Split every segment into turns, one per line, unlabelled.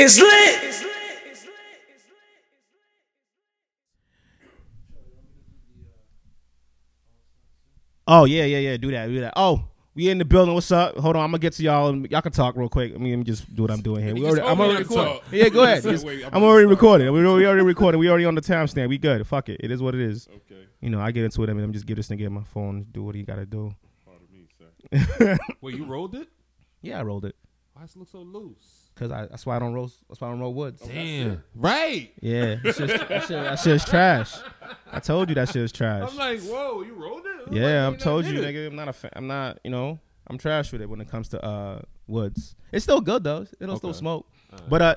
It's lit.
Oh yeah, yeah, yeah. Do that, do that. Oh, we in the building. What's up? Hold on, I'm gonna get to y'all. and Y'all can talk real quick. I mean, let me just do what I'm doing here. We
You
already,
just
I'm
open
already
up and
recording.
talk.
Yeah, go
You
ahead.
just
Just-
said, wait, I'm
I'm
gonna
already
start.
recording. We already, we already recording. We already on the timestamp. We good. Fuck it. It is what it is.
Okay.
You know, I get into it. I mean, I'm just give this nigga my phone. Do what he gotta do.
Pardon me, sir. Wait, you rolled it?
Yeah, I rolled it.
Why does it look so loose?
Cause I, that's why I don't roast. That's why I don't roll woods.
Damn. Right.
Yeah, that shit's, that, shit, that shit's trash. I told you that shit's trash.
I'm like, whoa, you rolled it?
yeah, I'm told you, nigga. I'm not a fan. I'm not. You know, I'm trash with it when it comes to uh woods. It's still good though. It'll still smoke. But uh,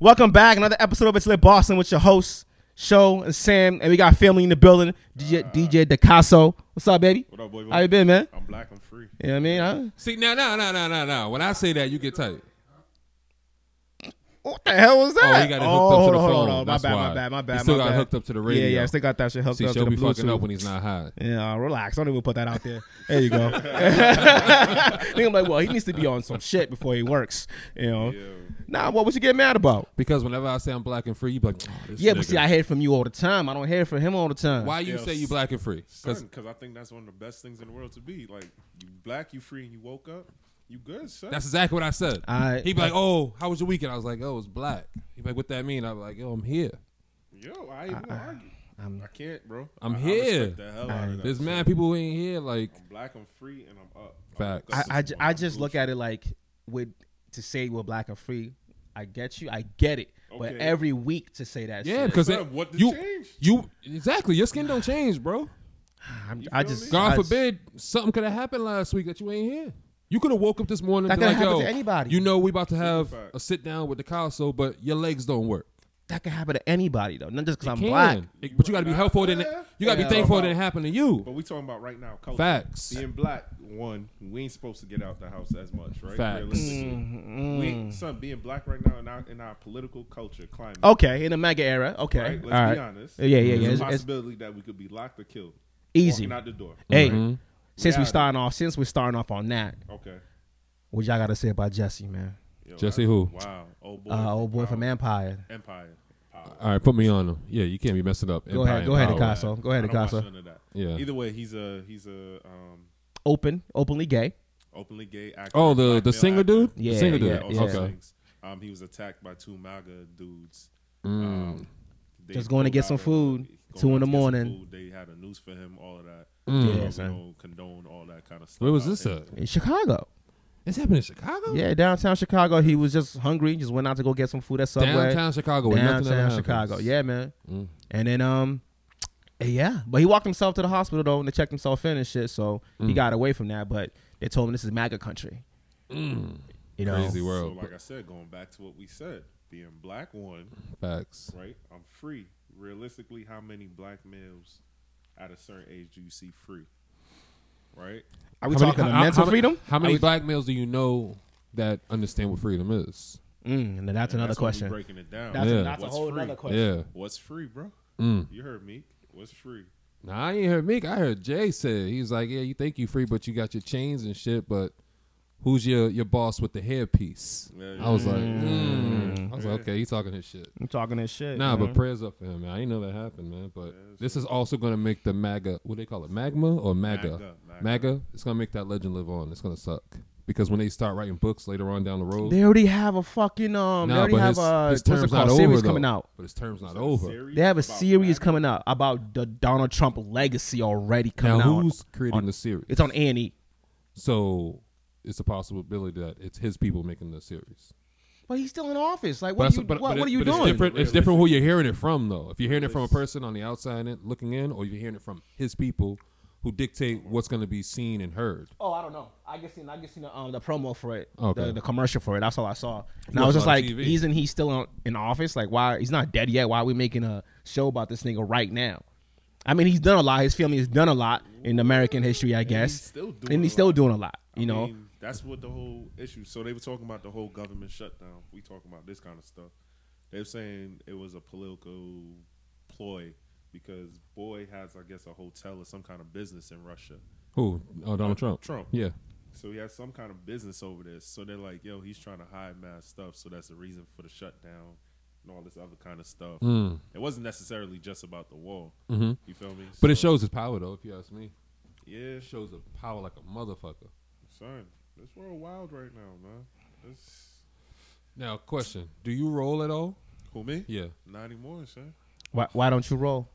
welcome back. Another episode of It's Lit Boston with your hosts, Show and Sam, and we got family in the building. DJ DJ DeCasso. What's up, baby?
What up, boy?
How you been, man?
I'm black. I'm free.
You know what I mean? Huh?
See, now, now, now, now, now, now. When I say that, you get tight.
What the hell was that?
Oh, he got it hooked up
hold
to the
on, hold on,
phone.
hold on. My
That's
bad,
why.
my bad, my bad.
He still
my
got
bad.
hooked up to the radio.
Yeah, yeah, I still got that shit hooked
See,
up to
Show
the
be fucking
Bluetooth.
up when he's not high.
Yeah, relax. Don't even put that out there. There you go. Nigga, I'm like, well, he needs to be on some shit before he works. You know. Nah, what would you get mad about?
Because whenever I say I'm black and free, you be like, oh, this
Yeah,
nigga.
but see, I hear from you all the time. I don't hear from him all the time.
Why you
Yeah,
say you black and free? Because
Because I think that's one of the best things in the world to be. Like, you black, you free, and you woke up. You good, son.
that's exactly what I said.
I-
He'd be like, oh, how was your weekend? I was like, oh, it was black. He'd be like, what that mean? i was like, yo, I'm here.
Yo, I ain't gonna argue.
I'm-
I can't, bro.
I'm
I- I
here.
respect the hell out of that.
There's mad people who ain't here. Like,
I'm black, I'm free, and I'm up. I
Facts.
woke
I,
up
I,
this
ju-
morning.
I
I'm
just look
Gucci.
at it like with to say we're black and free. I get you. I get it. But
Okay.
every week to say that.
yeah,
shit,
because
Son, what did
you,
change?
you exactly your skin don't change, bro.
I'm,
You
I
feel
just
me?
God
I just-
forbid something could have happened last week that you ain't here. You could have woke up this morning
That
and
coulda
been like,
happened
yo,
to anybody.
You know we about to have
fact.
a sit down with the council, but your legs don't work.
that could happen to anybody though. Not just because I'm
Can.
black.
It- but you got to be helpful than it. You got to
Yeah.
be thankful that it happened to
But
you.
we talking about right now, culture.
Facts.
Being black, one, we ain't supposed to get out the house as much, right?
Facts.
Realistically, we ain't, son, being black right now in our in our political culture climate.
Okay, in the mega era. Oh, Okay,
right? Let's
all right.
be honest.
Yeah, yeah, yeah.
There's
It's-
a
it's-
possibility that we could be locked or killed.
Easy.
Walking out the door.
Hey,
Mhm.
since we
Reality.
starting off, since we're starting off on that,
Okay.
what y'all gotta say about Jesse, man?
Yo,
Jesse
that's-
who?
Wow. Old boy.
Uh, old boy
Power.
from Empire.
Empire. Power.
All right, put me on them. Yeah, you can't be messing up.
Go
Empire
ahead, go
and
ahead,
power.
Picasso. Go ahead,
I don't watch
Picasso.
none of that.
Yeah.
Either way, he's a he's a um,
Open, openly gay.
openly gay actor.
Oh, the
black
the
male
singer
actor.
dude.
Yeah,
the singer
Yeah.
dude.
Also
yeah.
Okay.
sings. Um, he was attacked by two MAGA dudes.
Mm.
Um, they
Just going to get
pulled
some
out a-
food,
going
two in
out
the
to get some
morning.
food. They had a noose for him. All of that.
Yeah,
You know, we
son.
don't condone all that kind of stuff.
Mm. Where was
out
this
here.
at?
In Chicago.
It's happening in Chicago.
Yeah, downtown Chicago. He was just hungry. Just went out to go get some food at Subway.
Downtown Chicago. where nothing ever
Downtown
happens.
Chicago. Yeah, man.
Mm.
And then um yeah. But he walked himself to the hospital though and they checked himself in and shit. So
Mm.
he got away from that. But they told him this is MAGA country. You know.
Mm. Crazy
So,
world.
like I said, going back to what we said, being black one,
Facts.
right? I'm free. Realistically, how many black males at a certain age do you see free? Right?
Are we
How many-
talking
how-
of
how-
mental
how many-
freedom?
How many
Are we-
black males do you know that understand what freedom is?
Mm, and then that's another
And that's when we
question.
Breaking it down.
That's,
Yeah.
a, that's a
What's
whole
free?
other question.
Yeah.
What's free, bro?
Mm.
You heard me. What's free?
Nah, I ain't heard Meek. I heard Jay say he's like, yeah, you think you free, but you got your chains and shit. But who's your your boss with the hairpiece?
Yeah,
I was like, mm. I was like, okay, he's talking his shit.
I'm talking this shit.
Nah,
you
but
know?
prayers up for him, man. I didn't know that happened, man. But this is also gonna make the MAGA. What they call it, magma or MAGA?
MAGA, MAGA.
It's gonna make that legend live on. It's gonna suck because when they start writing books later on down the road,
They already have a fucking um. they
nah,
already
but
have
his,
a
his
what's it
term's not
called?
over.
Series
though.
coming out.
but his term's not
Is that
over.
series
They have a
about
series
black?
coming out about the Donald Trump legacy already coming
now
out.
who's creating the series?
It's on A and E.
so it's a possibility that it's his people making the series.
But he's still in office. Like,
But
what,
that's-
you,
but-
what,
but
what are
it-
you
but It's
doing?
different, it's different who you're hearing it from, though. If you're hearing it from a person on the outside in, looking in, or you're hearing it from his people who dictate what's going to be seen and heard.
Oh, I don't know. I just seen I just seen the, um, the promo for it,
Okay.
the, the commercial for it. That's all I saw. And
You
I was
watch
just
a lot
like,
of TV.
he's in he's still in, in office. Like, why he's not dead yet? Why are we making a show about this nigga right now? I mean, he's done a lot. His family has done a lot in American history, I guess,
he's still doing
and he's
a
still
lot.
doing a lot. You
I
know,
mean, that's what the whole issue. So they were talking about the whole government shutdown. We talking about this kind of stuff. They're saying it was a political ploy because boy has, I guess, a hotel or some kind of business in Russia.
Who? Oh, Donald Trump.
Trump.
Yeah.
So he has some kind of business over there. So they're like, yo, he's trying to hide mass stuff. So that's the reason for the shutdown and all this other kind of stuff.
Mm.
It wasn't necessarily just about the wall.
hmm
You feel me?
But
So,
it shows his power, though. If you ask me,
Yeah,
it shows the power like a motherfucker.
son. This world wild right now, man. It's,
Now, question: Do you roll at all?
who me?
Yeah.
Not anymore, son.
Why, why don't you roll?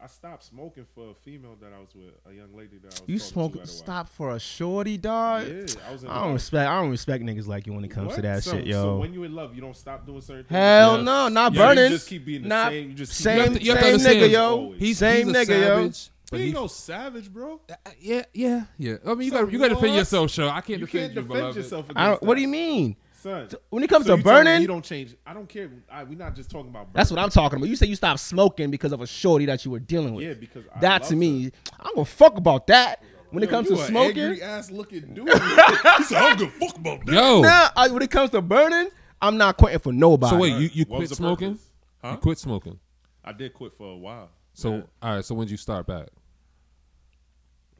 I stopped smoking for a female that I was with, a young lady that I was.
You
talking
smoke
to at a while.
stop for a shorty, dog.
Yeah, I was in
I don't
love.
respect. I don't respect niggas like you when it comes
What?
to that
so,
shit,
So
yo.
when you in love, you don't stop doing certain things.
Hell
Yeah.
no, not
Yeah,
burning.
You just keep being the
Nah,
same. You just keep
same,
being the
you have to
same
understand,
nigga, yo.
always.
He's
same
he's a
nigga,
savage,
He
But he,
ain't no savage, bro.
Uh, yeah, yeah, yeah. I mean, you
So
got you got to defend
what?
yourself, show. I can't
You
defend
can't
you,
defend
beloved.
yourself. Against
yo. I don't, what
that.
do you mean?
son?
When it comes
so
to
you telling me
burning,
you don't change. I don't care. I, we're not just talking about burning.
that's what I'm talking about. You say you stopped smoking because of a shorty that you were dealing with.
Yeah, because I
that
love
to me, I don't give a fuck about that. When it comes to smoking,
angry ass looking dude. he said, "I don't give a fuck about that."
Yo.
nah, I, when it comes to burning, I'm not quitting for nobody.
so wait, you, you
What
quit
was the
smoking?
purpose? Huh?
You quit smoking.
I did quit for a while.
So
Yeah.
all right. So when did you start back?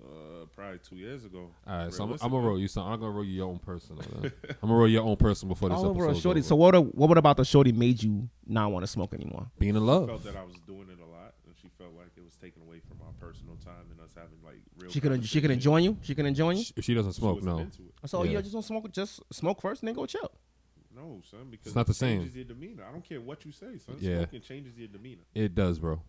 uh, probably two years ago.
All right. So I'm,
Realistic.
I'm gonna roll you. Son. I'm gonna roll you your own personal. I'm gonna roll your own personal before this
all over a
episode's
shorty.
over.
So what? What what about the shorty made you not want to smoke anymore?
being in
I felt
love.
that I was doing it a lot, and she felt like it was taken away from our personal time and us having like real.
She could she
conversations.
could enjoy you. She could enjoy you.
She- If she doesn't
She
smoke,
wasn't
no.
into it.
So
Yeah.
yeah, just don't smoke. Just smoke first, and then go chill.
No, son, because
It's not the
it changes
same.
your demeanor. I don't care what you say, son.
Yeah.
Smoking changes your demeanor.
It does, bro.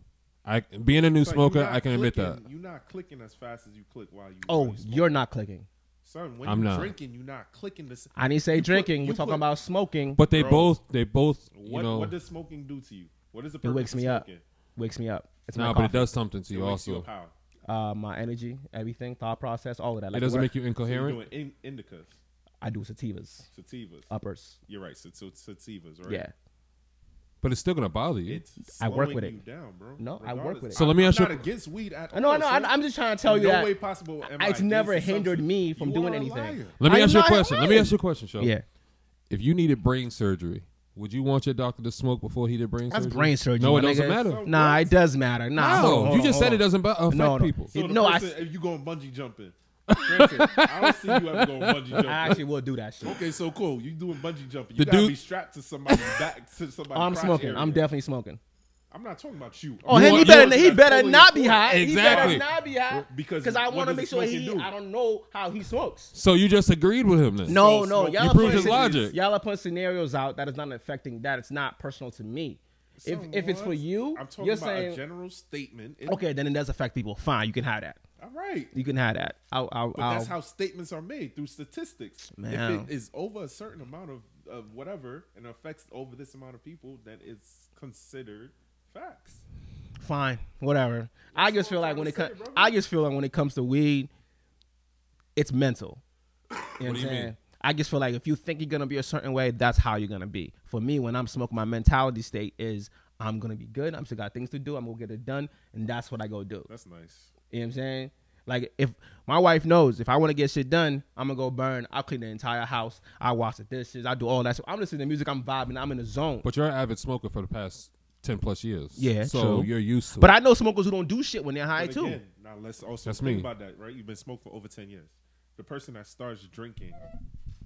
I being a new
Son, you
smoker,
not
I can admit that.
clicking- You're not clicking as fast as you click while you. while
Oh,
you smoke.
you're not clicking.
son. When
I'm
you're
not.
drinking, you're not clicking the. s-
I didn't say
You put-
drinking.
you
We're talking
put-
about smoking.
But they
Bro.
both, they both, you
What,
know.
what does smoking do to you? What is the
It
purpose
wakes
of
me up.
smoking?
Wakes me up. It's
nah,
my
but it
coffee.
does something to
It
you
wakes you
also.
up how?
Uh, my energy, everything, thought process, all of that.
It
Like
doesn't
when
make you
So you're
incoherent.
doing in, indicas,
I do sativas,
sativas.
uppers.
You're right. Sat- sat- sativas, right?
Yeah.
But it's still gonna bother you.
It's
I work
slowing
with
you
it.
down, bro.
No, I work
Regardless.
with it.
So let me
I'm
ask you-
not against weed at all.
I know, I know.
son.
I- I'm just trying to tell you
no
that
way possible. am I
it's never
against the
hindered
substance.
me from
You
doing
are a
anything.
liar.
Let me
I'm
ask you a
not
question. Let me
lying.
ask you a question, show.
Yeah.
If you needed brain surgery, would you want your doctor to smoke before he did brain
That's
surgery?
brain surgery.
No, it
my
doesn't
nigga.
matter.
So-
Nah,
What?
it does matter. Nah, Oh,
no,
hold on, hold
Oh, you
on,
just
hold
said it
on.
doesn't bu- affect
No, no.
people.
So the
No, I
person, if you going bungee jumping, granted, I don't see you ever going bungee jumping.
I actually will do that shit.
okay, so cool. You doing bungee jumping?
The
You gotta
dude-
be strapped to somebody's back to somebody's.
Oh, I'm
crotch
smoking.
area.
I'm definitely smoking.
I'm not talking about you.
Oh,
I'm
You
him,
want-
he
you
better
want-
he
that's
better
totally
not be
important.
high.
Exactly.
He better not be high
Because
I
what
want to
does
make sure
smoking
he.
do?
I don't know how he smokes.
So you just agreed with him then?
No, no,
So smoking-
y'all
You
are
proved
putting
his logic.
Y'all are putting scenarios out that is not affecting that. It's not personal to me. If if it's for
Somewhat.
you,
I'm talking
you're
about a
saying
general statement. It-
okay, then it does affect people. Fine, you can have that.
all right.
You can have that. I'll, I'll,
But that's
I'll-
how statements are made through statistics.
Um, Man.
If it is over a certain amount of, of whatever and affects over this amount of people, then it's considered facts.
fine, whatever. I just feel like when it
trying
comes,
to say, brother.
I just feel like when it comes to weed, it's mental. You know what,
do
I'm
you
saying?
mean?
I just feel like if you think you're gonna be a certain way, that's how you're gonna be. For me, when I'm smoking, my mentality state is I'm gonna be good. I'm still got things to do. I'm gonna get it done, and that's what I go do.
That's nice.
You know what I'm saying? Like if my wife knows if I want to get shit done, I'm gonna go burn. I'll clean the entire house. I wash the dishes. I do all that. So I'm listening to music. I'm vibing. I'm in the zone. But,
But you're an avid smoker for the past ten plus years.
Yeah,
So
true.
you're used to. it.
I know smokers who don't do shit when they're high
But
too.
again, now let's also
That's
think
me.
about that, right? You've been smoked for over ten years. The person that starts drinking,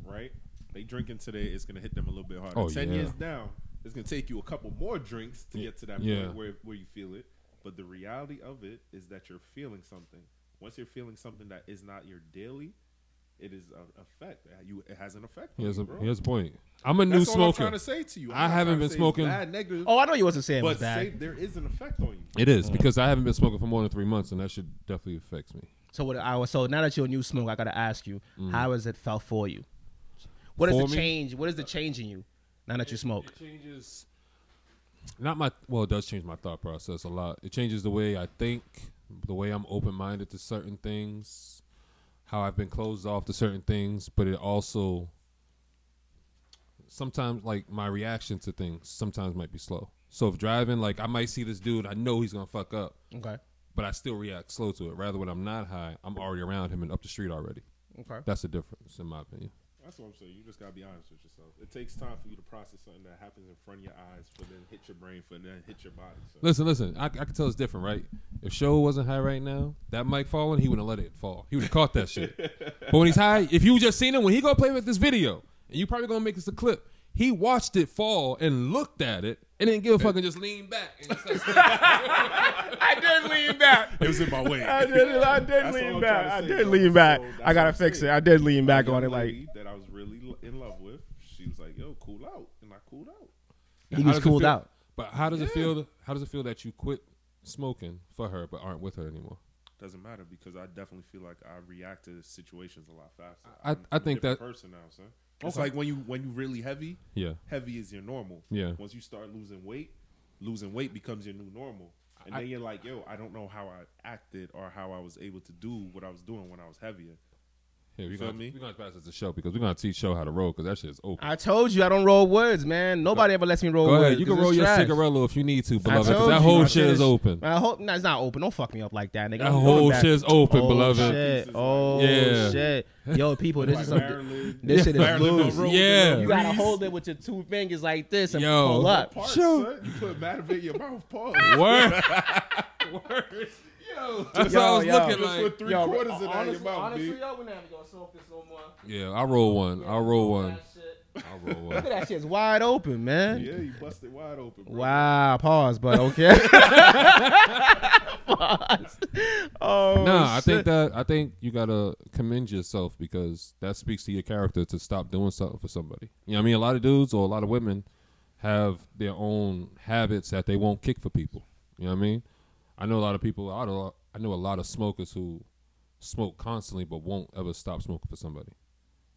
right? They drinking today, it's gonna hit them a little bit harder.
Oh,
ten
yeah.
years down, it's gonna take you a couple more drinks to get to that
Yeah.
point where where you feel it. But the reality of it is that you're feeling something. Once you're feeling something that is not your daily, it is an effect. You it has an effect. on
here's
you,
a
bro.
here's a point. I'm a new
That's all I'm
smoker.
trying to say to you. I'm
I
not
haven't
trying to
been
say it's
smoking-
Bad, negative,
Oh, I know you wasn't saying it
but
was bad.
say there is an effect on you.
It is because I haven't been smoking for more than three months, and that should definitely affects me.
so what I was so now that you're a new smoker, I gotta ask you,
Mm-hmm.
how has it felt for you? What is
For
the
me?
change? What is the change in you now that you smoke?
It changes not my well, it does change my thought process a lot. It changes the way I think, the way I'm open minded to certain things, how I've been closed off to certain things, but it also sometimes like my reaction to things sometimes might be slow. So if driving, like I might see this dude, I know he's gonna fuck up,
Okay,
but I still react slow to it. Rather when I'm not high, I'm already around him and up the street already.
okay.
That's the difference in my opinion.
That's what I'm saying. You just gotta be honest with yourself. It takes time for you to process something that happens in front of your eyes, for then hit your brain, for then hit your body. So
Listen, listen. I, I can tell it's different, right? If Show wasn't high right now, that mic falling, he wouldn't let it fall. He would have caught that shit. but when he's high, if you just seen him, when he gonna play with this video, and you probably gonna make this a clip, he watched it fall and looked at it and didn't give a fuck and just leaned back. And just like,
I did lean back.
it was in my way.
I did. I did
That's all
lean
I'm
back. I
trying to say,
did
though.
lean back.
So that's
I gotta
what I'm
fix it.
saying.
I did lean back on it.
Young
Like
lady that I was really lo- in love with. She was like, "Yo, cool out," and I cooled out.
he
How
was
does it
cooled
feel-
out.
But how does it feel? How does it feel that you quit smoking for her but aren't with her anymore?
Doesn't matter because I definitely feel like I react to situations a lot faster.
I-
I'm-
I
I'm a
think
different
that-
person now, son. It's like when you when you really heavy,
Yeah.
heavy is your normal.
Yeah.
Once you start losing weight, losing weight becomes your new normal. And
I-
then you're like, yo, I don't know how I acted or how I was able to do what I was doing when I was heavier.
Here, we're
Feel
gonna,
me?
we gonna pass this to show because we're gonna teach show how to roll because that shit is open.
I told you I don't roll words, man. Nobody ever lets me roll
Go
words.
ahead, you
'cause
can roll
it's
your
trash.
cigarello if you need to,
I
beloved. 'cause
told
that
you,
whole
my
shit is open.
I hope no, it's not open. Don't fuck me up like that, nigga.
That
I'm
whole
going back.
shit is open,
oh,
beloved.
Shit. Oh
Yeah.
shit. Yo, people, this is
Like
some,
Marilyn-
this shit is
Marilyn
loose.
Monroe,
Yeah.
you
You
know,
gotta
Reese.
hold it with your two fingers like this and
Yo.
pull up.
Parts,
Shoot.
son. You put mad of it in your mouth, pause.
Word. Word. That's
Yo,
what I was
yo.
looking
Just
like.
put three quarters of that in your mouth,
honestly,
B.
yo, we're never gonna smoke this no more.
Yeah, I'll roll one. I'll roll one.
That shit.
I'll roll
Look
one.
at that shit's wide open, man.
Yeah, you busted wide open. Bro.
Wow, pause, but okay. pause. Oh,
Nah, I think
shit.
that I think you gotta commend yourself because that speaks to your character to stop doing something for somebody. You know, what I mean, a lot of dudes or a lot of women have their own habits that they won't kick for people. You know what I mean? I know a lot of people. I know I know a lot of smokers who smoke constantly but won't ever stop smoking for somebody.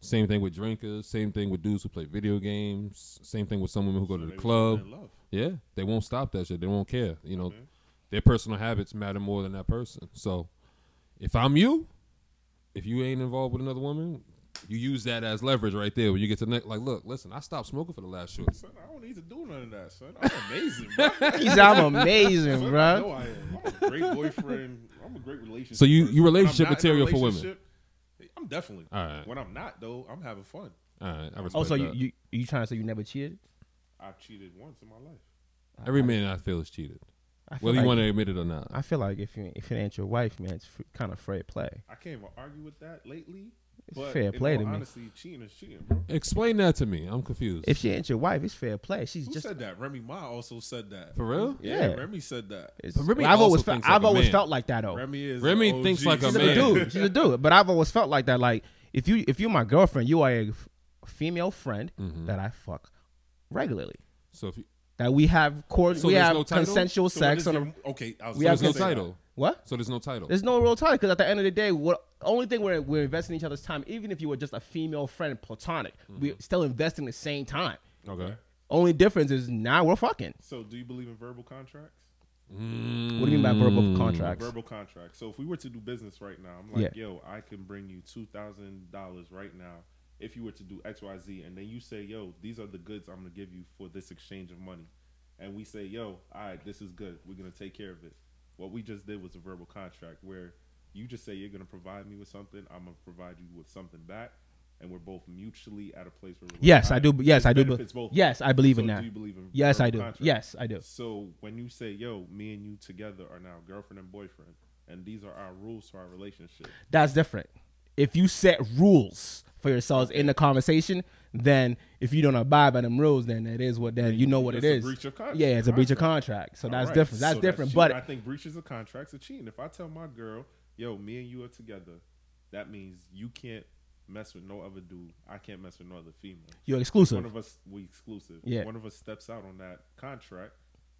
Same thing with drinkers. Same thing with dudes who play video games. Same thing with some women who go to the
Maybe
club.
she's in love.
Yeah, they won't stop that shit. They won't care. You know, their personal habits matter more than that person. So, if I'm you, if you ain't involved with another woman, you use that as leverage right there. When you get to the next, like, look, listen, I stopped smoking for the last short.
Son, I don't need to do none of that, son. I'm amazing, bro. Son,
He said, I'm amazing,
I know
bro.
I am. I'm a great boyfriend. I'm a great relationship.
So you-
person.
you
When I'm
relationship
not in a
material for women.
relationship, I'm definitely.
All right.
When I'm not though, I'm having fun.
All right, I respect
Oh, so you
that.
you you trying to say you never cheated?
I've cheated once in my life.
every man I feel is cheated,
I feel
whether
like,
you want to admit it or not.
I feel like if you if it ain't your wife, man, it's kind of fair play.
I can't even argue with that lately.
It's
But
fair
in
play
all
to me.
honesty, cheating is cheating, bro.
Explain that to me. I'm confused.
If she ain't your wife, it's fair play. She's
Who
just
said that? Remy Ma also said that.
For real?
Yeah,
Yeah.
Remy said that.
it's-
But Remy
I've
also
always felt
thinks
I've
like a
always
man.
felt like that though.
Remy is.
Remy
an OG,
thinks like a
She's
son.
a
man.
dude. She's a dude. But I've always felt like that. Like if you if you're my girlfriend, you are a f- female friend
Mm-hmm.
that I fuck regularly.
so if you,
That we have cord,
So
we
there's
have
no title?
consensual
So what
sex
is
on a
your- okay, I was
We
gonna
have
there's no
say
title,
what?
so there's no title.
There's no real title because at the end of the day, what only thing we're we're investing in each other's time. Even if you were just a female friend, platonic, we're
Mm-hmm.
still investing the same time.
okay.
Only difference is now we're fucking.
that. So do you believe in verbal contracts?
What do you mean by verbal contracts?
Mm. Verbal contract. So if we were to do business right now, I'm like,
Yeah.
yo, I can bring you two thousand dollars right now if you were to do X, Y, Z, and then you say, yo, these are the goods I'm gonna give you for this exchange of money, and we say, yo, all right, this is good. We're gonna take care of it. What we just did was a verbal contract where you just say you're gonna provide me with something, I'm gonna provide you with something back, and we're both mutually at a place where we're like,
Yes,
all
I
right,
do. Yes,
this
I do. be-
benefits both of
Yes,
us.
I believe in
So
that.
Do you believe in
Yes,
verbal
I do.
contracts?
Yes, I do.
So when you say, "Yo, me and you together are now girlfriend and boyfriend, and these are our rules to our relationship,"
That's different. If you set rules for yourselves in the conversation, then if you don't abide by them rules, then that is what then you know what
That's
it
a
is.
breach of con-
yeah, it's a breach of contract.
contract.
So that's
Alright,
different. That's
so
different.
cheating. I
but
think breaches of contracts are cheating. If I tell my girl, "Yo, me and you are together," that means you can't mess with no other dude. I can't mess with no other female.
you're
One
exclusive.
of us, we exclusive.
Yeah.
One of us steps out on that contract.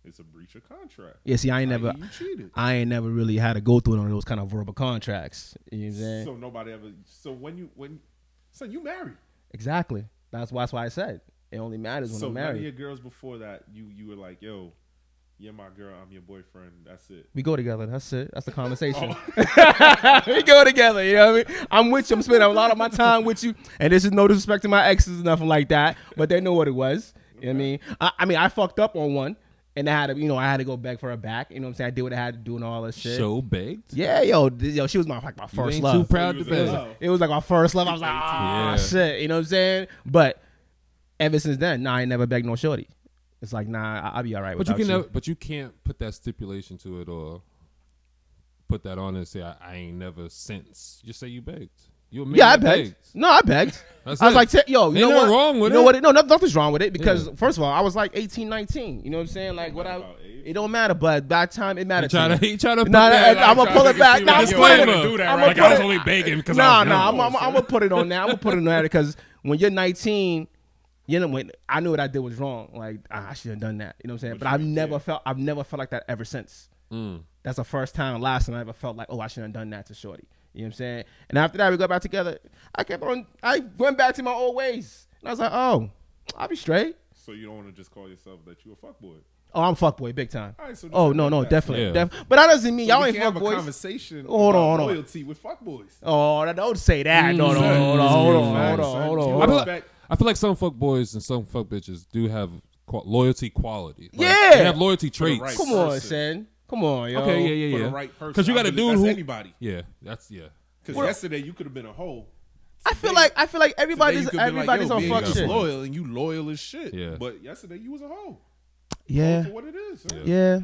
It's a breach of contract.
Yeah, see, I ain't never,
I.e., you cheated.
I ain't never really had to go through none of those kind of verbal contracts. You know what I'm saying?
So nobody ever. So when you when, so you married.
exactly. That's why. That's why I said it only matters when
So
I'm
none of
married.
your girls before that, you you were like, "Yo, you're my girl. I'm your boyfriend. That's it."
we go together. That's it.
Oh.
That's the conversation. we go together. You know what I mean? I'm with you. I'm spending a lot of my time with you. And this is no disrespect to my exes, nothing like that. But they know what it was. You know what I mean? I, I mean, I fucked up on one. and I had to, you know, I had to go beg for her back. You know what I'm saying? I did what I had to do and all this shit.
So begged.
yeah, yo, th- yo, she was my like my
You
first
ain't
love.
Too proud
You
to
was in
beg.
love.
It was like my first love. I was like, ah,
Yeah.
shit. You know what I'm saying? But ever since then, nah, I ain't never begged no shorty. It's like, nah, I- I'll be all right
But
with
you can never. But you can't put that stipulation to it or put that on and say I, I ain't never since. Just say you begged. You a man
Yeah, I
that
begged. No, I begged.
That's
I was
it.
like, t- yo, you
Ain't
know what?
nothing wrong with
you know
it.
what? No, noth- nothing's wrong with it because
Yeah.
first of all, I was like 18, 19. You know what I'm saying? Like, what I,
About age.
it don't matter. But by the time it
He
mattered, to
trying
me.
to. He trying to.
Nah, that- I'm gonna pull it back. Nah, I'm
Disclaimer.
gonna
Do
put it.
that,
I'm
right?
gonna
Like, I
put
was
it-
only begging because
Nah,
I was
nah. I'm,
young.
I'm, I'm gonna put it on there. I'm gonna put it on there because when you're 19, you know when I knew what I did was wrong. Like ah, I should have done that. You know what I'm saying? But, I've never felt I've never felt like that ever since. That's the first time and last time I ever felt like oh I should have done that to Shorty. You know what I'm saying? And after that we got back together. I kept on. I went back to my old ways and I was like oh I'll be straight.
So you don't want to just call yourself that you a fuckboy.
Oh I'm fuckboy big time.
All right, so just
oh
leave
no
it
no
at that.
definitely
Yeah.
def- But that doesn't mean
So
y'all
we
ain't
can't have a
fuckboys.
conversation
Hold on,
about
hold on.
loyalty with fuckboys.
Oh, that- don't say
Mm.
that. No, no, no, hold on, hold on, hold on, hold on.
I
Hold
feel,
on.
like, I feel like some fuck boys and some fuck bitches do have qua loyalty quality. Like,
Yeah.
they have loyalty traits.
right
Come on,
person.
son. Come on, yo.
Okay, yeah, yeah,
For
yeah.
the right person.
you got
I
a
believe
dude
that's
who
anybody.
Yeah, that's yeah.
Because
Well-
yesterday you could have been a hoe.
I feel like I feel like
Today you
everybody's
could've been like,
everybody's
yo,
on
man,
fuck
you
shit.
Loyal and you loyal as shit.
Yeah.
But yesterday you was a hoe.
Yeah,
For what it is. man.
yeah.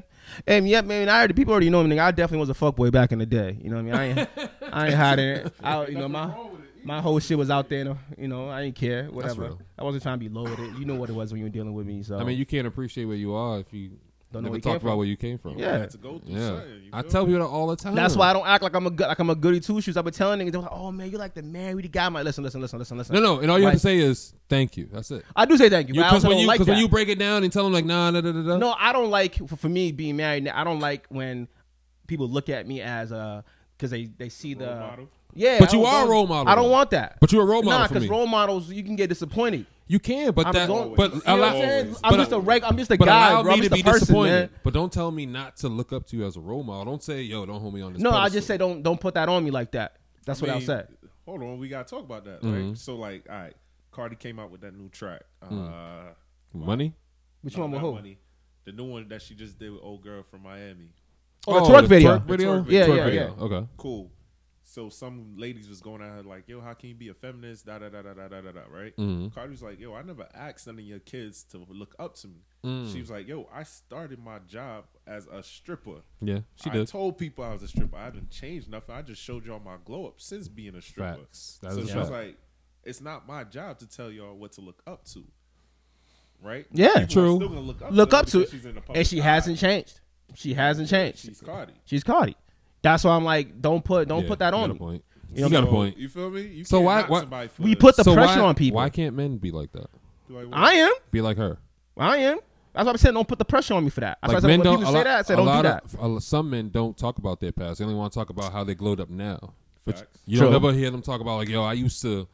And yeah, man, I already people already know me. nigga. I definitely was a fuckboy back in the day. You know what I mean? I ain't, I ain't hiding it. I, you know my
wrong with it.
my whole shit was out there. and, uh, You know, I didn't care. Whatever.
real.
I wasn't trying to be low with it. You know what it was when you were dealing with me. So
I mean, you can't appreciate where you are if you
Don't know
never
where you
talk
came
about
from.
where you came from.
Yeah.
To go through
Yeah.
something, you
I
feel
tell
me?
people that all the time.
That's why I don't act like I'm a good, like I'm a goody two shoes. I've been telling niggas, they're like, oh man, you like the married guy. I'm like, listen, listen, listen, listen, listen.
No, no, and all you have
Like,
to say is thank you. That's it.
I do say thank you, but I
Because
also
when
don't
you
like
because when
that.
you break it down and tell them like nah nah nah nah, nah
No, I don't like for, for me being married. now, I don't like when people look at me as a because they they see the
Role model?
yeah.
But
I
you
don't
are a
want-
role model,
I don't
though.
want that.
But you're a role model
Nah,
for
because
me.
role models you can get disappointed.
you can but
I'm
that
going-
but
you know what I'm,
allow
saying? I'm
but I-
just a reg, I'm just a
but
guy,
allow
bro. I'm
me to
just
be
a person,
disappointed.
man.
But don't tell me not to look up to you as a role model. Don't say yo don't hold me on this.
No, I
pedestal.
just say don't don't put that on me like that. That's what
I
I'll
mean,
say.
Hold on, we gotta talk about that.
Mm-hmm.
Like, so, like, all right, Cardi came out with that new track. Uh,
Mm. money.
Which
no,
one with
not
who?
Money. The new one that she just did with old girl from Miami.
Oh, the twerk video.
twerk video?
The twerk Yeah,
Twerk
yeah,
video. Okay.
Cool. So some ladies was going at her like, "Yo, how can you be a feminist?" Da da da da da da da. da right?
Mm-hmm.
Cardi was like, "Yo, I never asked none of your kids to look up to me."
Mm.
She was like, "Yo, I started my job as a stripper.
Yeah, she
I
did.
told people I was a stripper. I didn't change nothing. I just showed y'all my glow up since being a stripper."
Facts. That
so
is a
she was
fact.
like, "It's not my job to tell y'all what to look up to." Right?
Yeah.
People are
True.
still gonna look up
Look
her
up to
because
it,
she's in the public
and she
eye.
hasn't changed. She hasn't changed.
She's Cardi.
She's Cardi. That's why I'm like, don't put don't
Yeah,
put that
you
on
Got a
me.
point.
You know,
You got a
So,
point.
You feel me? You
So
can't
why-
knock
why-
somebody for
We put the
So
pressure
why-
on people.
Why can't men be like that?
Like, what?
I am.
Be like her.
I am. That's why I'm saying don't put the pressure on me for that. That's
Like
why I said
men
when
don't.
people
a
say
lot-
that, I said
a
don't do
lot
that.
of- a lot- some men don't talk about their past. They only want to talk about how they glowed up now. But
Facts.
you
True.
don't ever hear them talk about like, yo, I used to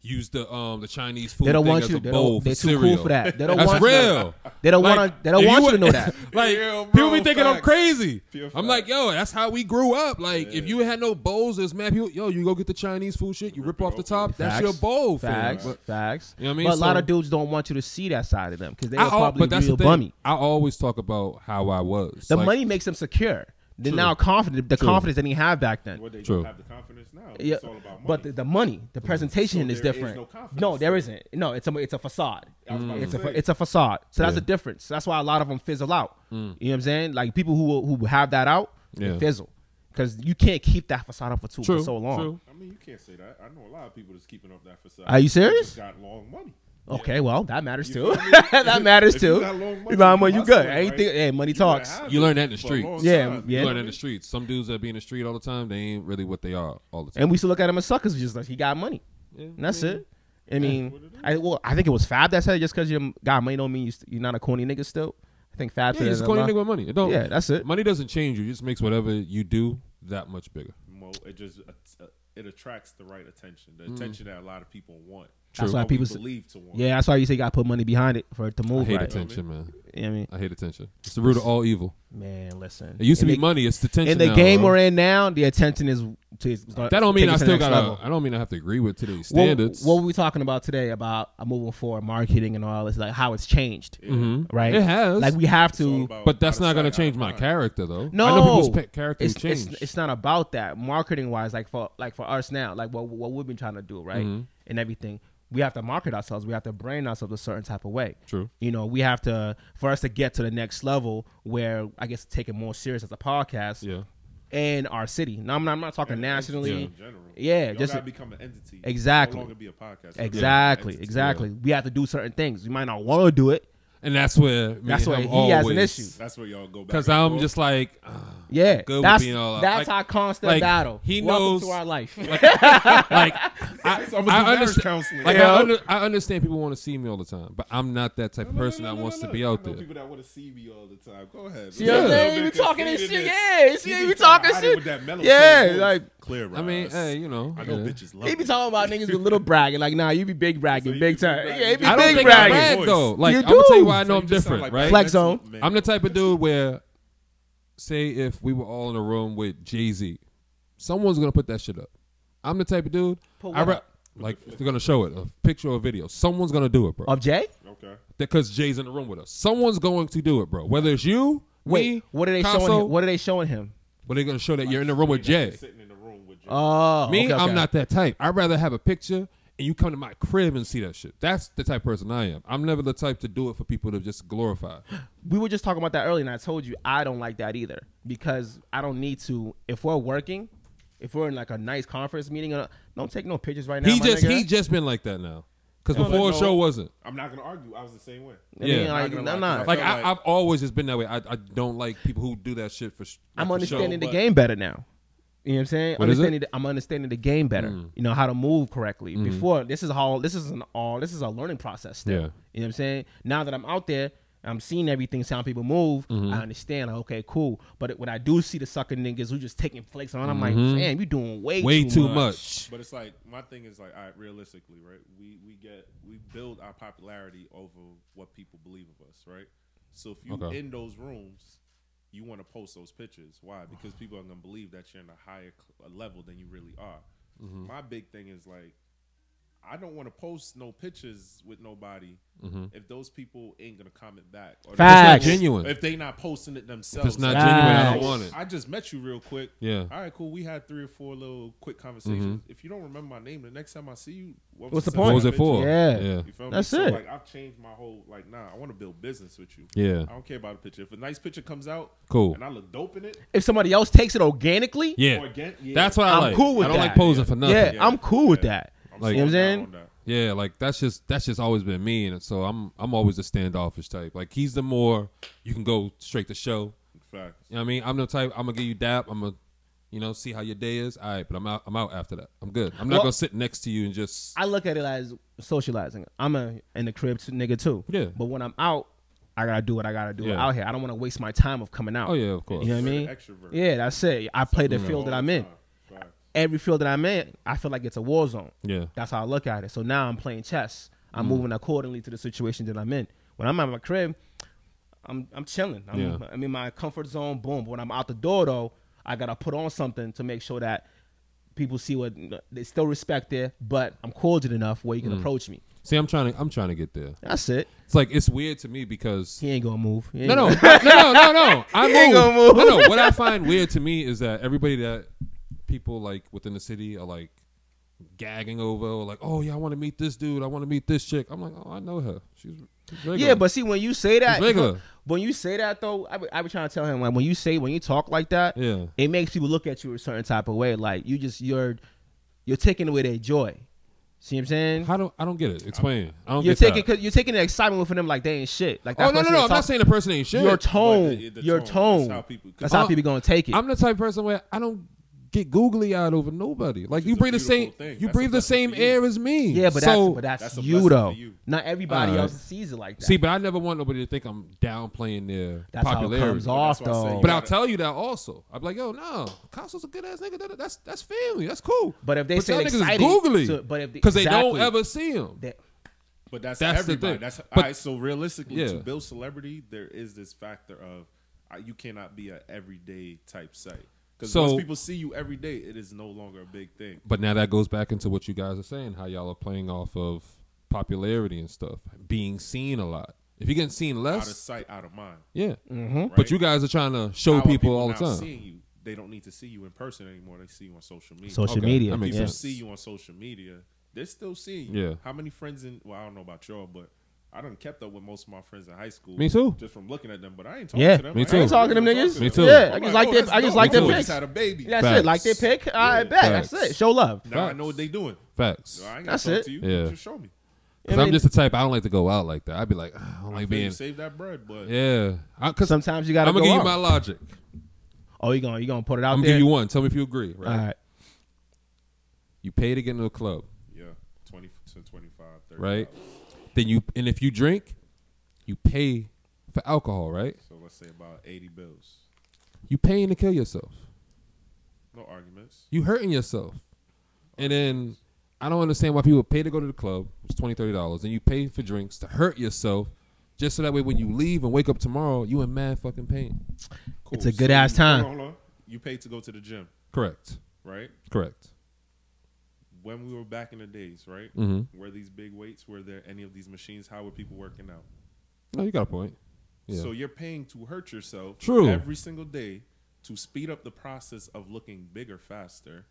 use the um the Chinese food
They don't
thing
want
as
you.
a
They
bowl
don't,
for
they're too
cereal.
cool for that. They don't
That's
want
real.
You, they don't
Like,
want to. They don't
if
want you
would-
to know that.
like
Yeah, bro,
people be thinking I'm
facts.
crazy.
Pure
I'm like,
facts.
yo, that's how we grew up. Like, if you had no bowls, there's mad people. Yo, you go get the Chinese food shit. You rip off the top. That's
Facts.
your bowl. fam.
Facts,
But-
facts.
You know what I mean?
But a lot
So-
of dudes don't want you to see that side of them because they
I
are
al-
probably
but that's
real
the thing.
bummy.
I always talk about how I was.
The
Like,
money makes them secure. They're now confident. The confidence they didn't have back then.
Well, they
True.
don't have the confidence now.
Yeah,
It's all about money.
but the, the money, the presentation
So
is
there is
different.
no confidence.
no, there isn't. No, it's a it's a facade.
I was about to
It's a
say.
fa- it's a facade. So that's the difference. That's why a lot of them fizzle out. You know what I'm saying? Like people who who have that out,
Mm. Yeah.
they fizzle because you can't keep that facade up for too
true,
for so long.
True.
I mean, you can't say that. I know a lot of people that's keeping up that facade.
Are you
They
serious?
just Got long money.
Okay, well that matters
You
too.
feel me?
that matters
If you
too.
got long money,
You know, when
you
you good.
hustling,
Anything,
right?
hey, money
You gotta
talks.
have
You
it
learn that in the
for a long
streets.
Yeah,
time.
yeah.
You learn in the streets. Some dudes that be in the street all the time, they ain't really what they are all the time.
And we still look at him as suckers. Just like he got money. And that's it. I mean, I well, I think it was Fab that said it, just because you got money don't mean you st- you're not a corny nigga still. I think Fab
Yeah,
said
you
it
just
a
call your
lot.
nigga with money. It don't.
Yeah, that's it.
Money doesn't change you. It just makes whatever you do that much bigger.
Mo- It just uh, it attracts the right attention,
Mm.
the attention that a lot of people want.
That's why
Or we
people s-
believe to want.
Yeah, that's why you say you got to put money behind it for it to move.
I hate
right.
attention, man.
You know what I mean,
I hate attention. It's the root of all evil.
man, listen.
It used to
In
be
the-
money. It's attention.
In the
now,
game
bro.
we're in now, the attention is to is gonna
That don't mean
take it to
I
the
still
next
gotta.
level.
I don't mean I have to agree with today's
What-
standards.
What, were we talking about today about uh, moving forward, marketing and all this, like how it's changed,
Mhm.
right?
It has.
Like we have
It's all
to.
about
but that's
how
not going to
decide
change
how
my
fine.
character, though.
No,
I know people's pa- character
it's,
change.
It's, it's not about that. Marketing wise, like for like for us now, like what what we've been trying to do, right,
Mhm.
and everything. We have to market ourselves. We have to brand ourselves a certain type of way.
True.
You know, we have to for us to get to the next level where I guess take it more serious as a podcast
yeah.
in our city. Now I'm not, I'm not talking
And
nationally.
entity in general.
Yeah,
Y'all
just-
gotta become an entity.
Exactly.
No longer be a podcast.
Exactly,
Entity.
exactly. We have to do certain things. We might not want to do it.
And that's where me
That's
and
why
him
he has an
always-
issue.
That's where y'all go back.
Because
and
I'm
forth.
just like, ah,
Yeah,
good with
that's
being all out.
that's
Like-
our constant
like,
battle.
he
Welcome
knows-
to our life.
like I,
So I'm gonna do
I
marriage
understand.
counseling.
Like
Yeah.
I, under, I understand people want to see me all the time, but I'm not that type of
No, no,
person
no,
that
no,
wants
no,
to
no.
be
I
out
know
there.
People that want to see me all the time. Go ahead.
See what I'm
Yeah.
saying? You be talking this shit, yeah. See, you be talking
With
shit.
that mellow
Yeah,
tone voice.
like-
clear.
I mean,
eyes.
hey, you know,
I know
yeah.
bitches love.
He be
it.
talking about niggas with little bragging. Like, nah, you be big bragging,
So
big
you be big
time.
bragging.
Yeah, he be
I don't
big
think I'm
bragging.
bad
Voice.
though. Like
You
I'm gonna tell you
do.
why I
So
know
you
I'm
just sound
different,
like
right?
Flex zone.
Man.
I'm the type of dude where, say, if we were all in a room with Jay Z, someone's gonna put that shit up. I'm the type of dude.
Put
I
what
re-
up?
like they're gonna show it, a picture or a video. Someone's gonna do it, bro.
Of Jay?
Okay.
Because Jay's in the room with us. Someone's going to do it, bro. Whether it's you, me,
Wait, what are they
Tasso,
showing him? What are they showing him?
but they're gonna show that you're in the room with
Like, you're
Jay.
Sitting in the room with Jay.
Oh,
Me,
okay, okay.
I'm not that type. I'd rather have a picture and you come to my crib and see that shit. That's the type of person I am. I'm never the type to do it for people to just glorify.
We were just talking about that earlier, and I told you I don't like that either because I don't need to. If we're working, if we're in like a nice conference meeting, uh, don't take no pictures right now.
he
my
just
nigga.
he just been like that now. Because
No,
before
no.
a show wasn't.
I'm not gonna argue. I was the same way.
I mean,
yeah.
like,
Not gonna
I'm
lie,
not.
I
Like,
feel like-
I, I've always just been that way. I, I don't like people who do that shit for. sh-
I'm
for show.
understanding the
but-
game better now. You know what I'm saying?
What is it? Mm. Mm-hmm.
understanding The, I'm understanding the game better. You know how to move correctly. Before this is all this is an all this is a learning process still.
Yeah.
You know what I'm saying? Now that I'm out there, I'm seeing everything, seeing how people move,
Mm-hmm.
I understand like, okay, cool. But when I do see the sucker niggas who just taking flicks on, I'm like, damn, you doing way,
Mm-hmm. way
too, much.
But it's like my thing is like, all right, realistically, right? We we get we build our popularity over what people believe of us, right? So if you
Okay.
in those rooms, you want to post those pictures. Why? Because people are gonna believe that you're in a higher cl- level than you really are. My big thing is like, I don't want to post no pictures with nobody if those people ain't gonna comment back. Or
Facts.
If it's not genuine.
If they not posting it themselves,
If it's not
Facts.
genuine, I
Facts.
don't want it.
I just met you real quick.
Yeah. Mm-hmm.
All right, cool. We had three or four little quick conversations. If you don't remember my name, the next time I see you, what
What's the
sense
What
point?
was
of
it for?
mentioning?
Yeah.
yeah,
You feel me?
That's
so,
it.
Like I've changed my whole like. Nah, I want to build business with you.
Yeah.
I don't care about a picture. If a nice picture comes out,
Cool.
and I look dope in it,
If somebody else takes it organically,
yeah.
Or again- yeah.
That's what I
I'm
like.
cool with
I don't
that.
like posing for nothing.
yeah,
Yeah.
I'm cool with
Yeah.
that.
I'm
Like-
you know what I'm
slowing down
saying?
on that.
Yeah, like that's just that's just always been me, and so I'm I'm always the standoffish type. Like he's the more you can go straight to show.
Facts.
You know what I mean? I'm the type I'm gonna give you dap. I'm gonna you know see how your day is. All right, but I'm out. I'm out after that. I'm good. I'm not
Well-
gonna sit next to you and just
I look at it as socializing. I'm a in the crib t- nigga too.
Yeah.
But when I'm out, I gotta do what I gotta do
Yeah.
out here. I don't want to waste my time of coming out.
oh yeah, of course.
You know what I
You're
mean?
an extrovert.
Yeah, that's it. I play the
All
field that
the
I'm in.
time. Facts.
Every field that I'm in, I feel like it's a war zone.
Yeah. Mm.
That's how I look at it. So now I'm playing chess. I'm moving accordingly to the situation that I'm in. When I'm at my crib, I'm I'm chilling. I'm,
Yeah.
I'm in my comfort zone. Boom. But when I'm out the door though, I gotta put on something to make sure that people see what they still respect there, but I'm cordial enough where you
Mm.
can approach me.
See, I'm trying to I'm trying to get there.
That's it.
It's like it's weird to me because
He ain't gonna move. He ain't
no, no,
gonna-
no, no, no, no. I
He ain't
move.
gonna move.
No, no. What I find weird to me is that everybody that people like within the city are like gagging over, or like, oh yeah, I want to meet this dude. I want to meet this chick. I'm like, oh, I know her. She's, she's regular.
Yeah, but see when you say that,
It's regular.
when you say that though, I be, I be trying to tell him like when you say when you talk like that,
Yeah.
it makes people look at you a certain type of way. Like you just you're you're taking away their joy. See what I'm saying?
how do I don't get it? Explain. I don't
you're
get
taking
that.
cause you're taking the excitement from them like they ain't shit. Like
Oh
that
no, no,
person
no!
that
I'm not
talk-
saying the person ain't shit.
your tone,
the- the
your
tone,
tone.
that's how people-
That's how
I'm-
people gonna take it.
I'm the type of person where I don't get googly eyed over nobody. Like
Which
you
is a
breathe the same,
beautiful thing.
you
That's a
breathe the
blessing
same
for you.
air as me.
yeah, but
so,
that's but that's,
That's a
you
blessing
though.
for you.
Not everybody
Alright.
else sees it like that.
See, but I never want nobody to think I'm downplaying their
that's how it
popularity.
comes off
That's why I say
though.
you
But
I-
I'll tell you that also. I'm like, yo, no, Costco's a good ass nigga. That- That's that's family. That's cool.
But if they say
y'all niggas is
exciting,
googly,
so- but if they-
because they don't
exactly.
ever see him.
That-
But that's,
That's the
everybody.
thing.
That's
But-
all right. So realistically, to
Yeah.
build celebrity, there is this factor of uh, you cannot be an everyday type site because
So-
once people see you every day, it is no longer a big thing.
But now that goes back into what you guys are saying, how y'all are playing off of popularity and stuff, being seen a lot. If you're getting seen
Out of
less,
sight, out of mind.
yeah.
Mm-hmm.
But
right?
you guys are trying to
How
show
are
people, all the
now
time.
Seeing you, they don't need to see you in person anymore. They see you on social media.
Social
Okay,
media.
that makes
yeah.
people
sense.
see you on social media, they're still seeing you.
Yeah.
How many friends in? Well, I don't know about y'all, but I done kept up with most of my friends in high school.
Me too.
Just from looking at them, but I ain't talking
Yeah,
to them.
me
I
too.
ain't
Talking to them
really
niggas.
talking
Me
to
too.
them.
Yeah, I
I'm
just
like,
like
oh,
their.
that's
I just
dope.
like
Oh,
their
they
pics.
just had a baby.
That's
Facts.
it. Like their pic. All right, bet. That's
Facts.
it. Show love.
now I
Facts.
know what they doing.
Facts.
So I ain't gotta
That's
talk
it.
to you.
Yeah.
Just show me.
I
Because
mean,
I'm just the type I don't like to go out like that. I'd be like, "Ah, I don't
I
like
feel you
being.
save that bread, but
Yeah. Because I'm
sometimes you gotta
going to
go
give you
out.
my logic.
Oh, you gonna you gonna put it out
I'm going to
there?
give you one. Tell me if you agree. Right?
All right.
You pay to get into a club,
yeah, twenty to 25, 30
right? Then you and if you drink, you pay for alcohol, right?
So let's say about eighty bills.
You paying to kill yourself.
No arguments.
You hurting yourself. And then I don't understand why people pay to go to the club, it's $20, $30, and you pay for drinks to hurt yourself just so that way when you leave and wake up tomorrow, you in mad fucking pain.
Cool.
It's a good ass
you-
time.
Hold on, hold on. You paid to go to the gym,
Correct.
right?
Correct.
When we were back in the days, right?
Mm-hmm.
Were these big weights? Were there any of these machines? How were people working out?
No, you got a point. Yeah.
So you're paying to hurt yourself
True.
every single day to speed up the process of looking bigger faster,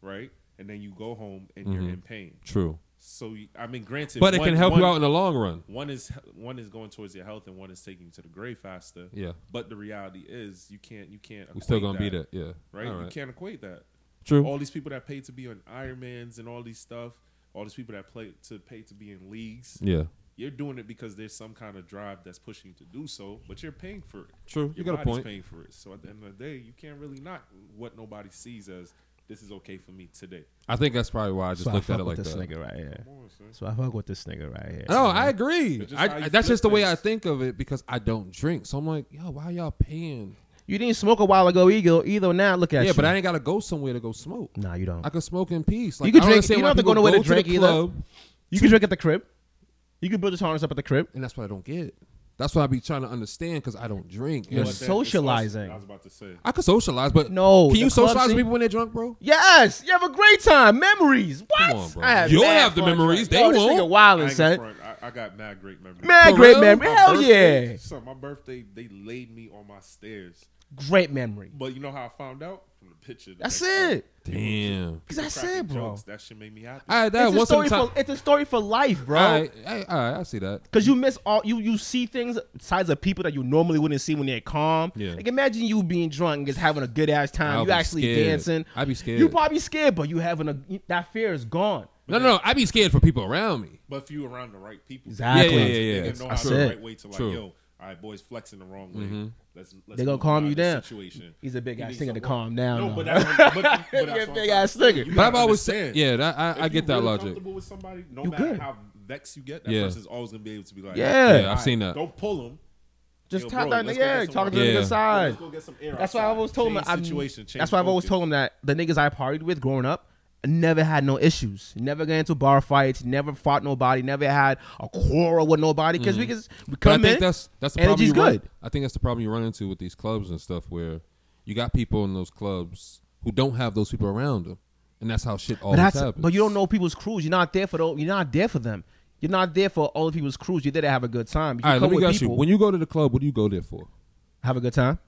right? And then you go home and you're
Mhm.
in pain.
True.
So you- I mean, granted,
But it
one-
can help
one-
you out in the long run.
One is one is going towards your health, and one is taking you to the grave faster.
Yeah.
But the reality is, you can't you can't.
We're still
equate
going to be there. Yeah.
right?
All
You
right.
can't equate that.
True.
All these people that pay to be on Ironmans and all these stuff, all these people that play to pay to be in leagues,
Yeah.
you're doing it because there's some kind of drive that's pushing you to do so, but you're paying for it.
True. You
Your
got a
body's
point.
paying for it. So at the end of the day, you can't really knock what nobody sees as this is okay for me today.
I think that's probably why I just
so I
looked
fuck
at it
with
like
this
that.
nigga right here.
Come on, son.
So I fuck with this nigga right here.
No, I agree.
It's just how
I,
you
I- that's
flip
just the way
things.
I think of it because I don't drink. So I'm like, yo, why y'all paying?
You didn't smoke a while ago, either. Either now, look at
yeah,
you.
but I ain't got to go somewhere to go smoke.
Nah, you don't.
I could smoke in peace. Like,
You could
I
drink-
Understand
you
why
don't have to go
people
nowhere to
the
drink either.
club,
you can drink at the crib. You can build this harness up at the crib.
and that's what I don't get. That's what I be trying to understand because I don't drink.
You're
And
But then it's
socializing.
also- I was about to say.
I could socialize, but
No,
Can you
the club
socialize with
scene-
people when they're drunk, bro?
Yes, you have a great time. Memories. What?
on, bro.
I had
You'll
mad
have the
fun,
memories.
right?
They
Yo, this
won't.
nigga wildin',
I, ain't
son.
front. I, I got mad great memories.
Mad
For
great
real?
memory.
My
Hell
birthday-
yeah.
Son, my birthday, they laid me on my stairs.
Great memory.
But you know how I found out? From the picture. the
That's
next day.
it.
Damn.
Cause that's
Cracking
it, bro.
jokes, That shit made me happy.
All right, that
It's a
was
story
some
for
time.
it's a story for life, bro.
All right, all right, all right, I see that.
Cause you miss all you you see things sides of people that you normally wouldn't see when they're calm.
Yeah.
Like imagine you being drunk and just having a good ass time.
I'll
you
be
actually
scared.
dancing.
I'd be scared.
You probably scared, but you having a that fear is gone.
No, no, no, I be scared for people around me.
But if you around the right people,
Exactly.
Yeah, yeah, yeah, yeah.
They gonna know
That's
how the
it. Mm-hmm.
right way to like,
True.
yo, all right, boys flexing the wrong way. Let's, let's
They gonna
move
calm
around
you
this
down.
Situation.
He's a big
You
ass
need
nigga to
someone-
calm down.
No,
though.
but that's but, but that's
You're a
what I'm
big
saying.
ass nigga.
You
But I've
gotta
always said,
understand.
yeah, that,
If
I, I
you
get that
really
logic.
Comfortable with somebody, no
You
matter
good.
how vexed you get, that
Yeah.
person's always gonna be able to be like,
Yeah. Yeah,
I've seen that.
Don't pull him.
just
Yo,
tap
bro,
that
let's
nigga.
go get
Yeah,
some
talking to
water.
the
Yeah.
nigga side.
Let's go get some air.
That's why I
outside.
always told him.
Change
I
situation. change
that's why I've always
focus.
told him that the niggas I partied with growing up never had no issues, never got into bar fights, never fought nobody, never had a quarrel with nobody because we just we
Mm-hmm. But I
come
think
in.
that's that's the problem
energy's
you run,
good.
I think that's the problem you run into with these clubs and stuff where you got people in those clubs who don't have those people around them, and that's how shit
but
always
that's
happens.
but you don't know people's crews. You're not there for the, you're not there for them. You're not there for other people's crews. You're there to have a good time. You
All right,
come
let me
with
ask you.
people,
When you go to the club, what do you go there for?
have a good time.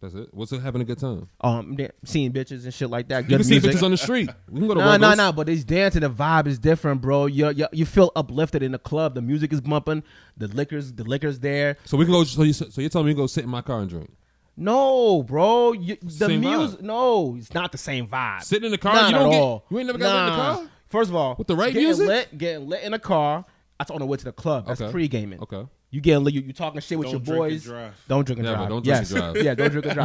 That's it. What's it having a good time?
Um, da- seeing bitches and shit like that.
You
Good
can see
music.
bitches on the street. We can go to
No,
one
no,
of those-
no. But it's dancing. The vibe is different, bro. You you you feel uplifted in the club. The music is bumping. The liquors, the liquors there.
So we can go. So you so you're telling me you go sit in my car and drink?
No, bro. You, the
Same
music.
vibe.
No, it's not the same vibe.
Sitting in the car,
Not
you don't
at
get-
all.
you ain't never got lit in the
Nah.
car?
First of all,
With the right
getting
music?
lit, getting lit in the car. That's on the way to the club. That's
Okay.
pre gaming.
Okay.
You getting lit. You, you talking shit with
Don't
your
drink and
boys.
drive.
Don't drink and
Yeah, but
drive.
don't drink
yes.
and drive.
yeah, don't drink and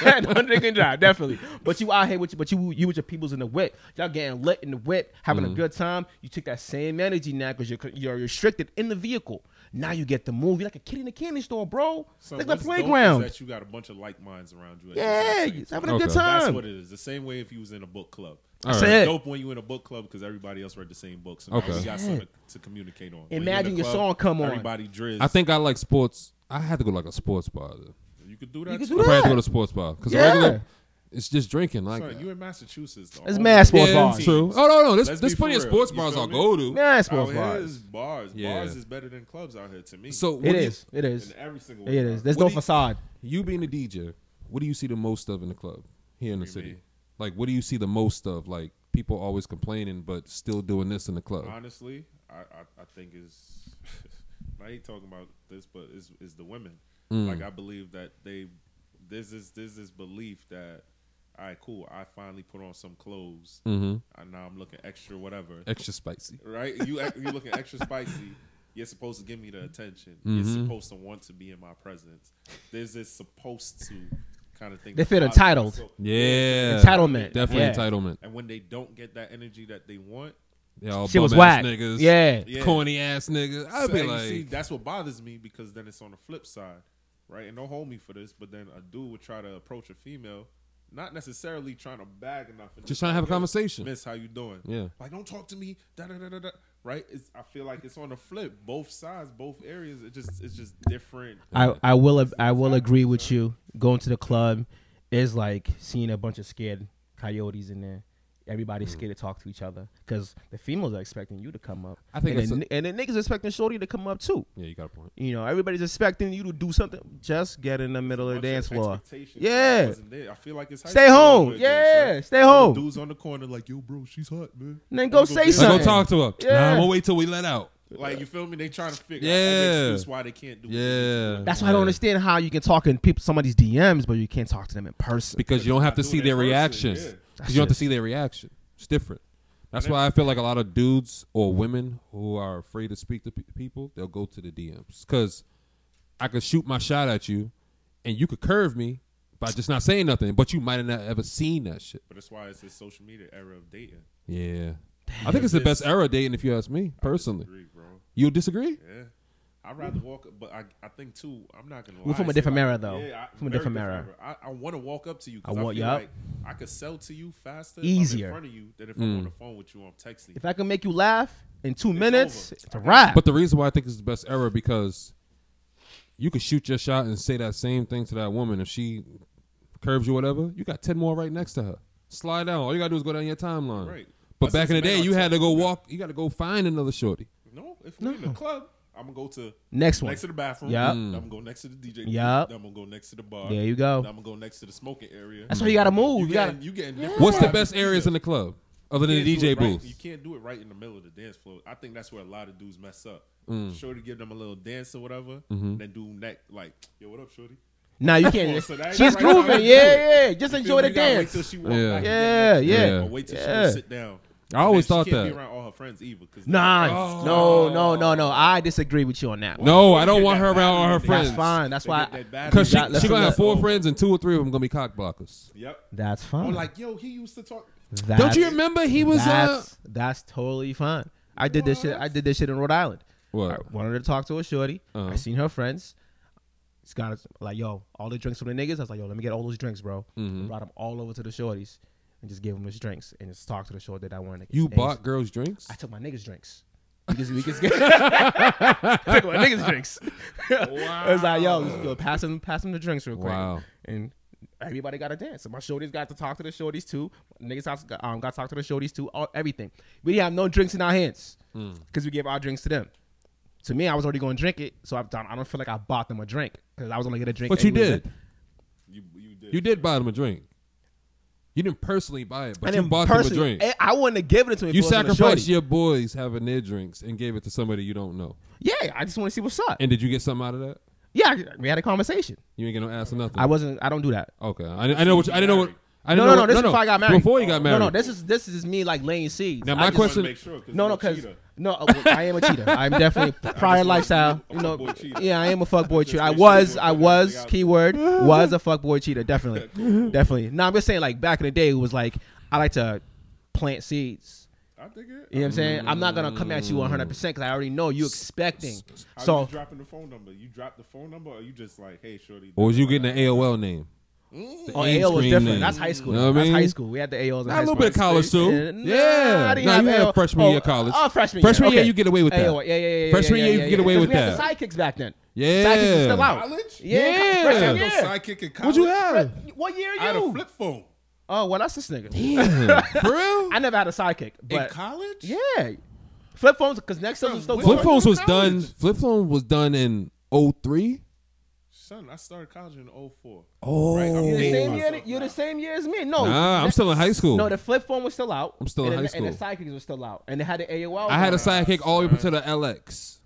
drive. don't drink and drive. Definitely. But you out here with your, but you you with your peoples in the whip. Y'all getting
Mm-hmm.
lit in the whip, having a good time. You take that same energy now because you're you're restricted in the vehicle. Now you get the movie like a kid in a candy store, bro.
So
like the
what's dope is
playground.
That you got a bunch of like minds around you. at the
yeah,
same time.
he's having a good
Okay.
time.
That's what it is. The same way if you was in a book club.
All
That's
right.
it.
Dope when you in a book club because everybody else read the same book, so now
Okay.
we got something to communicate on. When you in
Imagine
a
your
club,
song come on.
Everybody drizz.
I think I like sports. I had to go to like a sports bar. Though.
you could do that.
You can
too.
do
I probably had to go
that.
to a sports bar because
Yeah.
regular, it's just drinking. Like
Son, you in Massachusetts? though.
It's mad sports
yeah,
bars.
true. Oh no, no, there's,
Let's
there's
be
plenty of
for real.
sports
You
bars
feel
I'll
me?
go to.
Yeah, it's
Out
sports
here
bars.
is bars.
Yeah.
Bars is better than clubs out here to me.
So what
It
do you-
is. It is.
in every single
It is. There's
What
no
do you-
facade.
You being a DJ, what do you see the most of in the club here in the
What do you
city?
mean?
Like, what do you see the most of? Like, people always complaining, but still doing this in the club.
honestly, I, I, I think is I ain't talking about this, but is is the women. Like I believe that they there's this there's this belief that all right, cool, I finally put on some clothes.
Mhm.
And now I'm looking extra whatever.
Extra spicy.
Right? You act- you looking extra spicy. You're supposed to give me the attention. You're supposed to want to be in my presence. There's this supposed to kind of thing.
They
that
feel
bothers
entitled.
myself.
Yeah,
Entitlement.
Definitely
Yeah.
entitlement.
And when they don't get that energy that they want,
Yeah, all
Shit was
bum ass
whack.
Niggas,
Yeah.
Yeah.
corny ass niggas. I'd
So,
be
and you
like,
see, that's what bothers me because then it's on the flip side, right? And don't hold me for this, but then a dude would try to approach a female, not necessarily trying to bag enough, and
just trying to have a
like, "Yo,
conversation.
Miss, how you doing?
Yeah.
like don't talk to me. Da da da da da. Right? It's, I feel like it's on the flip, both sides, both areas. It just it's just different.
I, I will ab- I will agree with you. Going to the club is like seeing a bunch of scared coyotes in there.
Mm.
Everybody's scared to talk to each other because the females are expecting you to come up.
I think
and
it's
the, and the niggas expecting Shorty to come up too.
Yeah, you got a point.
You know, everybody's expecting you to do something. Just get in the middle of the
bunch of
dance floor.
expectations that
Yeah,
wasn't there. I feel like it's high
Stay
school
home.
over
Yeah,
son.
stay
All
home.
The dudes on the corner like, yo, bro, she's hot, man.
and then go
Let's
say
get
Let's
something.
go talk to her.
Yeah.
Nah, I'm gonna wait till we let out.
Like you feel me? They trying to figure out
Yeah.
an excuse why they can't do. what they do.
Yeah,
That's why I don't understand how you can talk in people somebody's DMs, but you can't talk to them in person.
because you don't have to
Do it
see
in
their
person,
reaction.
yeah.
Because you don't have to see their reaction. It's different. That's why I feel like a lot of dudes or women who are afraid to speak to pe- people, they'll go to the DMs. Because I could shoot my shot at you, and you could curve me by just not saying nothing. But you might have not ever seen that shit.
But that's why it's this social media era of dating.
Yeah, I think it's the best era of dating if you ask me personally.
Agree, bro.
You disagree?
Yeah. I'd rather walk, but I, I think too. I'm not gonna. Lie.
We're from a
It's
different
like-
era, though.
Yeah, I,
From a
very
different era.
I, I want to walk up to you. 'cause
I
I
want-
feel
yup.
like I could sell to you faster,
Easier.
if I'm in front of you than if
Mm.
I'm on the phone with you. I'm texting.
If I can make you laugh in two minutes,
over.
it's a wrap.
But the reason why I think it's the best era because you could shoot your shot and say that same thing to that woman if she curves you, whatever. You got ten more right next to her. Slide down. All you gotta do is go down your timeline.
Right.
But
That's
back in the
just
day,
men
you
on
had to go
Tinder.
walk. You got to go find another shorty.
no, if we're in the club, I'm gonna go to
Next one.
next to the bathroom.
Yup.
I'm gonna go next to the DJ.
Yup.
I'm gonna go next to the bar.
There you go.
Then I'm gonna go next to the smoking area.
That's why you gotta move. You,
you
gotta.
getting, you getting different
What's the
vibes
best
from
areas
females.
in the club other than
can't
the
do
DJ
it right-
booth?
You can't do it right in the middle of the dance floor. I think that's where a lot of dudes mess up.
Mm.
Shorty give them a little dance or whatever,
Mm-hmm.
and then do neck like, yo, what up, Shorty?
Nah, you
on,
can't.
so that ain't
She's
the right time
grooving.
to do
Yeah, yeah. Just
You feel
enjoy
me?
the
You gotta
dance.
Wait till she walk
Yeah.
back and
Yeah,
get next to
yeah.
her, Or wait till
Yeah.
she go sit down.
I always
she
thought
can't
that.
Be around all her friends either. 'cause
Nah,
Oh.
no, no, no, no. I disagree with you on that. one.
No, Oh,
they
I don't
get
want
that
her around all her
battery.
That's
friends.
fine. That's
They
why.
get that bad
Because she,
Yeah,
That-
she gonna have
that's-
four friends and two or three of them gonna be cock blockers.
Yep.
That's fine.
I'm like, yo, he used to talk.
That's-
Don't you remember he was uh,
That's, that's totally fine. I did this shit. I
What?
did this shit in Rhode Island.
What?
I wanted to talk to a shorty.
Uh-huh.
I seen her friends. It's got us- like, yo, all the drinks from the niggas. I was like, yo, let me get all those drinks, bro.
Mm-hmm.
Brought them all over to the shorties and just gave them his drinks and just talked to the shorty that I wanted. to
you
and
bought girls drinks?
I took my niggas drinks. Because we just get took my niggas drinks. Wow. it was like, yo, yo, pass them, pass them the drinks real quick.
Wow.
And everybody got a dance. So my shorties got to talk to the shorties too. My niggas got- um, got to talk to the shorties too. All, everything. We didn't have no drinks in our hands
Hmm.
because we gave our drinks to them. To me, I was already going to drink it, so I've done. I don't feel like I bought them a drink because I was only going to drink.
But you
anyway.
did.
You, you did.
You did buy them a drink. You didn't personally buy it,
I
but you
didn't
bought them a
personally- eh,
drink.
I- I wouldn't have given it to me. if
You
it wasn't a
sacrificed
shorty.
your boys having their drinks and gave it to somebody you don't know.
Yeah, I just want to see what's up.
And did you get something out of that?
yeah, we had a conversation.
You ain't get no ass or nothing.
I wasn't. I don't do that.
okay, I, I know what you, I didn't know what. I
No, no,
didn't know
no.
what-
This is before I got married.
Before you got married.
No, no. This is this is me like laying seeds.
Now,
I
my
just-
Just wanted
question-
to make sure, 'cause
No,
you're
no,
a
because
cheater.
no, uh, well, I am a cheater. I'm definitely prior lifestyle. You
I'm a
know,
fuckboy cheater.
yeah, I am a fuckboy cheater. I
make sure
was,
you
I
put that
was
thing out.
keyword was a fuckboy cheater. Definitely, definitely. No, I'm just saying like back in the day, it was like I like to plant seeds.
I dig it.
You know what I'm saying? I'm not gonna come at you 100 percent because I already know you expecting.
How
So
you dropping the phone number? You drop the phone number, or you just like, hey, shorty?
Or was you getting an AOL name?
oh,
age
AO was
screen
different.
name.
That's high school.
Know what I
That's
mean?
high school. We had the AOs. in
Nah,
high
a little
school.
bit of college too.
nah,
yeah,
I didn't
nah,
have
you
AOL.
had freshman
Oh,
year college.
Oh, freshman year.
Freshman year,
Okay.
you get away with that.
AOL. Yeah, yeah, yeah, yeah.
Freshman
yeah,
year,
yeah,
you
yeah,
get away
yeah, 'cause
with
we had
that.
the sidekicks back then.
Yeah.
sidekicks was still out.
College?
Yeah,
Yeah.
I
freshman
had
Yeah.
no
year.
sidekick in
What'd
college.
you have?
Fre- What year
I had
are
a
you?
flip phone
Oh, well, that's this nigga.
Damn. For real?
I never had a sidekick,
in
but
college.
yeah, flip phones because next to was still
Flip
going.
Flip phones
you
was
in
done.
college?
Flip phone was done in 03.
son, I started college in 04.
Oh,
Right, I'm
You're the
dating
same
myself
year.
now.
You're the same year as me. No,
Nah, I'm
that-
still in high school.
No, the flip phone was still out.
I'm still in
and
high
the, And the
school.
sidekicks was still out, and they had the AOL.
I had
going.
a sidekick all the way up to the LX.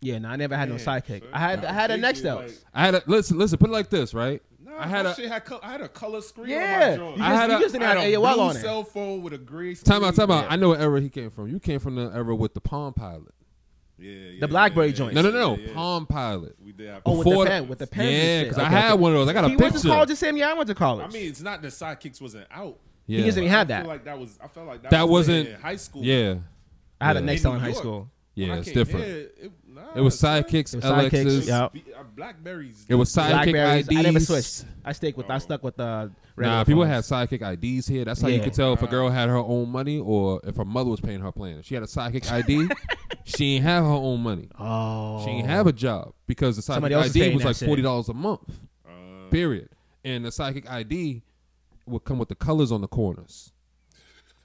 Yeah, no, I never had no
Yeah,
sidekick.
son.
I had I had a
Thinking,
next
like,
else.
I had a listen. Listen, put it like this, right?
Nah,
I had a
shit had col- I had a color screen
Yeah,
on my
you
jaw.
I had
just,
a-
you just didn't have
a
AOL
blue
on it.
cell phone with a gray screen.
time out. Time out. I know what era he came from. You came from the era with the Palm Pilot.
Yeah, yeah,
The BlackBerry
yeah,
joint.
yeah,
No, no, no,
yeah, yeah.
Palm Pilot.
We did have.
Oh, with
Before
the pen, with the pen.
Yeah,
and shit.
because I
Okay,
had
okay.
one of those. I got a
He went to
picture.
college the same year I went to college.
I mean, it's not the sidekicks wasn't out.
yeah.
he doesn't even have
I
that.
feel like that was. I felt like that,
That
was
wasn't-
in high school.
yeah,
I had
Yeah.
a next
In
on in
New
high
York.
school.
When
yeah.
I
It's
came
different.
here, it, nah,
It was
son.
sidekicks,
It was sidekicks,
LXs.
yeah.
Be- uh, Blackberries.
It was sidekicking
Blackberries.
IDs.
I never switched. I stayed with. I stuck with uh, regular
Nah, people
phones.
had sidekick IDs here. That's how you
Yeah.
could tell if a girl had her own money or if her mother was paying her plan. If she had a sidekick ID, she didn't have her own money.
Oh,
She didn't have a job because the psychic
Somebody else was
ID
paying
was
that
like
shit.
forty dollars a month,
Uh,
period. And the psychic ID would come with the colors on the corners.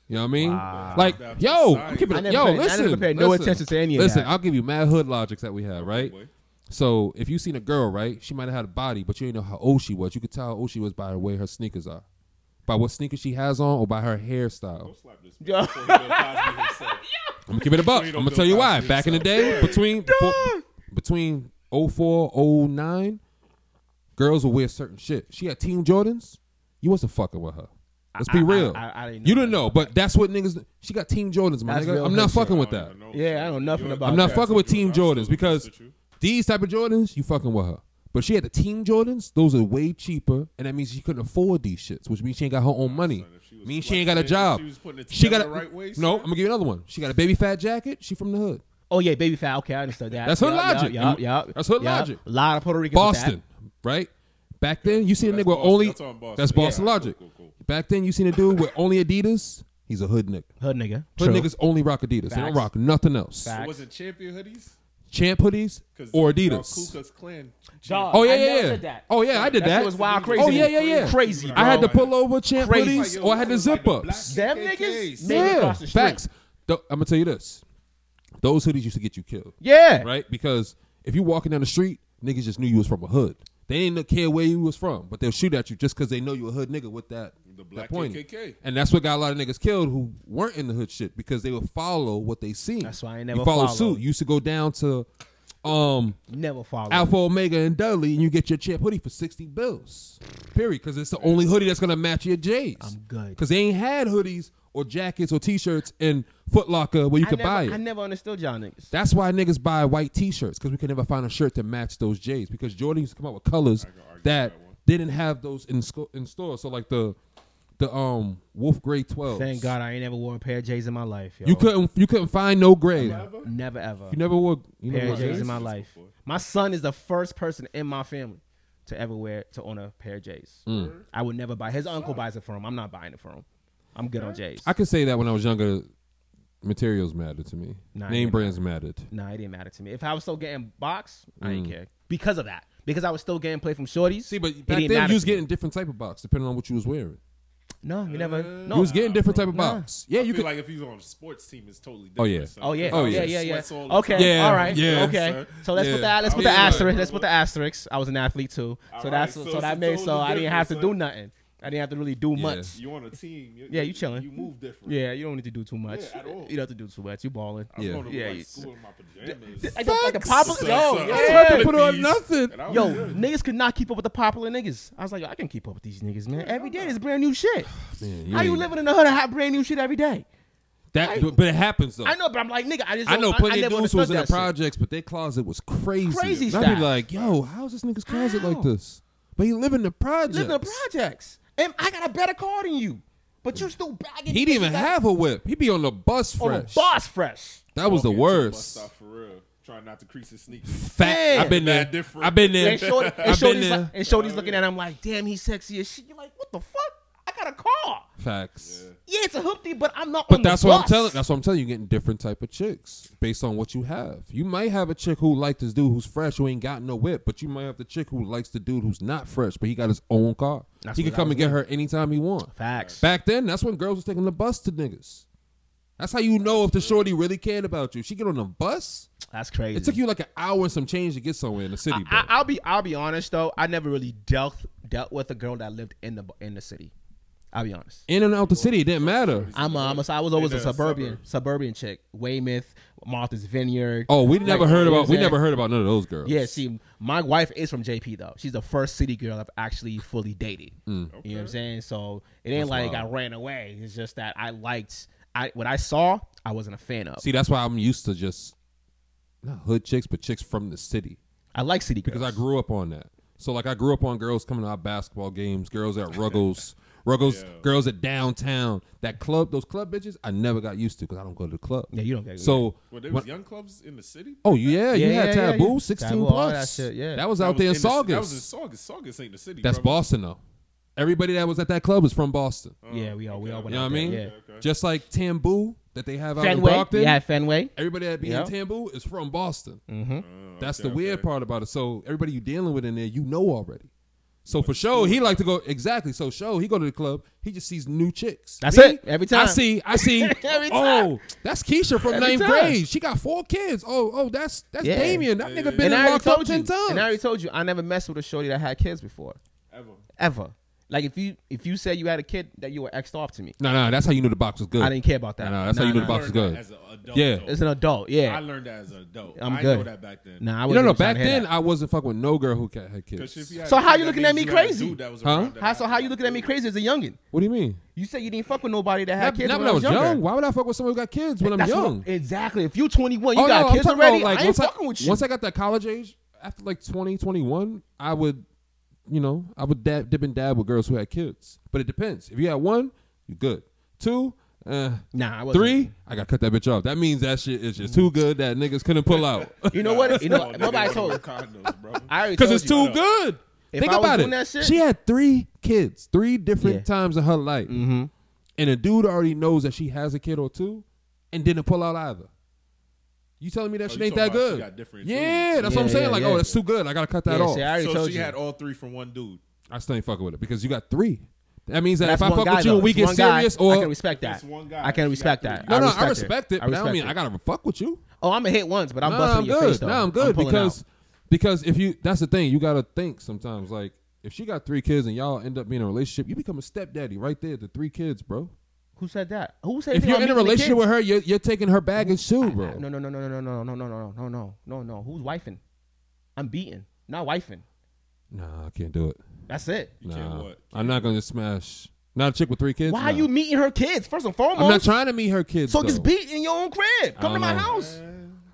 You know what I mean?
Wow.
Like,
That's
yo,
exciting.
I'm keeping
I
it,
never
yo,
paid- I never
listen,
paid no
listen,
attention to any of
Listen,
that.
I'll give you mad hood logics that we had, right?
boy.
So if you seen a girl, right, she might have had a body, but you didn't know how old she was. You could tell how old she was by the way her sneakers are, by what sneakers she has on, or by her hairstyle.
Don't slap this.
Yo.
Man. before he Bill Cosby himself.
I'm gonna give it a buck.
Straight
I'm
up
gonna
Bill
tell you why.
Cosby
Back in the day, between before, between 04, 09, girls would wear certain shit. She had Team Jordans. You wasn't fucking with her. Let's be
I- I-
real.
I- I didn't know
you didn't
that.
know, but that's what niggas. She got Team Jordans, my
That's
nigga.
real
I'm not
hood
fucking
shit.
with
I don't
that.
even know,
Yeah, I
son.
know nothing
You-
about
I'm not
that.
fucking with Team
I'm still
Jordans
doing this
because
with you.
these type of Jordans, you fucking with her. But she had the Team Jordans. Those are way cheaper, and that means she couldn't afford these shits, which means she ain't got her own money.
Son, if she was
means she ain't got a
flexing, if
job.
she was putting it
got
together
a,
the right way,
no.
son.
I'm gonna give you another one. She got a baby fat jacket. She from the hood.
Oh yeah, baby fat. Okay, I understood that.
That's her
Yup, Yup,
logic.
yup,
And-
yup,
that's her
yup.
logic.
A lot of Puerto Ricans. with that.
Boston, right? Back then, you seen a
That's
nigga with
Boston.
only
That's on Boston.
that's Boston
Yeah,
logic.
cool, cool, cool.
Back then, you seen a dude with only Adidas. He's a hood nigga.
Hood nigga.
Hood
True.
niggas only rock Adidas. They don't
Facts.
rock nothing else.
Facts.
It wasn't champion hoodies
Champ hoodies
'Cause
or
y'all Ku
Adidas.
Klux Klan.
Dog,
Oh yeah,
I
yeah,
never
yeah.
did that.
Oh yeah, I did
That
that.
shit was wild crazy.
Oh
to me.
yeah, yeah, yeah.
Crazy, bro.
I had
the
to pull over champ
Crazy.
hoodies, or I had to zip ups.
Them niggas? Man. Maybe
Yeah,
across the street.
facts. Th- I'm gonna tell you this: those hoodies used to get you killed,
Yeah.
right? Because if you walking down the street, niggas just knew you was from a hood. They didn't care where you was from, but they'll shoot at you just because they know you a hood nigga with that
The black
that pointy.
KKK.
And that's what got a lot of niggas killed who weren't in the hood shit because they would follow what they seen.
That's why I never
you follow
followed.
suit. You used to go down to um
Never followed.
Alpha Omega and Dudley, and you get your champ hoodie for sixty bills. Period. Because it's the only hoodie that's gonna match your J's.
I'm good.
Because they ain't had hoodies or jackets or T-shirts in Foot Locker where you
I
could
never,
buy it.
I never understood y'all niggas.
that's why niggas buy white T-shirts because we could never find a shirt to match those J's. Because Jordan used to come out with colors
argue
that,
with that one.
didn't have those in sco- in store. So like the the um Wolf Gray twelve.
Thank God I ain't ever worn a pair of J's in my life. Yo.
you couldn't you couldn't find no gray.
Whatever.
never ever
You never wore you
pair
never
of
wore
J's
J's?
in my
J's
life.
before.
My son is the first person in my family to ever wear to own a pair of J's.
Mm.
I would never buy. His uncle buys it for him. I'm not buying it for him. I'm good on J's.
I could say that when I was younger, materials mattered to me.
Nah, it
Name
didn't
brands mattered.
nah, it didn't matter to me. If I was still getting box, I didn't care because of that. Because I was still getting play from shorties.
Mm. See,
it
but back
didn't
then
matter
you was
to me.
getting different type of box depending on what you was wearing.
no. You never. No.
Uh, you was getting different type of box. Yeah,
I
you
feel
could.
like if he's on a sports team, it's totally different.
Oh, yeah.
son.
Oh yeah.
Oh,
Oh
yeah.
yeah. Yeah. Yeah.
Sweats all the time.
Okay.
Yeah,
All right.
yeah.
Okay.
Sir.
So let's put
Yeah.
the let's put the
I was like-
asterisk. Let's put the asterisk. I was an athlete too. So
All
that's
right,
so,
so
that
it's
made
totally
so I didn't have to do
different,
nothing. I didn't have to really do much.
You on a team. You,
Yeah, you chilling.
You move different.
Yeah, you don't need to do too much.
Yeah, at all.
You don't have to do too much. You balling.
I was
Yeah.
going to
Yeah,
like
you-
school in my pajamas.
Like the, like the
Facts.
popular,
Son,
yo,
son,
yeah.
I was
to
with
put on
these,
nothing.
and I was
yo,
good.
niggas could not keep up with the popular niggas. I was like, yo, I can keep up with these niggas, man. Every day there's brand new shit.
Man,
How you
ain't-
living in the hood and have brand new shit every day?
That, but- but it happens though.
I know, but I'm like, nigga, I just
I know
don't-
plenty of
never
dudes who was in
understood
the
that shit.
projects, but their closet was crazy.
Crazy
and I'd
stuff.
be like, yo, how's this nigga's closet
How?
like this? But he live in the projects.
Living in the projects, and I got a better car than you. But you still bagging.
He didn't even
bitches
have a whip. He be on the bus
out on the
fresh.
bus fresh.
That was the
Bust
worst.
off for real. Trying not to crease his sneakers.
Fat.
Yeah.
I've been
Mad
there.
different.
I've been there.
And, shorty, and,
I've been
shorty's, like,
there.
and Shorty's looking at him like, damn, he's sexy as shit. You're like, what the fuck? I got a car.
Facts.
Yeah, it's a hoopty, but I'm not. on
But
the
that's what I'm
bus.
telling. That's what I'm telling you. You're Getting different type of chicks based on what you have. You might have a chick who like this dude who's fresh who ain't got no whip, but you might have the chick who likes the dude who's not fresh but he got his own car.
That's
he can
what I
come
was
and get her anytime he want.
Facts.
Back then, that's when girls was taking the bus to niggas. That's how you know if the shorty really cared about you. She get on the bus.
That's crazy.
It took you like an hour and some change to get somewhere in the city. bro.
I, I'll be I'll be honest though. I never really dealt dealt with a girl that lived in the in the city. I'll be honest.
in and out the city, it didn't matter.
I'm a, I'm a, I was always a
In the
suburban suburban chick. Weymouth, Martha's Vineyard.
Oh, we never
Like,
heard
you know
about.
what
We
I'm saying?
never heard about none of those girls.
Yeah, see, my wife is from JP though. She's the first city girl I've actually fully dated.
Mm.
You know what I'm saying? So it ain't like I ran away. It's just that I liked I what I saw. I wasn't a fan of.
See, that's why I'm used to just not hood chicks, but chicks from the city.
I like city girls.
because I grew up on that. So like I grew up on girls coming to our basketball games, girls at Ruggles, Ruggles, girls at downtown. That club, those club bitches, I never got used to because I don't go to the club.
yeah, you don't get
So
Well, there
when-
was young clubs in the city.
oh yeah, you
Yeah,
had
yeah, yeah,
taboo
yeah.
sixteen
Taboo, all
plus.
that shit, yeah.
that was
That
out
was
there in
in the-
Saugus.
That was in Saugus. Saugus ain't the city.
That's
bro.
Boston though. Everybody that was at that club was from Boston.
yeah, we all we all
You
went
know what I
out there,
mean?
Yeah.
Oh, okay.
Just like Tamboo that they have out in
Fenway,
Brockton.
yeah, Fenway.
Everybody that be
Yeah. Mm-hmm.
in Tamboo is from Boston.
Oh,
That's
okay,
the weird
okay.
part about it. So everybody you dealing with in there, you know already. So for show, he like to go exactly. So show, he go to the club. He just sees new chicks.
That's it. Every
I
time.
see. I see.
Every
Oh, that's Keisha from
Every
ninth
time.
grade. She got four kids. Oh, oh, that's that's
Yeah.
Damien. That nigga
And
been
I already
locked up
told
ten
you.
times.
And I already told you I never messed with a shorty that had kids before,
Ever.
ever. Like if you if you said you had a kid that you were exed off to me,
no, no, that's how you knew the box was good.
I didn't care about that.
No, no, that's how you
Nah,
do the
nah.
box is good.
As an adult,
Yeah.
though.
It's an adult,
I
yeah.
learned that as an adult.
I'm
I
good.
know that back then.
Nah, I
No,
wasn't
no.
even trying
Back
to hear
then,
that.
I wasn't fucking with no girl who ca- had
'Cause if
kids.
you had
So how
kids,
you
that
looking at
means
me
you had a
crazy?
dude that was
Huh?
around that
how, so
had
how you
kids.
looking at me crazy as a youngin?
What do you mean?
You said you didn't fuck with nobody that had
Not,
kids
not
when,
when I was young.
younger.
Why would I fuck with someone who got kids when I'm
That's what-
young?
exactly. If you 21, you
Oh, no,
got
I'm
kids
talking
already.
about,
I ain't
once
fucking with you.
Once I got that college age, after like 20, 21, I would, you know, I would dab, dip and dab with girls who had kids. But it depends. If you had one, you're good. Two, uh,
nah, I wasn't.
three, I got to cut that bitch off. That means that shit is just too good that niggas couldn't pull out.
You know what? You know
Oh,
what?
nigga,
nobody
one
told.
of them condoms, bro.
I already
Because
told
it's
you.
too good.
If
Think
I was
about
doing
it.
that shit-
She had three kids, three different
Yeah. Mm-hmm.
times in her life. And a dude already knows that she has a kid or two and didn't pull out either. You telling me that
Oh,
shit
you
ain't
talking
that
about she
good?
got different
yeah,
dudes.
that's what I'm
Yeah,
saying.
yeah,
like,
yeah.
oh, that's too good. I gotta cut that
Yeah,
off.
see, I
I,
already
So
told
she
you.
had all three from one dude.
still ain't fucking with it because you got three. That means that
That's
if I
one
fuck
guy,
with you
though.
and we
It's
get
one guy.
serious,
I
or
can respect that.
It's one guy.
I can
She
respect
got
that.
three.
no, no,
I
I
respect
respect it.
I
But I don't
respect
mean I
it.
gotta fuck with you.
Oh, I'm gonna hit once, but I'm
No,
busting
I'm
in your face
good.
though.
No, I'm good
pulling
because
out.
because if you that's the thing you gotta think sometimes. Like if she got three kids and y'all end up being in a relationship, you become a stepdaddy right there. The three kids, bro.
who said that? Who said
If
anything
you're
about
in a
meeting the
relationship
kids?
with her, you're, you're taking her baggage too, bro.
No, no, no, no, no, no, no, no, no, no, no, no, no, no. Who's wifing? I'm beating, not wifing.
Nah, I can't do it.
That's it.
You can't
Nah,
what?
I'm not gonna smash. Not a chick with three kids.
Why
Nah.
are you meeting her kids first and foremost?
I'm not trying to meet her kids.
so
though.
just beat in your own crib. Come to
don't
my
know.
house.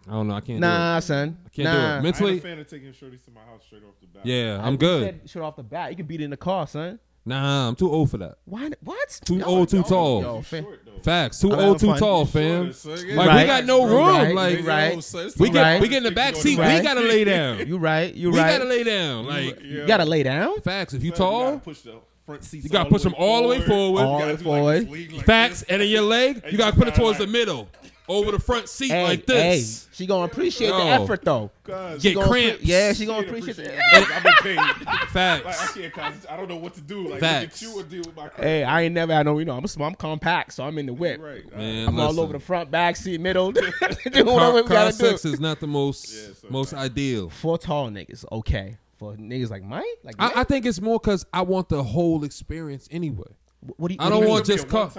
I don't know. I can't. do it.
Nah, son.
I can't
nah.
do it.
I ain't a
Mentally,
fan of taking shorties to my house straight off the bat.
yeah,
I
I'm good.
Said, shut off the bat. You can beat it in the car, son.
Nah, I'm too old for that.
Why? What?
Too
No,
old, too
no.
tall.
Yo, fam.
Short, though.
Facts. Too
I'm having
old, too
fun.
tall,
Sure,
fam.
son.
Like
Right.
we got no room.
Right.
Like
Right.
we get
Right.
we get in the back seat.
Right.
We gotta lay down.
You right. You
We
right.
gotta lay down. Like
you gotta lay down.
facts. If you
You
tall,
gotta push the front seats.
you gotta push them all the way forward.
All
You
the way
gotta do like
forward.
this lean like
Facts.
this.
And in your leg,
And
you
you
gotta
just
put it
gotta
towards the
like-
middle, over the front seat
Hey,
like
hey,
this.
she gonna appreciate the
Yo.
effort though.
Cuz,
Get
she
Gonna appre-
cramps.
yeah, she gonna
didn't
appreciate
appreciate
it.
it. I'm okay. Like, I
Facts.
can't concentrate. I don't know what to do. Like,
Facts.
Facts. look at you and deal with my crap.
Hey, I ain't never had no. You know, I'm small, I'm compact, so I'm in the whip.
Right.
Man,
Man.
I'm all
listen.
over the front, back seat, middle. doing whatever
Car,
we
car
gotta
sex
do.
is not the most
Yeah, so
most ideal.
For tall niggas, okay. For niggas like Mike, like
I, I
Mike,
think it's more because I want the whole experience anyway.
what do you?
I
what do
don't
you
want
mean?
just car-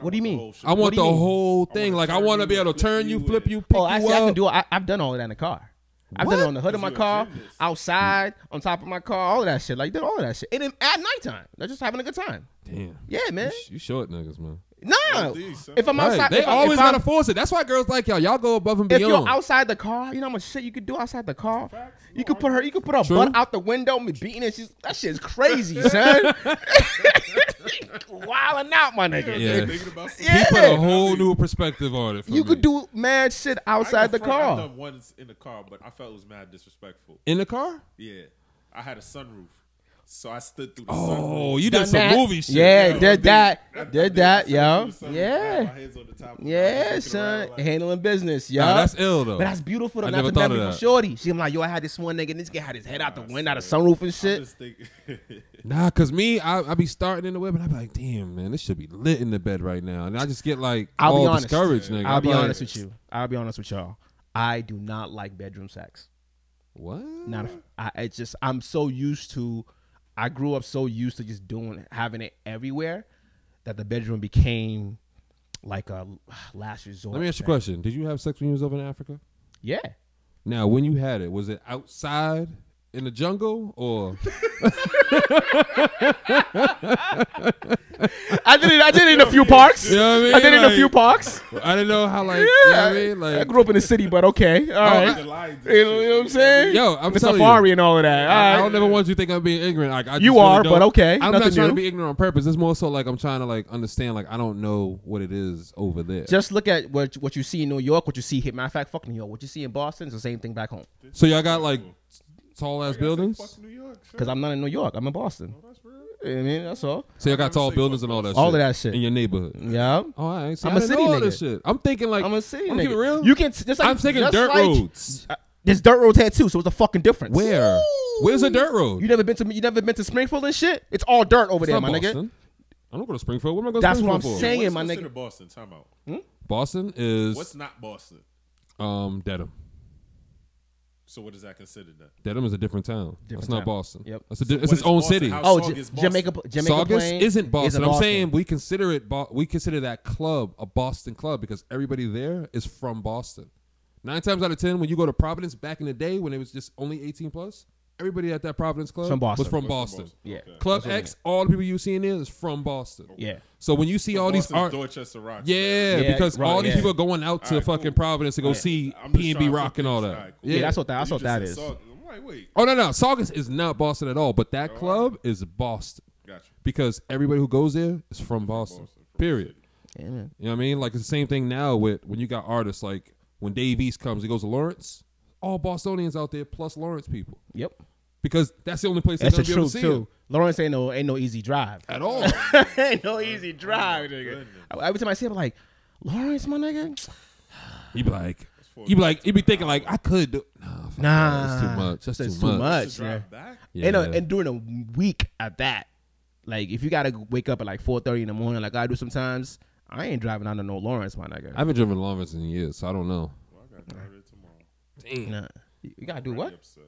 What do you mean?
I want
do
the
you mean?
whole thing.
wanna
Like I
turn
want to
you
be able
and
to turn you,
flip you
flip
and-
you, pick
Oh,
you
actually, I can
up.
do. it. I, I've done all of that in the car. I've done it
What?
on the hood of my
you a
car,
gymnast.
outside, on top of my car, all of that shit. Like did all of that shit. And then at nighttime, they're just having a good time.
Damn.
Yeah, man.
You, sh- you short niggas, man.
No.
Indeed, son.
If I'm
Right.
outside,
They
if I-
always
if I'm-
gotta force it. That's why girls like y'all. Y'all go above and
If
beyond.
you're outside the car, you know how much shit you could do outside the car.
Facts.
You
No,
could
I-
put her, you could put her
True.
butt out the window, me beating it. She's that shit's crazy, son. Wilding out, my nigga.
Yeah.
Thinking about some-
Yeah.
he put a whole new perspective on it. for
You
me.
could do mad shit outside the
I
car.
done once in the car, but I felt it was mad disrespectful.
in the car.
Yeah, I had a sunroof, so I stood through the
Oh,
sunroof.
you did
Done
some
that.
movie shit.
Yeah,
Yo,
did
I- I
that, did
I
that,
stood
yo,
through the sunroof, I had
yeah,
my hands on the top of the car,
yeah,
looking
son,
around like-
handling business, yo.
Nah, that's ill though.
But that's beautiful. Though,
I
not
never
to
thought
remember
of
from
that.
Shorty. She like, yo, I had this one nigga, and this guy had his head out the
Nah,
window, out the
son.
sunroof and
I'm
shit.
just thinking-
nah, cause me, I, I be starting in the web and I be like, damn man, this should be lit in the bed right now, and I just get like
I'll be
all
honest.
discouraged, nigga.
I'll
I'm
be
like,
honest with you. I'll be honest with y'all. I do not like bedroom sex.
What?
Not a, I, it's just I'm so used to. I grew up so used to just doing having it everywhere that the bedroom became like a last resort.
Let me ask you a
thing.
question. Did you have sex when you was over in Africa?
Yeah.
Now, when you had it, was it outside in the jungle or?
I did it. I did it in a few parks.
You know what I mean?
I did it in a
Like,
few parks.
I didn't know how like.
Yeah,
You know what I mean?
I
Like,
grew up in the city, but okay, all
I-
right.
the lines and
You know, you know what I'm
shit.
saying?
Yo, I'm
the
telling you.
safari and all of that.
I, I
All
don't
right.
ever want you to think I'm being ignorant. Like, I just
Uh, You
really
are,
don't-
but okay, nothing
I'm not trying
new.
to be ignorant on purpose. It's more so like I'm trying to like understand. Like, I don't know what it is over there.
Just look at what what you see in New York, what you see here. Matter of fact, fuck New York. What you see in Boston is the same thing back home.
so y'all got like tall ass buildings.
Fuck New York. shit.
Because I'm not in New York. I'm in Boston.
That's real.
You know what I mean, that's all.
So y'all got
Never
tall
say
buildings
fuck
and all that.
All
shit
of that shit.
in your neighborhood.
Yeah.
Oh, all right. See,
I'm
I
a
didn't
city
know all this
nigga.
shit. I'm thinking like
I'm a city
I'm
nigga.
keeping it real.
You can just like
I'm thinking
just
dirt
like-
roads.
Uh, There's dirt roads here too, so it's a fucking difference.
Where? Where's a dirt road?
You never been to you never been to Springfield and shit? It's all dirt over
It's
there,
not
my nigga.
Boston. I don't go to Springfield. What am I going to
That's what
Springfield
I'm
for?
saying. Dang it,
What's
my nigga.
considered Boston? Time out.
Boston
What's
is
not Boston?
um Dedham.
So what is that considered then?
Dedham is a different town. It's
Different
not
town.
Boston.
Yep.
That's a di-
what
it's its
is
own
Boston?
city.
How
Oh,
Saugus,
J-
Boston.
Jamaica, Jamaica
Saugus
Plain
isn't Boston.
is a
I'm saying we consider it. Bo- we consider that club a Boston club because everybody there is from Boston. Nine times out of ten, when you go to Providence back in the day when it was just only 18 plus, everybody at that Providence club
From Boston.
was from Boston.
Yeah.
Okay.
Club X, all the people you see in there is from Boston.
Yeah.
So when you see all these
Boston's
art,
Dorchester Rock.
yeah,
Yeah,
because
right,
all these
yeah.
people are going out to
Alright,
fucking
cool.
Providence to go see
I'm just
P and B
trying to
Rock and all that.
picture. Alright, cool.
Yeah, that's what that, that's
You
what
just
that
said
is.
Saugus. I'm like, wait,
Oh no, no, Saugus is not Boston at all, but that club is Boston
gotcha.
because everybody who goes there is from Boston. period.
Yeah, man.
You know what I mean? Like it's the same thing now with when you got artists like when Dave East comes, he goes to Lawrence. All Bostonians out there plus Lawrence people
Yep.
because that's the only place they're
That's the
gonna be able
truth
to see
too. Lawrence ain't no ain't no easy drive.
him at all.
ain't no easy drive, nigga. Every time I see him, I'm like Lawrence, my nigga.
you be like, you be like, you be thinking like, I could. Do- nah, fuck
Nah,
that. that's too much. That's,
that's
too,
too
much.
much.
To drive
yeah.
back?
Yeah.
And, uh, and during a week at that, like if you gotta wake up at like four thirty in the morning, like I do sometimes, I ain't driving out of no Lawrence, my nigga.
I haven't driven Lawrence in years, so I don't know.
Well, I got to drive there tomorrow.
Damn.
Nah. You you gotta do
Pretty
what?
Upset.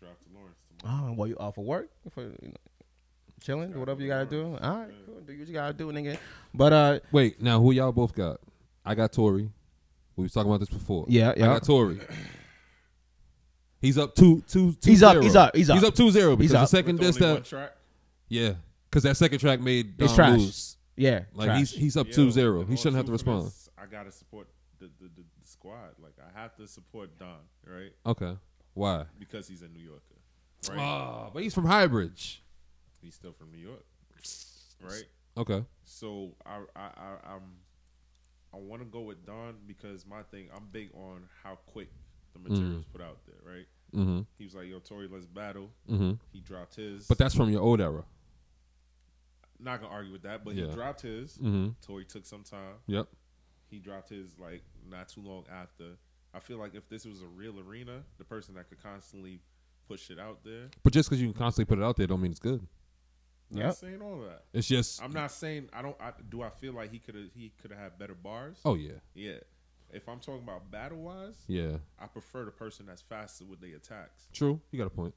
Drive to Lawrence tomorrow.
Oh, well, you off for work, for you know, chilling, do whatever you gotta do. All right, cool. do what you gotta do, nigga. But uh,
Wait, now who y'all both got? I got Tory. We was talking about this before.
Yeah, yeah.
I got Tory. He's up two, two, two
He's up,
zero.
he's up, he's up.
He's up two zero
He's
because the
up.
second
With
disc
only one
that
track?
yeah, because that second track made Dom
it's trash.
lose.
Yeah,
Like
trash.
he's he's up
Yo,
two zero.
and
He
on
shouldn't have to
Two for
respond.
This, I gotta support the, the, the, the squad. Like I have to support Don, right?
Okay, why?
Because he's a New Yorker, right?
Ah, but he's from Highbridge.
He's still from New York, right?
Okay,
So I I, I I'm I want to go with Don because my thing I'm big on how quick the
Mm.
material's put out there, right?
mm-hmm,
He was like, "Yo, Tori, let's battle."
mm-hmm.
He dropped his,
But that's from your old era.
not gonna argue with that. But
Yeah.
he dropped his.
Mm-hmm.
Tori took some time.
Yep.
he dropped his like not too long after. I feel like if this was a real arena, the person that could constantly push it out there.
But just because you can constantly put it out there, don't mean it's good.
I'm
Yep.
Not saying all that.
It's just
I'm not saying I don't. I, do I feel like he could have he could have had better bars?
Oh yeah,
Yeah. If I'm talking about battle wise,
yeah.
I prefer the person that's faster with their attacks
True. You got a point.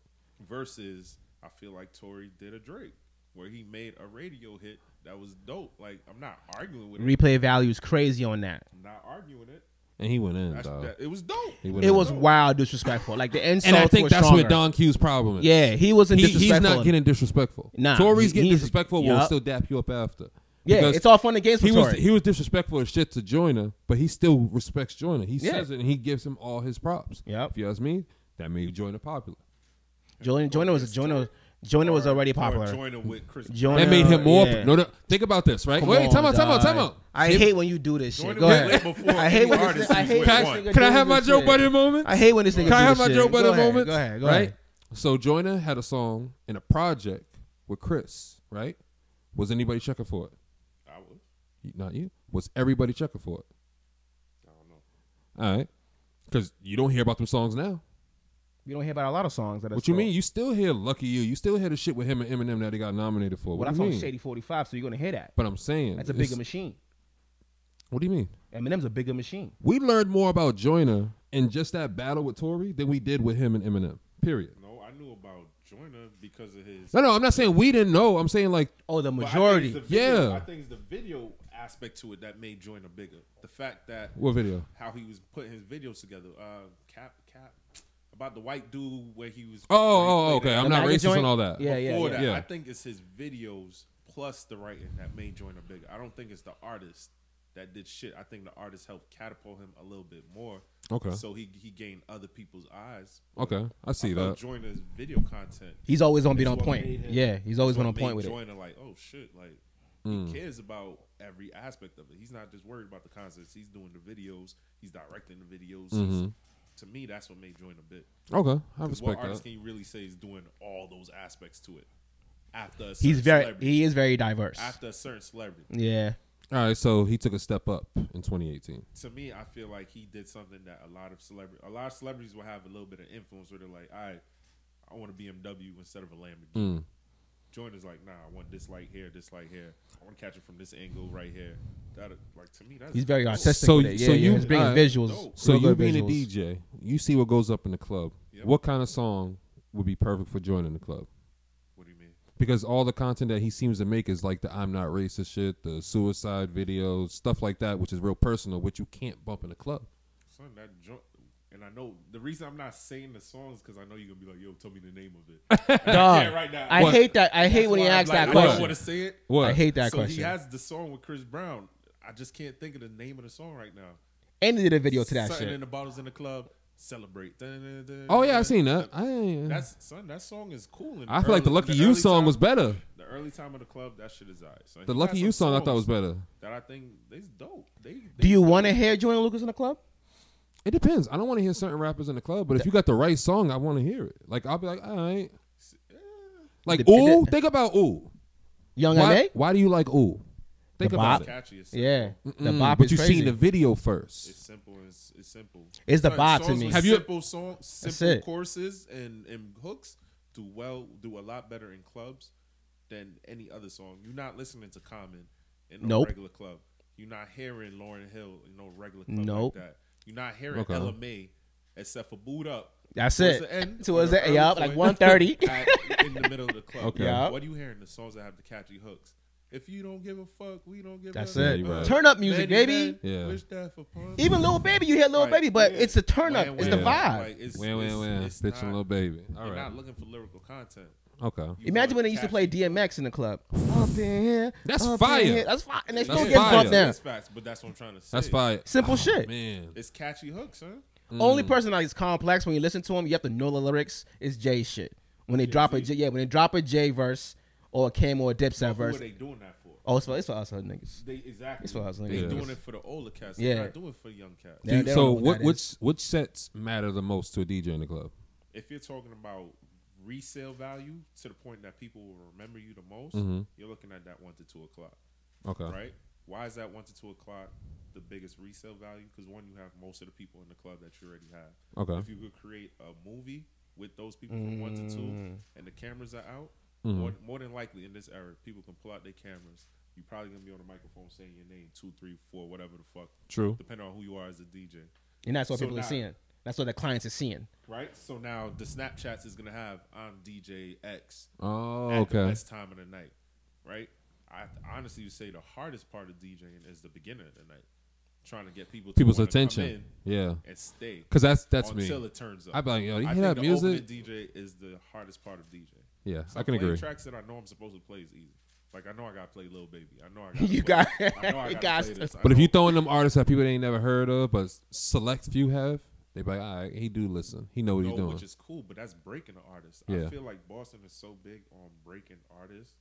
versus I feel like Tory did a Drake where he made a radio hit that was dope. Like I'm not arguing with it.
replay value is crazy on that.
I'm not arguing it.
And he went in.
That's,
dog.
that, it was dope.
He went
It
in.
was wild disrespectful. Like the insults
And I think
were
that's
stronger.
where Don Q's problem is.
Yeah, he wasn't
He- he's
disrespectful.
not getting disrespectful.
Nah,
Tory's
he-
getting
he's-
disrespectful. Will
yup.
still dap you up after.
Yeah,
Because
it's all fun and games
He
with
was
Tory.
he was disrespectful as shit to Joyner, but he still respects Joyner. He
Yeah.
says it and he gives him all his props.
Yep.
If you ask me, that made Joyner popular.
Joyner, Joyner was Joyner, Joyner was
Or-
already
or
popular.
Joyner with Chris.
Joyner-
That made him more.
yeah.
No, no, think about this, right?
Come
Wait, time
on,
out, time out, time
dog.
out.
I
If-
hate when you do this shit.
Joyner
Go
was
ahead.
way before
I hate when
any
this.
artist
I
is
hate
with
when
one.
this nigga
Can I
do
have my
this
Joe
shit.
Budden moment?
I hate when this nigga.
Can I
do
have
this
my
shit.
Joe
Go
Budden
ahead,
moment?
Go ahead. Go
right?
ahead.
So Joyner had a song in a project with Chris, right? Was anybody checking for it?
I would.
You- Not you. Was everybody checking for it?
I don't know.
All right. Because you don't hear about them songs now.
You don't hear about a lot of songs that. are
What you
sold.
mean? You still hear "Lucky E. You." You still hear the shit with him and Eminem that he got nominated for.
Well,
What
that's
do you
on
mean?
Shady Forty Five, so you're gonna hear that.
But I'm saying
That's a
it's-
bigger machine.
What do you mean?
Eminem's a bigger machine.
We learned more about Joyner in just that battle with Tory than we did with him and Eminem. Period.
No, I knew about Joyner because of his.
No, no, I'm not saying we didn't know. I'm saying like
Oh, the
But
majority.
I think it's the video,
Yeah.
I think it's the video aspect to it that made Joyner bigger. The fact that
what video?
how he was putting his videos together. Uh, cap, cap, about the white dude where he was.
Oh,
where he
oh,
played
okay.
it.
I'm
The
not
maggot
racist
joint?
and all that.
Yeah, yeah,
Before
yeah.
that,
Yeah.
I think it's his videos plus the writing that made Joyner bigger. I don't think it's the artist that did shit. I think the artist helped catapult him a little bit more.
Okay.
So he he gained other people's eyes.
Okay, I see
felt
that.
Joyner's video content.
He's always gonna be
It's
on
what
point.
made him-
Yeah, he's always been on point with it.
Joyner like, oh shit, like
Mm.
he cares about every aspect of it. He's not just worried about the concepts. He's doing the videos. He's directing the videos. He's- To me, that's what made Joyner big.
Okay, Mm-hmm. I
'Cause What
respect
artist
that.
can you really say is doing all those aspects to it? After a
He's
certain
very.
celebrity.
He is very diverse.
after a certain celebrity.
Yeah.
All right, so he took a step up in 2018.
to me, I feel like he did something that a lot of celebrities, a lot of celebrities will have a little bit of influence where they're like, all right, I want a BMW instead of a
Hmm.
Lamborghini.
Mm.
Joyner's like, nah, I want this light here, this light here. I want to catch it from this angle right here. That like to me, that's
He's very artistic.
So-
with it. Yeah,
so
yeah,
you-
he's bringing
alright.
visuals.
So
real
you
good
being
visuals.
a DJ, you see what goes up in the club.
Yep.
What kind of song would be perfect for joining the club?
What do you mean?
Because all the content that he seems to make is like the "I'm not racist" shit, the suicide videos, stuff like that, which is real personal, which you can't bump in the club.
Son, that joint. And I know the reason I'm not saying the songs because I know you're gonna be like, yo, tell me the name of it. And I
Dog,
can't right now.
I
What?
hate that. I hate
That's
when he
why I'm
asks
like,
that
I don't
question.
want to say it.
What?
I hate that
so he
question.
has the song with Chris Brown. I just can't think of the name of the song right now.
and he did a video to that
Something
shit.
in the bottles in the club. Celebrate. Dun, dun, dun,
Oh yeah, I
dun.
seen that. I, ain't-
That's son. That song is cool. in
I feel like the
early-
Lucky
in
You
early
song
time-
was better.
The early time of the club, that shit is alright. So
The
he
Lucky
got
You
some
song I thought was
songs
better.
That I think is dope. They, they
Do you want to hear Joyner Lucas in the club?
It depends. I don't want to hear certain rappers in the club, but if you got the right song, I want to hear it. Like I'll be like, all right. Like
Dep-
ooh, think about ooh.
Young
Why,
M.A.?
why do you like ooh? Think
The
about
bop.
It's
it.
catchy. It's
Yeah. The
Mm,
bop
but
is
you
crazy.
seen the video
It's
first.
simple. It's, it's simple.
It's the
Son,
vibe to
songs
me.
with
Have you-
simple song,
it.
simple courses and, and hooks do well, do a lot better in clubs than any other song. You're not listening to Common in no
Nope.
regular club. You're not hearing Lauren Hill in no regular club
Nope.
like that. You're not hearing
Okay.
LMA except for Boot Up.
That's
towards
it.
The end,
Towards
or
the- yup,
early
like
point
1:30.
at- in the middle of the club.
Okay.
Yup.
What are you hearing? The songs that have the catchy hooks. If you don't give a fuck, we don't give
That's
a
it.
Yeah, you're right.
Turn up music,
Betty
baby.
Mac,
Yeah.
wish that upon me.
Even Lil Baby, you hear Lil
Right.
Baby, but
Yeah.
it's the turn up.
Wham,
It's the
wham.
vibe.
Like, it's-
Win win
it's-
win.
it's
Bitch and
not-
little baby. All
You're
right.
not looking for lyrical content.
Okay.
You
Imagine
want
when they used to play
catchy-
DMX in the club. Up in here,
That's
up in
fire.
here. That's fire. And they
That's
still get
fire.
bumped down.
That's facts, but that's what I'm trying to say.
That's fire.
Oh,
Simple shit.
Man.
It's catchy hooks, huh? Mm.
Only person that's complex when you listen to him, you have to know the lyrics is Jay shit. When they drop a J, yeah, when they drop a J verse or a Kim or a Dipset
Who are
verse.
they doing that for?
Oh, it's for it's for us huh, niggas.
They exactly.
It's what I was
they
thinking.
Yeah.
doing it for the older cats. They're
Yeah.
not doing it for the young cats.
Yeah. they
Dude,
don't
so
know what
what,
that
which which sets matter the most to a DJ in the club?
If you're talking about resale value to the point that people will remember you the most,
Mm-hmm.
you're looking at that one to two o'clock,
Okay.
right? Why is that one to two o'clock the biggest resale value? Because one, you have most of the people in the club that you already have.
Okay.
If you could create a movie with those people from one to
Mm.
two, and the cameras are out,
Mm-hmm.
more, more than likely in this era, people can pull out their cameras. You probably gonna be on the microphone saying your name two, three, four, whatever the fuck,
True.
depending on who you are as a DJ,
And that's what
So
people are
now-
seeing. That's what the clients are seeing.
right? So now the Snapchats is gonna have I'm DJ X
Oh,
at the
okay.
best time of the night, right? I honestly would say the hardest part of DJing is the beginning of the night, trying to get people to
People's
wanna come
attention. Yeah.
in and stay
Cause that's that's me.
until it turns up.
I'd be like, yo, you
I
hear
think
that
the opening
music?
DJ is the hardest part of DJ.
Yeah,
So
I can
playing
agree.
Tracks that I know I'm supposed to play is easy. Like I know I gotta play Lil Baby. I know I gotta
You
play-
got
I know I
you
gotta
got
play
to.
this. I
But if
know-
you throwing them artists that people they ain't never heard of, but select few have, they be like, all right, he do listen. He know what he's
No,
doing.
which is cool, but that's breaking the artist.
Yeah.
I feel like Boston is so big on breaking artists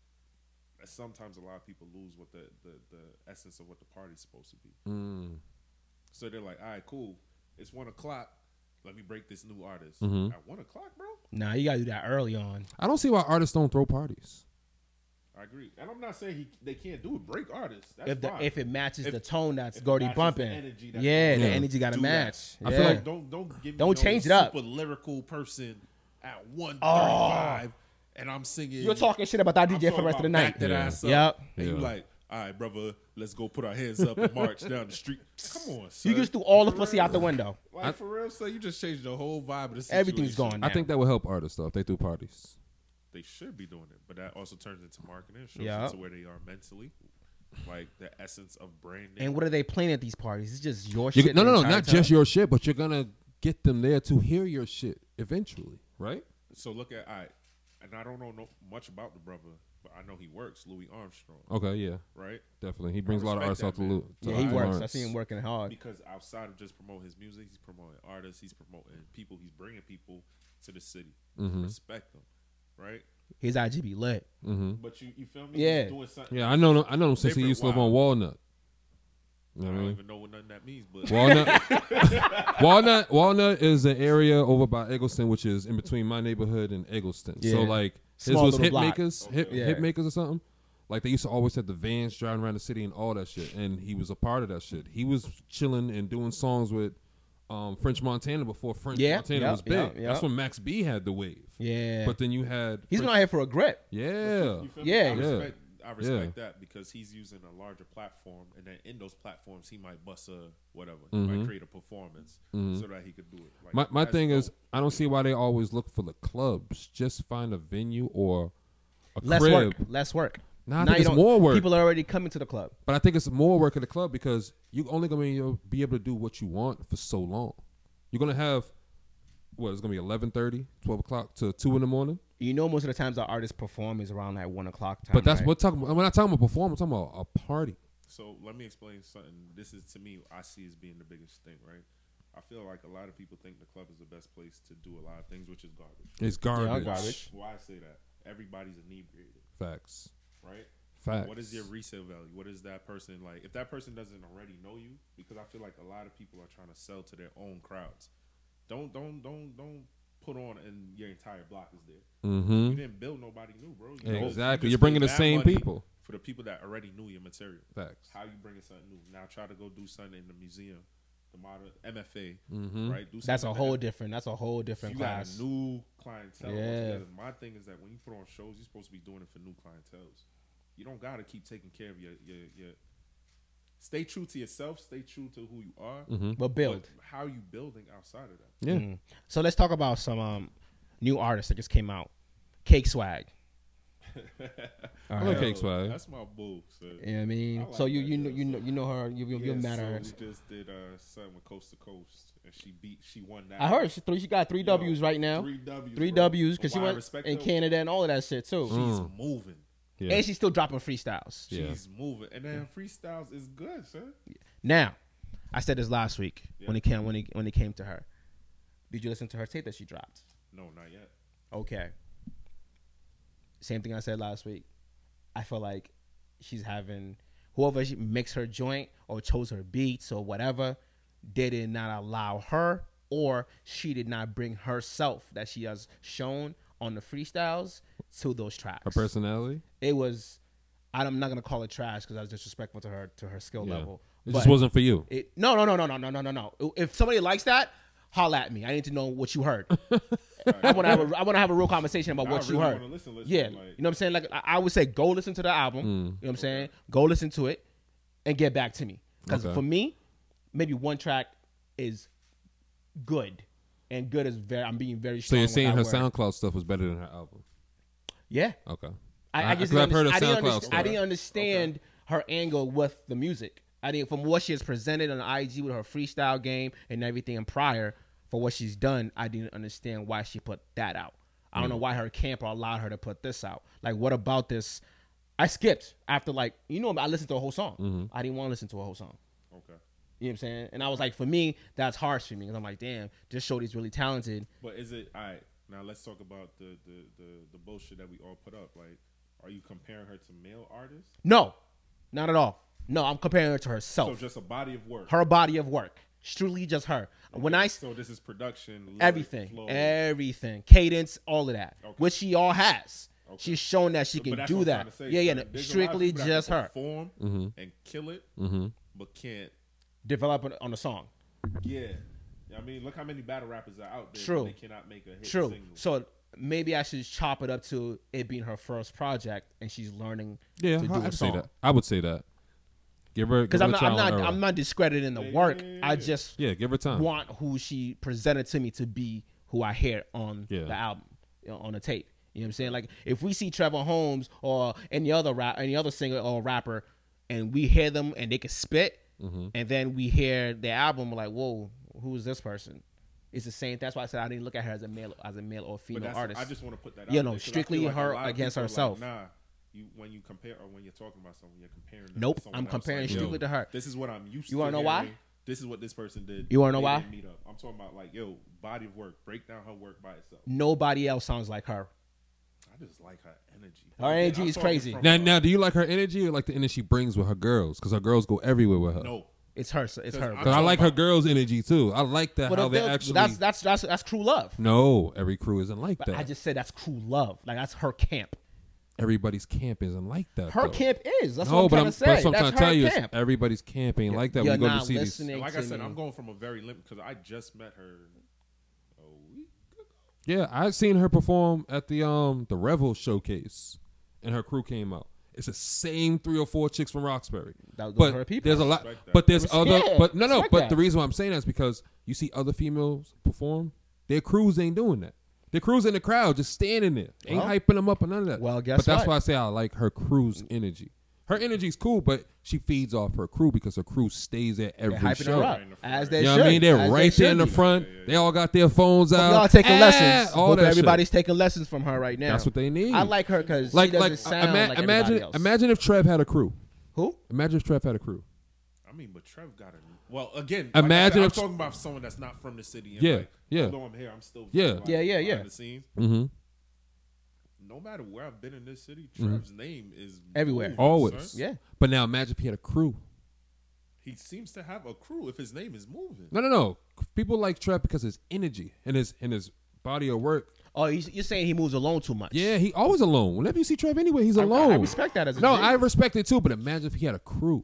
that sometimes a lot of people lose what the, the, the essence of what the party's supposed to be.
Mm.
So they're like, all right, cool. It's one o'clock. Let me break this new artist.
Mhm.
At one o'clock, bro?
Nah, you gotta do that early on.
I don't see why artists don't throw parties.
I agree. And I'm not saying he, they can't do it. Break artists. That's
if the,
fine.
if it matches
If-
the tone that's
if it
already
matches the
bumping,
energy that's
yeah,
going
the
on,
energy got to
do that.
match.
I
yeah.
feel like
don't don't give me
Don't
no
change it up.
super lyrical person at one
Oh.
thirty-five, and I'm singing.
you're talking shit about that
I'm
DJ for the
talking
rest of the
about
night.
Back that
Yeah.
ass up.
Yep.
And you
Yeah.
like, all right, brother, let's go put our hands up and march down the street. Come on, son.
You just threw all the
For
pussy
real.
out the window.
Like for real, so you just changed the whole vibe of the situation.
Everything's gone.
I think that would help artists though if they threw parties.
They should be doing it, but that also turns into marketing. Shows
Yeah.
into where they are mentally, like the essence of branding.
And what are they playing at these parties? It's just your
You-
shit.
no,
the
no, no,
entire
not
time?
just your shit, but you're gonna get them there to hear your shit eventually, right?
so look at I, and I don't know no, much about the brother, but I know he works. Louis Armstrong,
Okay, yeah,
right?
definitely. He brings a lot of artists
respect
out to
that,
loot.
Yeah, he works. I see him working hard.
because outside of just promoting his music, he's promoting artists, he's promoting people, he's bringing people to the city. Respect them, right?
His IG be lit.
Mm-hmm.
But you, you feel me?
Yeah.
He's doing something.
Yeah, I know. him- I know him since he
Different
used to live
wild.
on Walnut. You know
I
what I
don't
mean?
even know what nothing that means, but
Walnut, Walnut, Walnut is an area over by Eggleston, which is in between my neighborhood and Eggleston. So
Yeah.
like, this
Small
was
little
hit
block.
makers, hit,
Okay.
hit
Yeah.
makers or something. Like they used to always have the vans driving around the city and all that shit, and he was a part of that shit. He was chilling and doing songs with um, French Montana before French
Yeah,
Montana
yeah,
was big.
yeah, yeah.
That's when Max B had the wave.
Yeah,
But then you had
he's
French-
not here for a grip.
yeah.
you feel
Yeah.
me? I
Yeah.
respect, I respect that because he's using a larger platform, and then in those platforms, he might bust a whatever, he might create a performance so that he could do it. Like,
Mm-hmm. My my
that's
thing is,
dope.
I don't see why they always look for the clubs. Just find a venue or a
Less
crib.
work. Less work.
Nah, I
Now
think
you
it's
don't-
more work.
People are already coming to the club.
But I think it's more work at the club because you only gonna be able, be able to do what you want for so long. You're gonna have what it's gonna be 11:30, 12 o'clock to two in the morning.
You know, most of the times our artists perform is around that one o'clock time.
But that's
right?
what talking. We're not talking about performance. I'm talking about a party.
So let me explain something. This is to me, I see as being the biggest thing, right? I feel like a lot of people think the club is the best place to do a lot of things, which is garbage.
It's garbage.
garbage.
Why I say that? Everybody's inebriated,
Facts.
right?
Facts.
What is your resale value? What is that person like? If that person doesn't already know you, because I feel like a lot of people are trying to sell to their own crowds. Don't don't don't don't put on and your entire block is there.
Mm-hmm.
You didn't build nobody new, bro. You know,
Exactly.
you
You're
just
bringing the
paid mad
same
money
people.
for the people that already knew your material.
Facts.
How you bringing something new? Now try to go do something in the museum, the modern MFA,
Mhm.
right?
Mm-hmm.
Do
That's a
something
whole
that-
different. That's a whole different
you
class.
got a new clientele.
Yeah.
altogether. My thing is that when you put on shows, you're supposed to be doing it for new clientels. You don't gotta keep taking care of your your, your stay true to yourself, stay true to who you are.
but Mm-hmm. build.
But how you building outside of that?
Yeah.
Mm. So let's talk about some um, new artists that just came out. Cake Swag. All
I
right.
like
Yo,
Cake Swag.
That's my boo. So.
You know what I mean?
I like
so you
that
you know
girl,
you know
so-
you know her. You you
Yeah,
you mad
so
at her.
We just did uh something with Coast to Coast and she beat she won that.
I heard she three. She got three
Yo,
W's right now.
Three W's.
Three
bro.
W's
But
because she
why I
went
respect
in
her?
Canada and all of that shit too.
She's
Mm.
moving.
Yeah.
And she's still dropping freestyles.
Yeah.
She's moving. And then freestyles is good, sir.
Now, I said this last week when
Yeah.
it came when it when it came to her. Did you listen to her tape that she dropped?
No, not yet.
Okay. Same thing I said last week. I feel like she's having whoever she makes her joint or chose her beats or whatever, they did not allow her or she did not bring herself that she has shown on the freestyles to those tracks.
Her personality.
it was I'm not gonna call it trash because I was disrespectful to her to her skill
Yeah.
level.
It
but-
just wasn't for you.
it, no, no, no, no, no, no, no, no, no. If somebody likes that, holla at me. I need to know what you heard. I want to have a, I want to have a real conversation about
I
what you
really
heard.
wanna listen, listen,
yeah,
like-
you know what I'm saying. Like I, I would say, go listen to the
Mm.
album. You know what I'm saying. Go listen to it, and get back to me. Because
Okay.
for me, maybe one track is good, and good is very. I'm being very.
So
Strong
you're
with that
saying her
word.
SoundCloud stuff was better than her album.
Yeah,
Okay.
I, I just
'cause
didn't,
heard
underst-
her
I didn't
SoundCloud
underst- I
stuff.
didn't understand her angle with the music. I didn't from what she has presented on IG with her freestyle game and everything and prior for what she's done. I didn't understand why she put that out. I don't know why her camp allowed her to put this out. Like, what about this? I skipped after like you know I listened to a whole song.
Mhm.
I didn't want to listen to a whole song.
Okay.
You know what I'm saying? And I was like, for me, that's harsh for me because I'm like, damn, this Shorty's really talented.
But is it all right? Now let's talk about the the the, the bullshit that we all put up. Like, are you comparing her to male artists?
No, not at all. No, I'm comparing her to
So
herself,
just a body of work.
her body of work, truly just her. When I
so this is production, lyric,
everything,
flow.
everything, cadence, all of that,
Okay.
which she all has.
Okay.
She's shown that she
But
can
that's
do
what I'm
that.
trying to say.
yeah, yeah,
Like,
no,
there's a lot of
strictly
people that can
just her.
Perform
Mhm.
and kill it,
Mm-hmm.
but can't.
Develop on- on the song.
Yeah, I mean, look how many battle rappers are out there. but
True.
They cannot make a hit
True.
single.
So maybe I should chop it up to it being her first project and she's learning
Yeah,
to do
I,
a
would say
song.
that. I would say that. Give her
because
because
I'm not, I'm not,
error.
I'm not discrediting the
Yeah,
work.
yeah, yeah,
I
yeah.
just
Yeah, give her time.
want who she presented to me to be who I hear on
Yeah.
the album, you know, on the tape. You know what I'm saying? Like if we see Trevor Holmes or any other rap, any other singer or rapper, and we hear them and they can spit,
Mm-hmm.
and then we hear their album, we're like, whoa, who is this person? It's the same. That's why I said I didn't look at her as a male, as a male or
But
female
that's,
artist.
I just want to put that.
You
out
know,
there 'cause I feel
strictly
like a
her
lot of
against
people are like,
herself.
nah, you when you compare or when you're talking about someone, you're comparing. Them
Nope,
to someone
I'm
else.
comparing
Like, yo,
strictly to her.
This is what I'm used.
You
to
wanna know why?
hearing. This is what this person did.
You wanna know
They
why?
didn't Meet up. I'm talking about like yo, body of work. Break down her work by itself.
Nobody else sounds like her.
I just like her energy.
Her energy
I'm
is
talking
crazy.
from
Now,
a-
now, do you like her energy or like the energy she brings with her girls? Because her girls go everywhere with her.
no.
It's her. It's her.
I'm
Because I like her girls' energy too. I like that
But
how they
they'll-
actually.
that's that's that's that's true love.
no, every crew isn't like
But
that.
I just said that's true love. Like that's her camp.
everybody's camp isn't like that.
Her
though.
camp is. That's
no,
what
but
I'm trying to
I'm, but
say.
that's what I'm
That's
trying
her
to tell you. is
camp.
Everybody's camp ain't like that.
You're
when you go
not
to see
listening.
these.
And like I
to
said,
me.
I'm going from a very limit because I just met her a week ago.
Yeah, I've seen her perform at the um the Revel showcase, and her crew came out. It's the same three or four chicks from Roxbury.
That- those
but
are her people.
there's a lot.
Respect that.
But there's
Respect.
other. But no, no.
Respect
But
that.
the reason why I'm saying that is because you see other females perform. Their crews ain't doing that. Their crews in the crowd just standing there, ain't
Well-
hyping them up or none of that.
Well, guess
But that's
what?
why I say I like her crew's energy. Her energy's cool, but she feeds off her crew because her crew stays at every
They're hyping
show.
her up as they
You know
should.
what I mean? They're
as they
right
should
there in the
be.
front. They all got their phones
Hope
out.
Y'all taking
Ah,
lessons.
All
Hope
that shit.
everybody's taking lessons from her right now.
That's what they need.
I like her because
Like,
she doesn't
like,
sound
ima-
like
imagine,
everybody else.
imagine if Trev had a crew.
who?
Imagine if Trev had a crew.
I mean, but Trev got a well. Again, like I
Imagine
said, I'm
if-
talking about someone that's not from the city. And
Yeah,
like,
yeah.
Although I'm here, I'm still
Yeah.
like,
Yeah, yeah, yeah.
behind The scenes.
Mm-hmm.
No matter where I've been in this city, Trev's name is
Everywhere.
moving,
Always.
son.
Yeah.
But now imagine if he had a crew.
He seems to have a crew if his name is moving.
No, no, no. People like Trev because his energy and his and his body of work.
Oh, you- you're saying he moves alone too much?
Yeah, he always alone. Whenever you see Trev anywhere, he's
I-
alone.
I respect that as a
no,
G.
I respect it too. But imagine if he had a crew.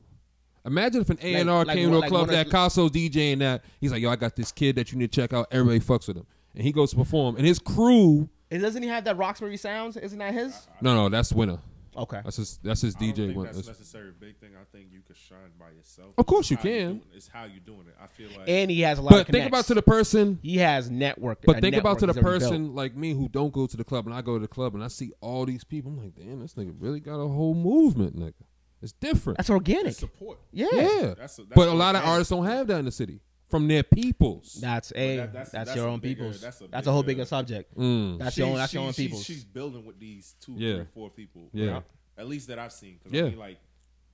Imagine if an A and R
Like- like
came
one-
to a
like
club
one
that
of-
Casso DJing that he's like, yo, I got this kid that you need to check out. Everybody fucks with him, and he goes to perform, and his crew.
And doesn't he have that Roxbury sounds? Isn't that his?
Uh,
No, no, that's winner.
Okay.
That's his. That's his
I don't
DJ
think
win.
that's
That's-
necessarily a big thing. I think you can shine by yourself.
Of course
It's
you
how you're
can.
doing- It's how you're doing it. I feel like
And he has a lot.
But
of
think about
connects.
to the person.
He has network.
But
a
think
network
about to the
he's already built.
person like me who don't go to the club, and I go to the club and I see all these people. I'm like, damn, this nigga really got a whole movement, nigga. It's different.
That's organic.
it's support.
yeah.
yeah.
That's a- that's
but a lot of
organic.
artists don't have that in the city from their peoples.
That's a.
that-
that's,
that's- that's
your
a
own
bigger-
people's. That's
that's
a,
a
whole
bigger-
bigger subject.
Mm.
That's
She-
your own. That's
she-
your own
she-
people's.
She's building with these two,
Yeah.
three, four people.
Yeah.
right? At least that I've seen. 'Cause
Yeah.
I mean, like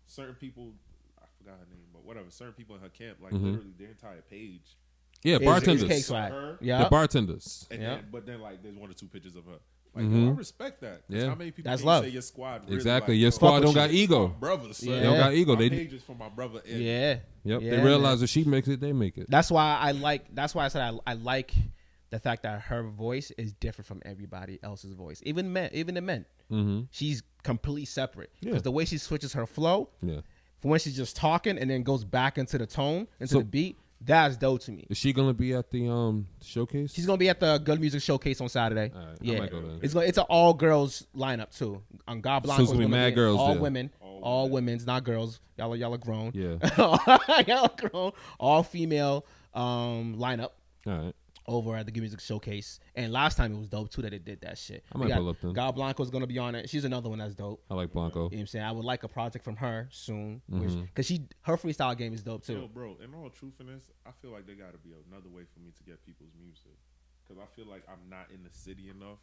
certain people, I forgot her name, but whatever. Certain people in her camp, like
Mhm.
literally their entire page.
Yeah,
It's-
bartenders.
It's cake
So
swag.
her-
Yeah.
The bartenders.
And
Yeah.
then, but then like there's one or two pictures of her. Like
Mhm.
yo, I respect that. 'Cause
Yeah.
How many people
That's
can
love.
you say your squad? Really
Exactly.
like,
Your
yo,
squad
with
don't
you.
got ego.
brothers. son.
Yeah.
They don't got ego.
My
They
page is for my brother.
Yeah.
Ed.
yep.
Yeah,
they
man.
realize if she makes it, they make it.
That's why I like. That's why I said I, I like the fact that her voice is different from everybody else's voice, even men, even the men.
Mm-hmm.
She's completely separate because
Yeah.
the way she switches her flow
Yeah.
from when she's just talking and then goes back into the tone into
So-
the beat. That's dope to me.
Is she gonna be at the um showcase?
She's gonna be at the Good Music Showcase on Saturday.
All right, I
yeah,
might go then.
it's gonna, it's an all girls lineup too. On God Blanco,
it's gonna be mad girls
all
there.
women, all,
All
women's, not girls. Y'all are y'all are grown.
Yeah.
y'all are grown. All female um, lineup
All right.
over at the Good Music Showcase. And last time it was dope too that it did that shit.
I might
We got,
pull up then.
God Blanco's gonna be on it. She's another one that's dope.
I like
You
Blanco.
know what I'm saying? I would like a project from her soon,
Mm-hmm.
because she her freestyle game is dope too.
Yo, bro. In all truthfulness, I feel like there got to be another way for me to get people's music. 'Cause because I feel like I'm not in the city enough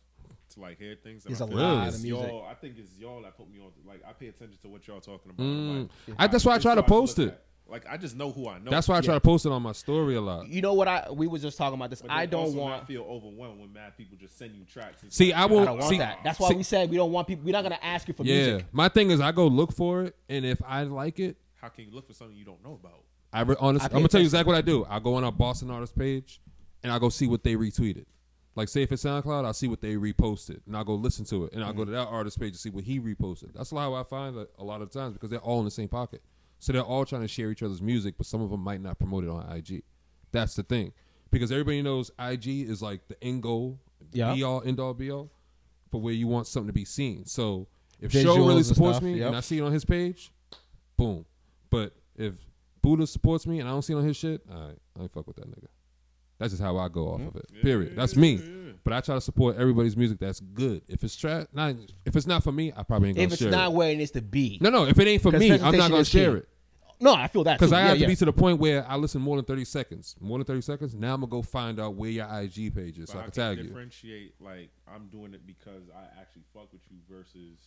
to like hear things.
There's
I
a
feel
lot
like
of
it's
music.
Y'all, I think it's y'all that put me on. Like I pay attention to what y'all talking about.
Mm.
Like,
I- that's why I
it's
try to
hard look
post it.
at. Like I just know who I know.
That's why I try
Yeah.
to post it on my story a lot.
You know what? I we was just talking about this.
But
I
then also
don't
not
want.
feel overwhelmed when mad people just send you tracks. It's
See,
like,
I
yo,
will-
I don't want
See-
that. That's why
see-
we said we don't want people. We're not gonna ask you for
Yeah,
music.
my thing is I go look for it, and if I like it,
How can you look for something you don't know about?
I re- honestly,
I
I'm
pay
gonna tell
attention.
you exactly what I do. I go on our Boston artist page, and I go see what they retweeted. Like, say if it's SoundCloud, I'll see what they reposted, and I'll go listen to it, and I'll go
Mm-hmm.
to that artist page to see what he reposted. That's how I find that a lot of times because they're all in the same pocket, so they're all trying to share each other's music, but some of them might not promote it on IG. That's the thing, because everybody knows IG is like the end goal,
Yeah.
be all, end all, be all, for where you want something to be seen. So if Show
Visuals
really
and
supports
stuff,
me,
yep.
and I see it on his page, boom. But if Buddha supports me and I don't see it on his shit, all right, I ain't fuck with that nigga. That's just how I go off of it. Period. That's me. But I try to support everybody's music that's good. If it's trash, not if it's not for me, I probably ain't gonna
If it's
share
not
it.
where it needs to be.
No, no. If it ain't for
'Cause
me, I'm not
presentation
gonna
is
share
key.
it
No, I feel that
because
too.
I
Yeah,
have to
yeah.
be to the point where I listen more than thirty seconds. More than thirty seconds. Now I'm gonna go find out where your IG page is,
But
so I
I
can tag you.
differentiate like I'm doing it because I actually fuck with you versus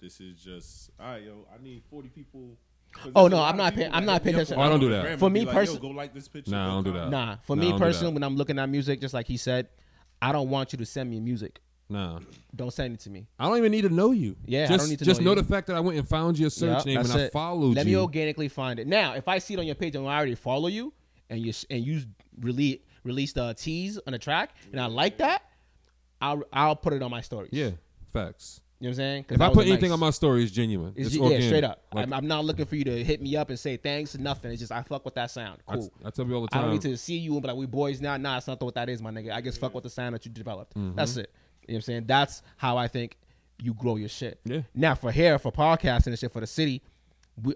this is just all right, yo. I need 40 people. 'Cause
Oh,
there's
no,
a lot
I'm
of
not
people
paying-
that
I'm not
hit me
paying
up
attention.
on
I don't do
Instagram
that.
and
For
be
me
like, yo,
perso-
go like this picture.
Nah, I
go
don't do
comment.
that.
Nah, for
Nah, I
me
don't do that.
personally, when I'm looking at music, just like he said, I don't want you to send me music.
Nah.
Don't send it to me.
I don't even need to know you.
Yeah, I
just,
don't need to
just
know you.
the fact that I went and found your search
Yup,
name and
that's
I
it.
followed
Let
you.
me organically find it. Now, if I see it on your page and I already follow you, and you s- and you release released a tease on a track, and I like that, I'll I'll put it on my stories.
yeah, facts.
you know what I'm saying. 'Cause
If
that
I
was
put
a
anything
nice-
on my story, it's genuine.
It's
It's,
ju-
organic.
yeah, straight up.
Like,
I'm, I'm not looking for you to hit me up and say thanks or nothing. It's just I fuck with that sound.
I,
Cool.
I tell you all the
I
time.
don't need to see you and be like, we boys now. Nah, it's not what that is, my nigga. I just fuck with the sound that you developed.
Mm-hmm.
That's it. You know what I'm saying? That's how I think you grow your shit.
Yeah.
Now for here, for podcasting and shit for the city, we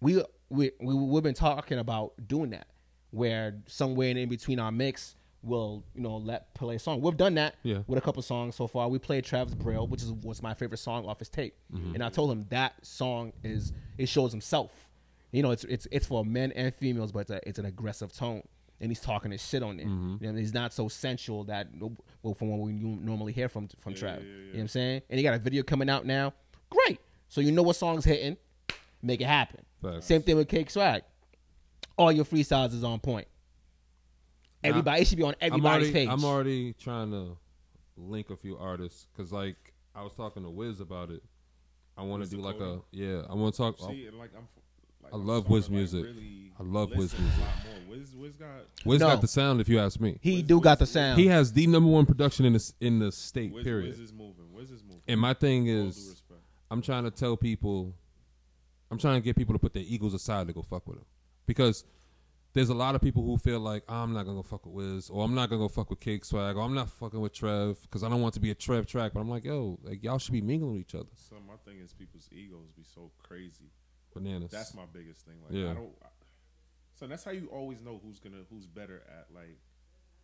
we we, we we've been talking about doing that. Where somewhere in between our mix we'll, you know, let play a song. We've done that
Yeah.
with a couple songs so far. We played Travis Braille, which is was my favorite song off his tape. And I told him that song is it shows himself. You know, it's it's it's for men and females, but it's, a, it's an aggressive tone, and he's talking his shit on it. You know, he's not so sensual that well, from what we nu- normally hear from from Trav. You know what I'm saying? And he got a video coming out now. Great, so you know what song's hitting, make it happen.
Facts.
Same thing with Cake Swag. All your freestyles is on point.
Nah,
Everybody, it should be on
I'm
everybody's
already,
page.
I'm already trying to link a few artists because, like, I was talking to Wiz about it. I want to
Wiz
do like a
Dakota?
yeah. I want to talk. uh,
See, and like I'm. f- Like,
I
I'm
love
starting
Wiz
to, like,
music.
really
I love Wiz
listen
music.
A lot more. Wiz, Wiz got
Wiz
No.
got the sound, if you ask me.
he do got the sound.
He has the number one production in the in the state.
Wiz,
period.
Wiz is moving. Wiz is moving.
and my thing
All due
is,
respect.
I'm trying to tell people, I'm trying to get people to put their egos aside to go fuck with them, because there's a lot of people who feel like "Oh, I'm not gonna go fuck with Wiz, or I'm not gonna go fuck with Cake Swag, or I'm not fucking with Trev because I don't want it to be a Trev track. But I'm like, yo, like y'all should be mingling with each other.
So my thing is, people's egos be so crazy.
Bananas.
That's my biggest thing. Like
Yeah.
I don't. I- so that's how you always know who's gonna who's better at like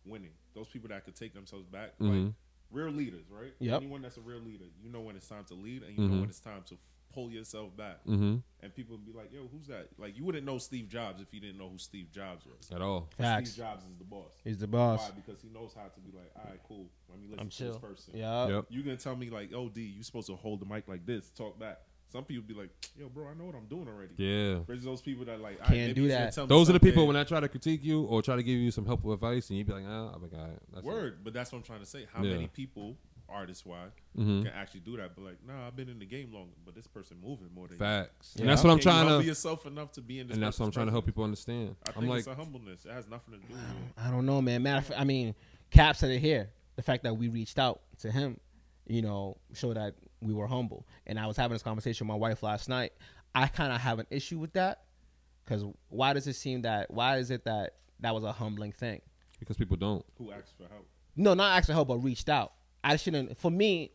winning. Those people that could take themselves back, like
Mhm.
real leaders, right?
Mm-hmm. Yep. Mm-hmm.
Anyone that's a real leader, you know when it's time to lead, and you know when it's time to pull yourself back.
mm-hmm.
And people be like, "Yo, who's that?" Like you wouldn't know Steve Jobs if you didn't know who Steve Jobs was.
At all.
Facts.
Steve Jobs is the boss.
He's the
Why?
boss.
Because he knows how to be like, "All right, cool. Let me listen
I'm
to this
chill.
person."
Yeah.
Yep.
You gonna tell me like, "Oh, D, you supposed to hold the mic like this, talk back." Some people be like, "Yo, bro, I know what I'm doing already."
Yeah.
Versus those people that like
Can't do that.
Those are the people when I try to critique you or try to give you some helpful advice, and you'd be like, ah, I'm like, all right, that's it."
word, but that's what I'm trying to say. How
Yeah.
many people, artist wise,
Mhm.
can actually do that? But like, nah, I've been in the game longer, but this person moving more than
Facts.
Yeah.
And that's what I'm
you. Can you
trying
humble
to.
yourself enough to be in this.
And that's what I'm
person's
trying to help
presence?
people understand.
I think
I'm like,
it's a humbleness. It has nothing to do with.
I don't know, man. Matter of fact, I mean, Cap said it here. The fact that we reached out to him, you know, showed that we were humble. And I was having this conversation with my wife last night. I kind of have an issue with that because why does it seem that? Why is it that that was a humbling thing?
because people don't.
Who asks for help?
No, not asked for help, but reached out. I shouldn't. For me,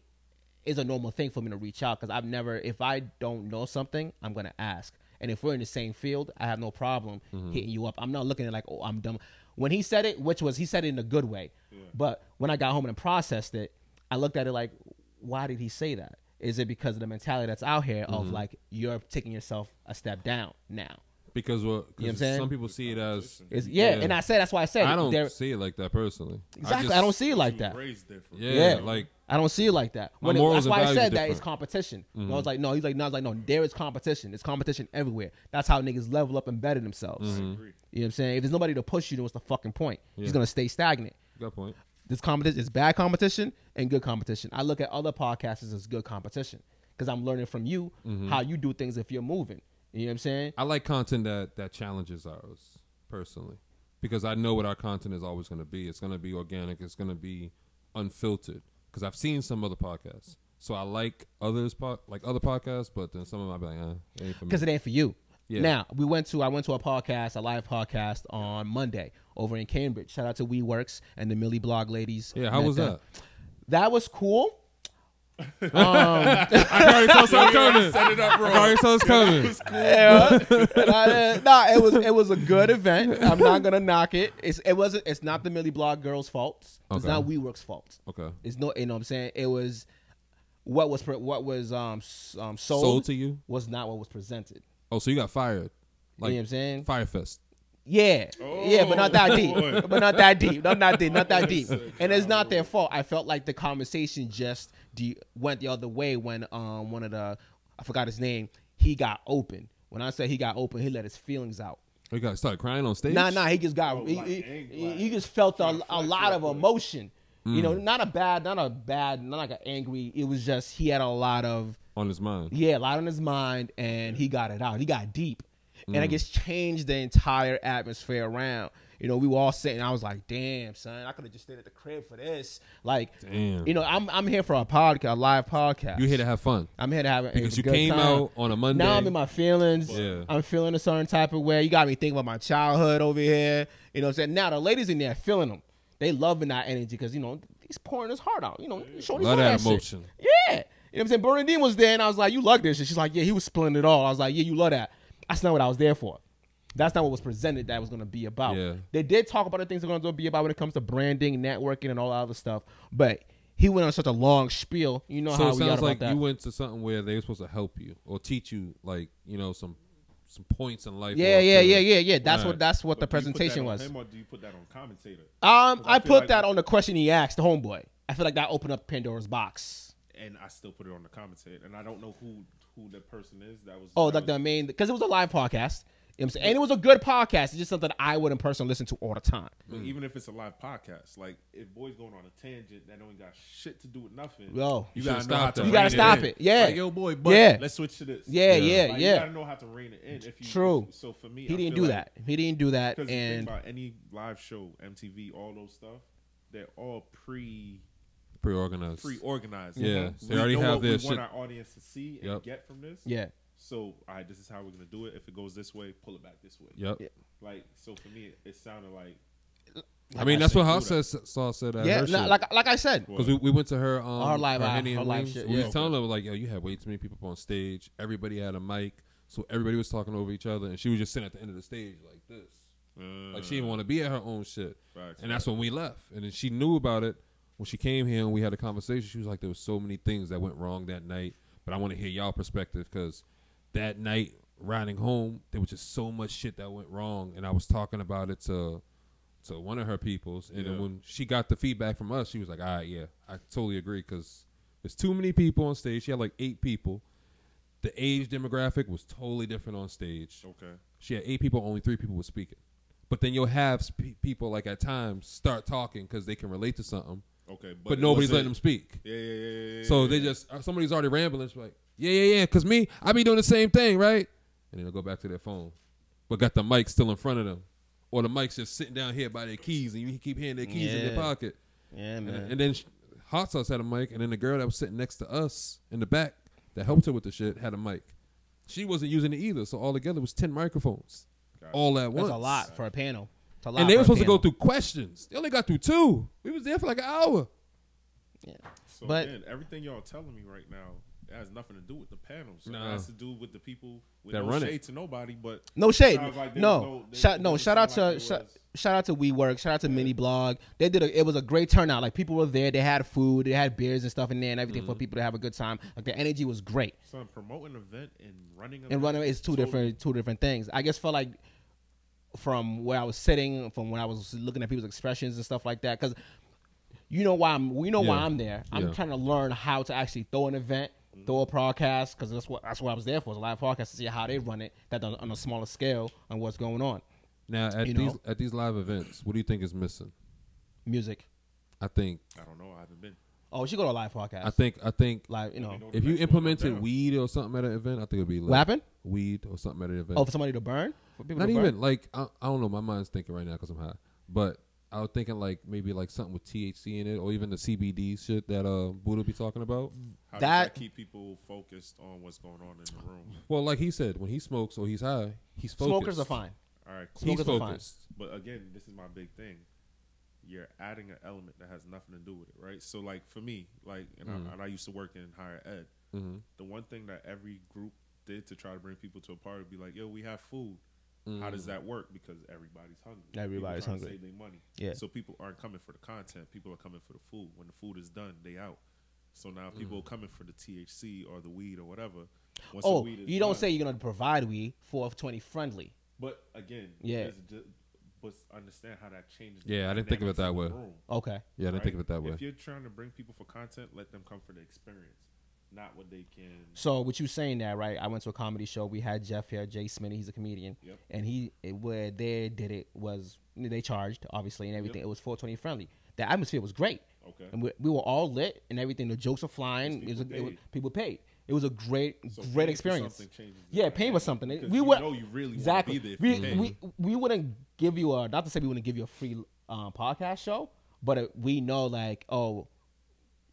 it's a normal thing for me to reach out because I've never. If I don't know something, I'm gonna ask. And if we're in the same field, I have no problem
Mm-hmm.
hitting you up. I'm not looking at like, oh, I'm dumb. When he said it, which was he said it in a good way, but when I got home and processed it, I looked at it like, why did he say that?
Mm-hmm.
Is it because of the mentality that's out here of like you're taking yourself a step down now?
because well,
You know what I'm
'cause
saying?
some people see it as
It's, yeah,
Yeah.
and I said that's why I said
I
it.
don't
There-
see it like that personally.
exactly. I,
just-
don't see it like that.
Raised different.
Yeah,
Yeah.
like
I don't see it like that.
My
When it,
morals
that's
and
why I
values are
said that it's
different. Mm-hmm.
competition. And I was like, no, he's like, no, I was like, no, there is competition. It's competition everywhere. That's how niggas level up and better themselves.
Agree.
You know what I'm saying? If there's nobody to push you, then what's the fucking point? He's
Mm-hmm. Yeah.
gonna stay stagnant.
good point.
This competition is bad competition and good competition. I look at other podcasts as good competition because I'm learning from you
Mm-hmm.
how you do things if you're moving. You know what I'm saying?
I like content that that challenges ours personally because I know what our content is always going to be. It's going to be organic. It's going to be unfiltered because I've seen some other podcasts. So I like others po- like other podcasts, but then some of them I'll be like, eh, it ain't for me.
because it ain't for you.
Yeah.
Now we went to I went to a podcast, a live podcast on Monday over in Cambridge. Shout out to WeWorks and the Millie Blog ladies.
Yeah, how
Met
was
them.
that?
That was cool.
I can already tell something coming.
Set it up
I
wrong.
can already tell it's coming.
Yeah, nah, nah, it was it was a good event. I'm not gonna knock it. It's it wasn't. It's not the Millie Blog girls' fault. It's
Okay.
not WeWorks' fault.
Okay.
It's no. You know what I'm saying? It was what was pre- what was um, s- um sold,
Sold to you?
was not what was presented.
Oh, so you got fired. Like
you know what I'm saying?
Firefest.
Yeah, yeah, but not that deep.
Oh.
but not that deep. Not that deep. Not that deep. And it's not their fault. I felt like the conversation just de- went the other way when um one of the I forgot his name. He got open. When I said he got open, he let his feelings out.
Oh, You got started crying on stage?
Nah, nah, he just got
Oh,
he,
like
he-
angry,
he-
like-
he just felt a,
Trying to
a
flex
lot
real
of
quick.
emotion. You
Mm.
know, not a bad, not a bad, not like an angry. It was just he had a lot of
On his mind.
yeah, a lot on his mind, and he got it out. He got deep, and
Mm.
I guess changed the entire atmosphere around. You know, we were all sitting. I was like, "Damn, son, I could have just stayed at the crib for this." Like,
Damn.
you know, I'm I'm here for a podcast, a live podcast.
You here to have fun.
I'm here to have a,
Because
a
you
good
came
time.
out on a Monday.
Now I'm in my feelings.
Yeah.
I'm feeling a certain type of way. You got me thinking about my childhood over here. You know what I'm saying? Now the ladies in there feeling them. They loving that energy because you know he's pouring his heart out. You know, showing
Love that
that shit.
emotion.
Yeah. You know what I'm saying? Bernadine was there and I was like, You love this shit. She's like, Yeah, he was splitting it all. I was like, Yeah, you love that. That's not what I was there for. That's not what was presented that it was gonna be about.
Yeah.
They did talk about the things they're gonna be about when it comes to branding, networking, and all that other stuff. But he went on such a long spiel. You know
so
how
it
we got
sounds
about
like
that.
you went to something where they were supposed to help you or teach you, like you know, some some points in life.
yeah,
or
yeah,
to-
yeah, yeah, yeah. That's
Right.
what that's what the
But do you put that
presentation
on
was.
Him or do you put that on commentator?
Um,
I
I
feel
put
like-
that on the question he asked the homeboy. I feel like that opened up Pandora's box.
And I still put it on the commentator, and I don't know who who the person is that was.
Oh,
that
like
was-
the main because it was a live podcast. You know what I'm saying? And it was a good podcast. It's just something I wouldn't personally listen to all the time.
But even if it's a live podcast, like if boys going on a tangent that don't got shit to do with nothing,
Yo,
you,
You
gotta
should
know
stop
how to
that.
you gotta
rein
stop
in.
it. Yeah,
Like, yo, boy, but
yeah,
Let's switch to this.
yeah, yeah,
Like,
yeah.
You gotta know how to rein it in. If you
True.
So for me,
he
I
didn't do
feel like,
that. He didn't do that.
Because you think
And
about any live show, MTV, all those stuff, they're all pre
pre-organized.
pre organized.
Yeah,
we
they already
know
have
what
their
we
shit.
want our audience to see and
Yep.
get from this.
yeah,
So, all right, this is how we're gonna do it. If it goes this way, pull it back this way.
Yep.
Yeah.
Like so, for me, it sounded like
I mean,
I
that's
said,
what House
do that.
says. Saw said at
yeah.
her
no,
shit.
like like I said,
Because we, we went to her um
Her live-
her
uh,
Henny and
her live
Wings.
shit,
We
yeah.
was telling her like, yo, you had way too many people up on stage. Everybody had a mic, so everybody was talking over each other, and she was just sitting at the end of the stage like this.
Uh,
Like she didn't want to be at her own shit.
Facts,
and that's when we left. And then she knew about it when she came here and we had a conversation. She was like, "There was so many things that went wrong that night, but I want to hear y'all perspective because that night riding home, there was just so much shit that went wrong, and I was talking about it to to one of her peoples. And then
Yeah.
when she got the feedback from us, she was like, "All right, yeah, I totally agree because there's too many people on stage. She had like eight people." The age demographic was totally different on stage.
okay.
She had eight people, only three people were speaking. But then you'll have sp- people like at times start talking because they can relate to something,
Okay,
but, nobody's
it wasn't-
letting them speak.
Yeah, yeah, yeah. yeah, yeah
so
yeah,
they just uh, somebody's already rambling. It's like, yeah, yeah, yeah. Because me, I be doing the same thing, right? And then they'll go back to their phone, but got the mic still in front of them, or the mic's just sitting down here by their keys, and you keep hearing their keys in their
Yeah.
pocket.
yeah,
And, and then sh- Hot Sauce had a mic, and then the girl that was sitting next to us in the back that helped her with the shit had a mic. She wasn't using it either, so all together was ten microphones,
Gotcha.
all at once.
that's a lot for a panel. It's a lot
And they
for
were
a
supposed to
panel.
go through questions. They only got through two. We was there for like an hour.
So
But-
again, everything y'all telling me right now It has nothing to do with the panels.
No.
It has to do with the people with
That
no
run it.
shade to nobody. But
No shade.
Sounds like there was
no.
no- there-
Shout
there
no.
was
Shout out
sound like
to
there
shout,
was-
shout out to WeWork. Shout out to Mini Blog. They did a. It was a great turnout. Like people were there. They had food. They had beers and stuff in there and everything
Mm-hmm.
for people to have a good time. Like the energy was great.
son, promote an event and running
And running is two
totally-
different two different things. I guess felt like from where I was sitting, from when I was looking at people's expressions and stuff like that, because you know why I'm we know why
Yeah.
I'm there. I'm
Yeah.
trying to learn how to actually throw an event,
Mm-hmm.
throw a podcast, because that's what that's what I was there for. Is a live podcast to see how they run it, that on, on a smaller scale, and what's going on.
Now at
You
these
know.
at these live events, what do you think is missing?
Music.
I think
I don't know. I haven't been.
Oh, she go to a live podcast.
I think I think
live, you know.
know.
if you
Next one,
implemented
down.
weed or something at an event, I think it'd be
What
like
happened?
weed or something at an event.
Oh, for somebody to burn? For people
Not
to
even
burn?
like I, I don't know. My mind's thinking right now because I'm high, but I was thinking like maybe like something with THC in it, or even the CBD shit that uh Buddha be talking about.
How does
That-
that keep people focused on what's going on in the room?
Well, like he said, when he smokes or he's high, he's focused.
Smokers are fine.
All right, cool.
He's
Smokers are fine.
focused.
But again, this is my big thing. You're adding an element that has nothing to do with it, right? So, like for me, like, and,
Mm.
I, and I used to work in higher ed.
Mm-hmm.
The one thing that every group did to try to bring people to a party would be like, "Yo, we have food.
Mm-hmm.
How does that work? Because everybody's hungry. People
Mm. Everybody's
trying to
hungry.
save their money.
Yeah.
So people aren't coming for the content. People are coming for the food. When the food is done, they out. So
Mm.
now people are coming for the THC or the weed or whatever. Once the
Oh,
weed is
you don't
done-
say you're gonna provide weed for 20 friendly.
but again,
Yeah.
there's ju- but understand how that changes.
Yeah, I didn't think of it that
dynamics
way.
in the room,
Okay.
Yeah, I didn't
right?
think of it that way.
If you're trying to bring people for content, let them come for the experience, not what they can.
So with you saying that, right? I went to a comedy show. We had Jeff here, Jay Smitty. He's a comedian,
Yep.
and he it, where they did it was they charged obviously and everything. It was 420 friendly. The atmosphere was great,
Okay.
and we, we were all lit and everything. The jokes are flying. It
Because
was, a,
people
it was-
paid.
people paid. It was a great,
So paying
great
for
experience.
something changes the
Yeah, paying for
dynamic,
something.
because
we
you
would
know you really wanna
exactly.
be there if
we,
you're paying.
we we wouldn't give you a not to say we wouldn't give you a free um, podcast show, but uh we know like oh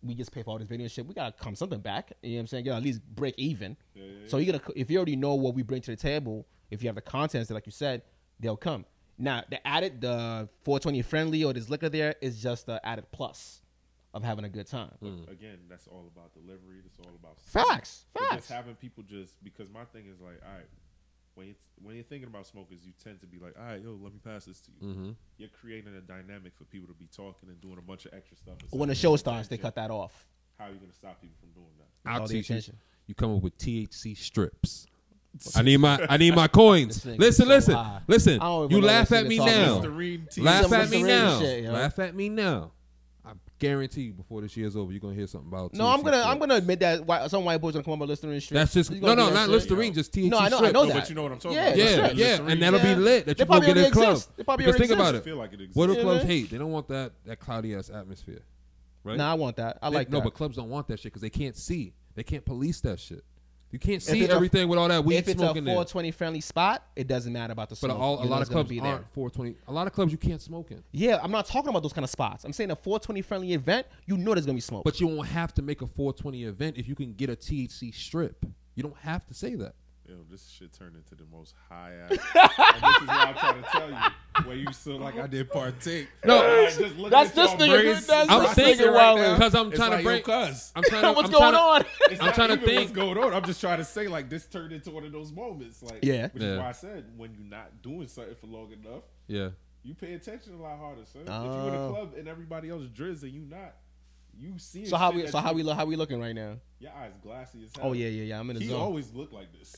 we just pay for all this video shit. We gotta come something back. You know what I'm saying? You gotta at least break even.
Yeah, yeah,
So you gotta if you already know what we bring to the table, if you have the contents, like you said, they'll come. Now the added the 420 friendly or this liquor there is just the added plus of having a good time.
Hmm. Again, that's all about delivery. That's all about
Facts,
But
facts.
Just having people just because my thing is like, all right, when it's, when you're thinking about smokers, you tend to be like, all right, yo, let me pass this to you. You're creating a dynamic for people to be talking and doing a bunch of extra stuff. instead
When the
of
show
paying
starts, they
attention.
cut that off.
How are you gonna stop people from doing that?
I'll
all the
teach you.
attention.
You come up with THC strips. I need my I need my coins.
This nigga
listen,
so
listen,
high.
listen.
I don't even
You
know
laugh
this
at
nigga
me
talking.
now.
Listerine tea.
Laugh
Some
at me
Listerine
now.
shit, yo.
Laugh at me now. I guarantee you, before this year's over, you're gonna hear something about.
No,
THC
I'm gonna I'm
strips.
gonna admit that white, some white boys gonna come up with Listerine strips.
That's just
He's
no,
gonna
no,
do that
not
shit.
Listerine, just THC.
No, I know- I
strip.
know
No,
that.
but you know what I'm talking
Yeah,
about.
yeah,
Like,
Yeah,
the
Listerine.
yeah,
Listerine
and that'll
Yeah.
be lit. That
They
you go
probably
get in a
already
club.
exist. They probably
because
already
think about
I
it.
feel like it exists.
What do
Yeah,
clubs
man.
hate? They don't want that that cloudy ass atmosphere, right?
No, I want that. I
They-
like
no,
that.
but clubs don't want that shit because they can't see. They can't police that shit. You can't see
it's a-
everything with all that weed
if it's a
smoking there.
420 friendly spot, it doesn't matter about the
But
smoke.
all, a
You know
lot
it's
of
gonna
clubs aren't 420. A lot of clubs you can't smoke in.
Yeah, I'm not talking about those kind of spots. I'm saying a 420 friendly event, you know there's gonna be smoke.
But you won't have to make a 420 event if you can get a THC strip. You don't have to say that.
Yo, this shit turned into the most high ass. and this is what I'm trying to tell you. Where you still like I did partake.
No.
I just looked
That's
at
this
y'all
nigga.
braids.
That's
I'm
Right.
thinking
Nigga,
right
why
now
would-
because I'm
It's
trying
like,
to bring.
yo, cuz.
I'm trying to.
What's
I'm
going
trying to-
on?
It's
I'm
not
trying to
even
think.
What's going on? I'm just trying to say like this turned into one of those moments. Like
Yeah.
which
Yeah.
is why I said when you're not doing something for long enough,
Yeah.
you pay attention a lot harder, son. if you're in
Oh.
a club and everybody else drizz and you not, you see.
So how we so how we look how we looking right now?
Your eyes glassy as hell.
Oh yeah, yeah, yeah. I'm in the
He
zone.
always looked like this.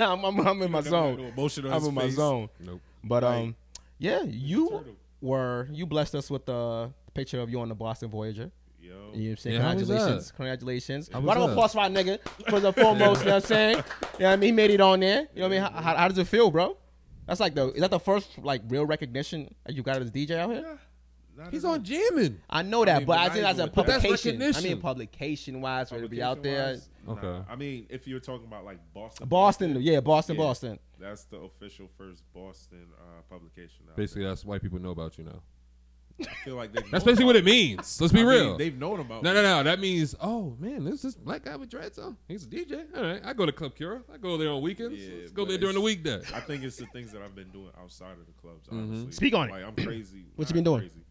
I'm, I'm, I'm in my
No
zone.
emotion on
I'm
his
in my
face.
zone.
Nope.
But um,
Like,
yeah, you
turtle.
were you blessed us with uh, the picture of you on the Boston Voyager.
Yo.
You know what I'm saying?
Yeah, how was
Congratulations.
that?
Congratulations.
was
Round of
that?
applause for our nigga. First and foremost, you know what I'm saying? You know what I mean? He made it on there. You know what I mean? How, how, how does it feel, bro? That's like the is that the first like real recognition that you got as a DJ out here?
Yeah, not
He's
at all.
on jamming.
I know that,
I mean,
but
but
I
not
think that's a
even with that.
That's
publication. I mean
recognition.
publication wise for it to be out there.
Publication-wise, nah.
Okay.
I mean, if you're talking about like Boston,
Boston, yeah, Boston,
Yeah.
Boston.
that's the official first Boston uh, publication. out
Basically, that's why people know about you now.
there. I feel like they've
That's
known
basically what it
about-
means. Let's be
I mean,
real.
they've known about.
No,
me.
no, no. That means, oh man, there's this black guy with dreads on. He's a DJ. All right, I go to Club Cura. I go there on weekends.
Yeah,
Let's go
but
there during the
it's-
weekday.
I think it's the things that I've been doing outside of the clubs.
Mm-hmm.
Honestly,
Speak on it.
Like I'm crazy.
What you
Nah,
been doing?
Crazy.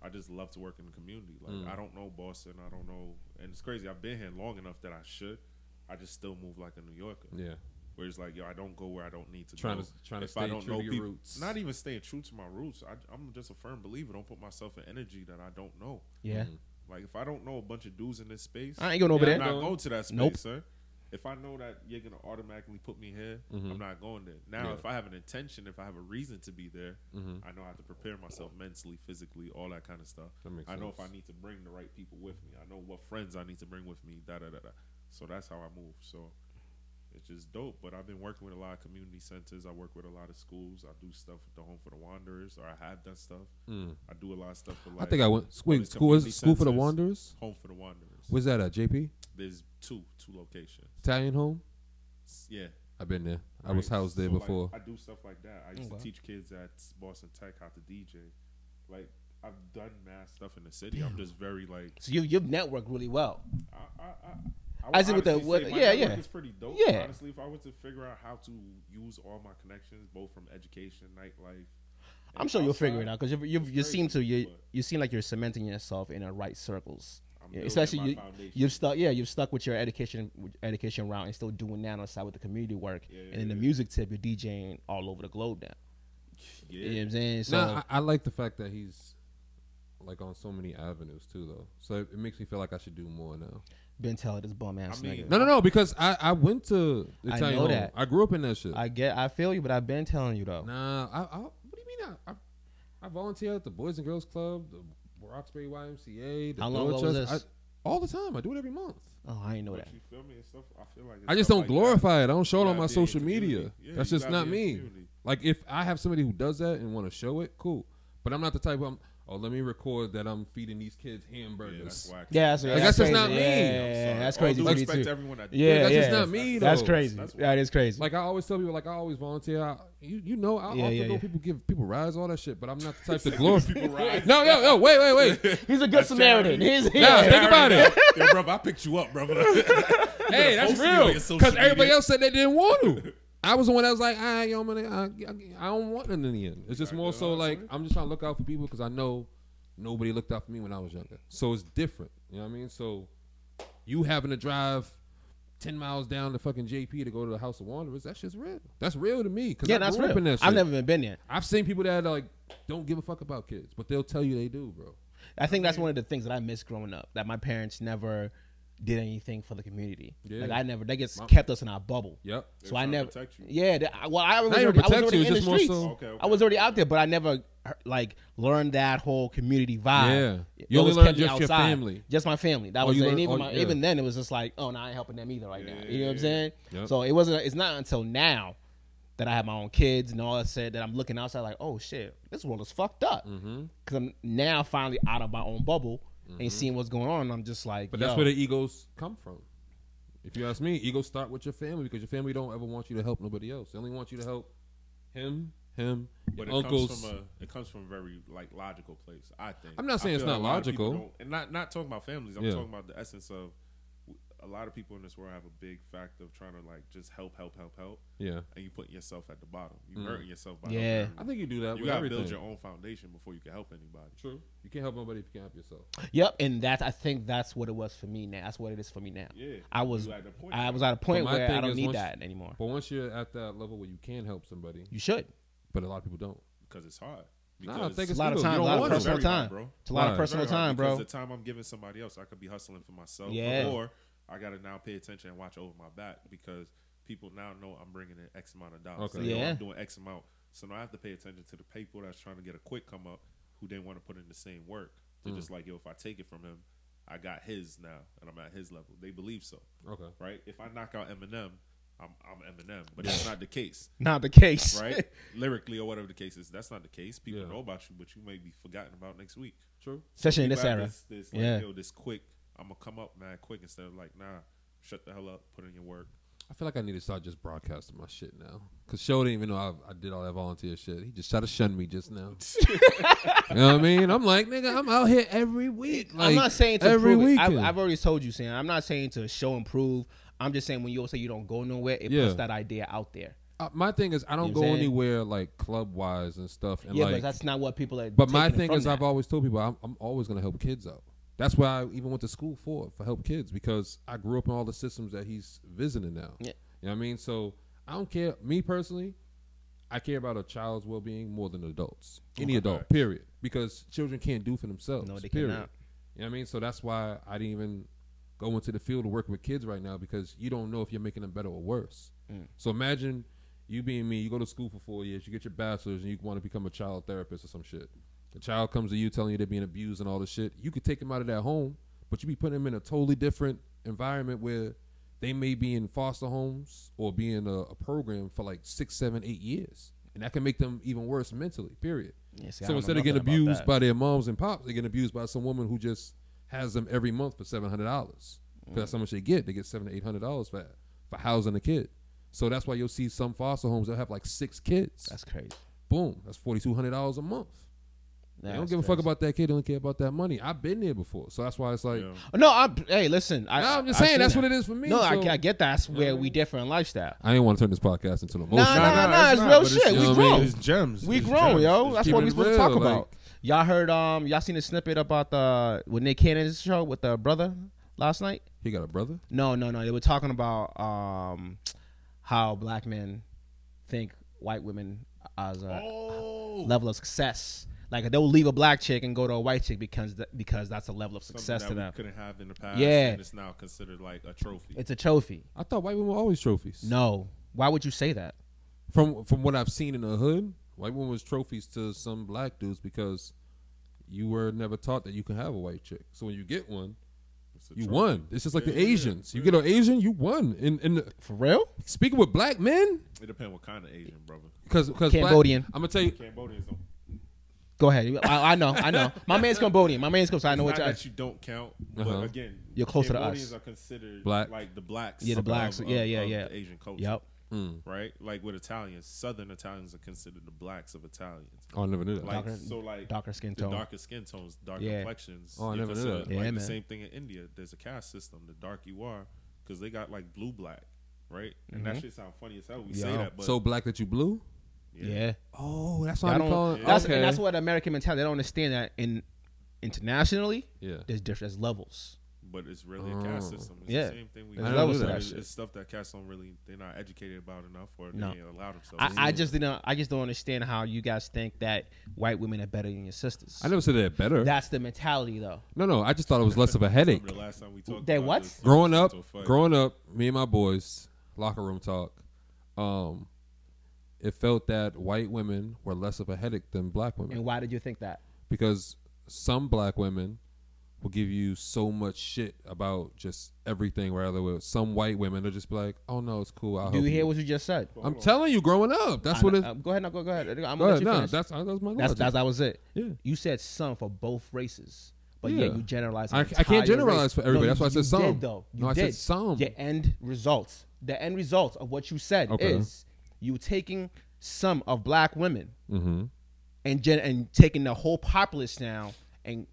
I just love to
Mm.
work in the community. Like I don't know Boston. I don't know, and it's crazy. I've been here long enough that I should, I just still move like a New Yorker.
Yeah.
Where it's like, yo, I don't go where I don't need to
Trying
go.
to trying to
If
stay
I don't
true
know
to your
people-
roots.
Not even staying true to my roots. I, I'm just a firm believer. Don't put myself in energy that I don't know.
Yeah.
Mhm.
Like if I don't know a bunch of dudes in this space,
I ain't going over
Yeah,
there.
I'm not
Going-
going to that space,
Nope.
sir. If I know that you're gonna automatically put me here,
Mhm.
I'm not going there. Now,
Yeah.
if I have an intention, if I have a reason to be there,
Mhm.
I know I have to prepare myself mentally, physically, all that kind of stuff.
That makes
I know if I
sense.
need to bring the right people with me. I know what friends I need to bring with me. Da da da da. So that's how I move. So it's just dope. But I've been working with a lot of community centers. I work with a lot of schools. I do stuff with the Home for the Wanderers, or I have done stuff.
Mm.
I do a lot of stuff for
I
like
think I went
the
wait, school was
community
it school for the
centers.
Wanderers.
Home for the Wanderers.
Was that a JP
There's two two locations.
Italian home?
Yeah,
I've been there. I was
Right.
housed there
So, like,
before.
I do stuff like that. I used
Okay.
to teach kids at Boston Tech how to DJ. Like I've done mass stuff in the city. I'm just very like
So you you've networked really well.
I I I, I
As in with the-
honestly
with-
say my
yeah,
network
yeah.
is pretty dope.
Yeah.
honestly, if I were to figure out how to use all my connections, both from education, nightlife,
I'm sure you'll figure it out because you you
it's
seem to
crazy,
you you seem like you're cementing yourself in the right circles.
I'm
Yeah,
building
especially
my
you
foundation.
you've stuck yeah you've stuck with your education with education route and still doing that on the side with the community work
Yeah,
and then the
yeah.
music tip you're DJing all over the globe now.
yeah,
You know what I'm saying? So
nah, I, I like the fact that he's like on so many avenues too, though. So it, it makes me feel like I should do more now.
been telling this bum ass
I mean,
nigga.
No, no, no, because I I went to
I
Italian
know
home.
that.
I grew up in that shit.
I get I feel you, but I've been telling you though.
nah, I, I what do you mean? I, I I volunteer at the Boys and Girls Club, the Roxbury YMCA. The
How long ago was
Dorchester.
this?
I- all the time. I do it every month.
Oh, I ain't know
but
that.
you feel me and stuff. I feel like it's
I just
stuff
don't
like that.
glorify it. I don't show it
You
on
gotta
my
be in
social
community.
media.
Yeah,
That's
you
just
gotta
not
be in
me.
community.
Like if I have somebody who does that and want to show it, cool. But I'm not the type of oh, let me record that I'm feeding these kids
Yeah, that's
hamburgers.
whack.
Yeah, that's,
Like,
that's,
that's just
crazy.
not me.
Yeah,
I'm
yeah,
sorry.
that's
All
crazy
due
to me
respect
too.
to everyone that-
Yeah,
that's
yeah.
just not me,
That's
though.
crazy.
That's-
that is crazy.
Like I always tell people, like I always volunteer. I, you you know, I
Yeah,
often
yeah,
go
yeah.
people give people rides, all that shit. But I'm not the type to glorify.
People rise.
No, no, no. Wait, wait, wait.
he's a good Samaritan. He's
Nah,
yeah.
think about it.
Yo, brother, I picked you up, brother.
hey, that's
post it on
real.
your social
Because everybody
media.
else said they didn't want to. I was the one that was like, ah, yo, man, I, I, I don't want none in the end. It's just more so like I'm just trying to look out for people because I know nobody looked out for me when I was younger. So it's different. You know what I mean? So you having to drive. Ten miles down to fucking JP to go to the House of Wanderers. That shit's real. That's real to me. Cause
Yeah,
I
that's
grew up
real.
in that shit.
I've never been been there.
I've seen people that like don't give a fuck about kids, but they'll tell you they do, bro.
I think that's one of the things that I miss growing up. That my parents never did anything for the community.
Yeah.
Like I never, they just kept us in our bubble.
Yep.
They're
So I
trying to
never.
protect you.
Yeah. They, I- well, I was
even
already, I was
protect
already
you,
in the
just more
streets.
so-
Okay, okay.
I was already out there, but I never uh, like learned that whole community vibe.
Yeah.
It
You only
always
learned
kept me
just your
outside.
family.
just my family. That
Oh,
was
you
it. and
learned-
even
oh,
my,
yeah.
even then it was just like, oh, no, I ain't helping them either right now. You know what I'm
Yeah.
saying?
Yep.
So it wasn't. It's not until now that I have my own kids and all that said that I'm looking outside like, oh shit, this world is fucked up. Because
Mm-hmm.
I'm now finally out of my own bubble and seeing what's going on. and I'm just like,
But
yo,
that's where the egos come from. If you ask me, egos start with your family because your family don't ever want you to help nobody else. They only want you to help him, him, your
But it
uncles.
comes from a it comes from a very like logical place. I think
I'm not
I
saying it's
feel
not
a lot of people
logical.
don't- and not not talking about families. I'm
Yeah.
talking about the essence of a lot of people in this world have a big fact of trying to like just help, help, help, help,
yeah,
and you putting yourself at the bottom. You hurting yourself by
Yeah.
helping
Mm. I
everyone.
think you do that.
You
with
gotta
everything.
build your own foundation before you can help anybody.
True. You can't help nobody if you can't help yourself.
yep. And that I think that's what it was for me now. That's what it is for me now.
Yeah.
I was,
You at the point
I
now.
was at a point
But my
where I
thing
don't
is
need
once-
that anymore.
But once you're at that level where you can help somebody,
You should.
but a lot of people don't.
because it's hard.
Nah, I think
It's
It's
a lot of
legal.
time,
You
a
don't
lot of
want it.
personal
Very
time,
hard, bro.
It's a lot of
Right.
personal
Very hard
time,
because
bro.
The time I'm giving somebody else, I could be hustling for myself.
Yeah.
Or I got to now pay attention and watch over my back because people now know I'm bringing in X amount of dollars.
Okay.
They know
Yeah.
I'm doing X amount. So now I have to pay attention to the people that's trying to get a quick come up who didn't want to put in the same work. They're
Hmm.
just like, yo, if I take it from him, I got his now and I'm at his level. They believe so,
Okay.
right? If I knock out Eminem, I'm, I'm Eminem, but that's not the case
Not the case.
right? Lyrically or whatever the case is, that's not the case. People
Yeah.
know about you, but you may be forgotten about next week.
True.
Especially in
People
this
have
era.
this, this, like,
Yeah.
yo, this quick. I'm gonna come up mad quick instead of like, nah, shut the hell up, put in your work.
I feel like I need to start just broadcasting my shit now. Cause Show didn't even know I, I did all that volunteer shit. He just tried to shun me just now. you know what I mean? I'm like, nigga, I'm out here every week. Like,
I'm not saying to
every
prove it.
weekend.
I've, I've already told you, Sam. I'm not saying to show and prove. I'm just saying when you say you don't go nowhere, it
Yeah.
puts that idea out there.
Uh, my thing is, I don't
You know
go
what I'm saying?
anywhere like club wise and stuff. And
yeah,
like,
but that's not what people are.
But my
taking
thing
from
is,
that.
I've always told people I'm, I'm always going to help kids out. That's why I even went to school for for help kids because I grew up in all the systems that he's visiting now.
Yeah.
You know what I mean? So I don't care. Me personally, I care about a child's well being more than adults. Any adult, period. Because children can't do for themselves.
Oh No, they
period.
cannot.
You know what I mean? So that's why I didn't even go into the field of working with kids right now because you don't know if you're making them better or worse.
Mm.
So imagine you being me, you go to school for four years, you get your bachelor's, and you want to become a child therapist or some shit. The child comes to you telling you they're being abused and all this shit. You could take them out of that home, but you be putting them in a totally different environment where they may be in foster homes or be in a, a program for like six, seven, eight years. And that can make them even worse mentally, period.
Yeah, see, I
so
don't
instead
know
of getting
nothing about
abused
that.
by their moms and pops, they get abused by some woman who just has them every month for seven hundred dollars. That's how much they get. They get seven to eight hundred dollars for for housing a kid. So that's why you'll see some foster homes that have like six kids.
That's crazy.
Boom, that's forty two hundred dollars a month. They
That's
don't give a fuck
crazy.
about that kid. They don't care about that money. I've been there before, so that's why it's like.
Yeah.
No, I'm. Hey, listen. I,
No, I'm just
I- I
saying
seen
that's
that.
what it is for me.
No, I,
so-
I get that's where we differ in lifestyle.
I didn't want to turn this podcast into an emotional.
Nah, nah, nah, nah, it's real
but
shit.
We
you know what
grown.
I mean? It's gems.
We
It's
grown,
gems.
yo.
It's
That's
keep
what
it
we supposed to
real,
talk about. Y'all heard? Um, y'all seen the snippet about the with Nick Cannon's show with the brother last night?
He got a brother.
No, no, no. They were talking about um how black men think white women as a
Oh,
level of success. Like they'll leave a black chick and go to a white chick because th- because that's a level of success
Something
to
that
them.
we couldn't have in the past.
Yeah.
and it's now considered like a trophy.
It's a trophy.
I thought white women were always trophies.
No, why would you say that?
from from what I've seen in the hood, white women was trophies to some black dudes because you were never taught that you can have a white chick. So when you get one,
It's a
you
trophy.
won. It's just like the
Yeah, yeah,
Asians. You get an Asian, you won. And and the-
For real?
speaking with black men,
It depends what kind of Asian, brother.
because because
Cambodian.
I'm gonna tell you.
Cambodians don't.
Go ahead. I, I know. I know. My man's Cambodian. My man's Cambodian. I know
Not
what you.
that you don't count, but
Uh-huh.
again,
You're closer to us.
Cambodians are considered
Black.
like the blacks.
Yeah, the
of-
blacks.
of-
Yeah, yeah,
of
yeah.
the Asian culture.
Yep.
Mm.
Right, like with Italians, Southern Italians are considered the blacks of Italians.
Oh, I never knew that.
Like
Darker-
so, like
darker skin
the
tone.
darker skin tones, dark
Yeah.
complexions.
Oh, I
you're
never knew
considered,
that.
Like
Yeah,
the
man.
same thing in India. There's a caste system. The dark you are, because they got like blue black, right? And that shit sound funny as hell. We say
Mm-hmm. Yeah.
that, but
so black that you blue.
Yeah.
Oh, that's
I
why they call
don't.
it.
That's
okay.
and that's what the American mentality. They don't understand that in internationally,
Yeah.
there's different there's levels.
but it's really a caste
Oh.
system. It's
Yeah.
the same thing we
There's
I don't
levels
do
to
that
that
It's,
shit.
it's stuff that cats don't really they're not educated about enough or they
No.
ain't allow themselves.
I, I just didn't. I just don't understand how you guys think that white women are better than your sisters.
I never said they're better.
That's the mentality, though.
no, no. I just thought it was less of a headache.
remember the last time we talked
They
about
what?
this,
growing
it
up,
was a fight.
growing up, me and my boys, locker room talk. Um, it felt that white women were less of a headache than black women
And why did you think that?
because some black women will give you so much shit about just everything. Rather, with some white women, they'll just be like, "Oh no, it's cool." I'll
Do
help
you hear what you just said?
I'm telling you, growing up, that's what
I-
it.
uh, go ahead. No, go, go ahead. I'm gonna
Go
let
ahead,
you
nah,
finish.
that's that was my
That's
logic.
that's that was it.
Yeah.
You said some for both races, but yeah,
Yeah.
you generalize.
I- I can't generalize for everybody. That's why I said some.
You did though. You
No, I
did.
said some.
The end results. The end result of what you said
Okay.
is you taking some of black women
Mhm.
and gen- and taking the whole populace now and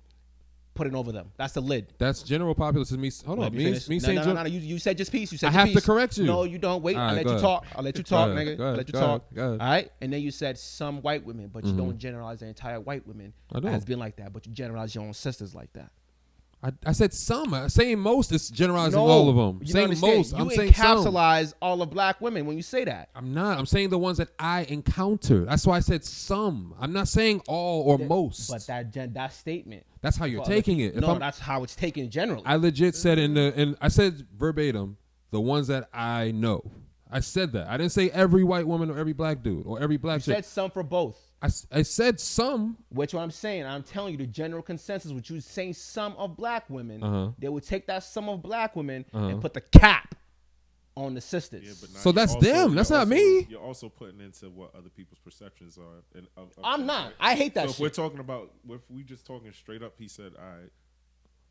putting over them. That's the lid.
That's general populace is me. Hold
Let
on, me,
finish.
me
no,
saying
no,
gen-
no, no, You, you said just peace. You said
I
your
have to
piece.
correct you.
No, you don't. Wait.
All
I'll
right,
let
go
you
ahead.
talk. I'll let you
Go
talk,
ahead,
nigga.
go
I'll
ahead,
let you
go
talk.
ahead, go ahead. Mm-hmm.
All right. And then you said some white women, but you don't generalize the entire white women
I don't.
as being like that, but you generalize your own sisters like that.
I, I said some. I- Saying most is generalizing
No,
all of them.
you don't
Saying
understand.
most.
You
I'm saying some.
encapsulize all of black women when you say that.
I'm not. I'm saying the ones that I encountered. That's why I said some. I'm not saying all or most.
But that gen- that statement.
that's how you're
Fuck.
taking it. If
no,
I'm-
that's how it's taken generally.
I legit said in the and I said verbatim the ones that I know. I said that. I didn't say every white woman or every black dude or every black
said
chick.
some for both.
I, s- I said some.
Which what I'm saying, I'm telling you, the general consensus, which you saying some of black women,
Uh-huh.
they would take that sum of black women and put the cap on the sisters.
Yeah, but now
So
you're
that's
also-
them.
you're
That's not
also-
me.
You're also putting into what other people's perceptions are. And of, of
I'm
things,
not.
right?
I hate that
so if we're
shit.
talking about if we just talking straight up, he said, "All right,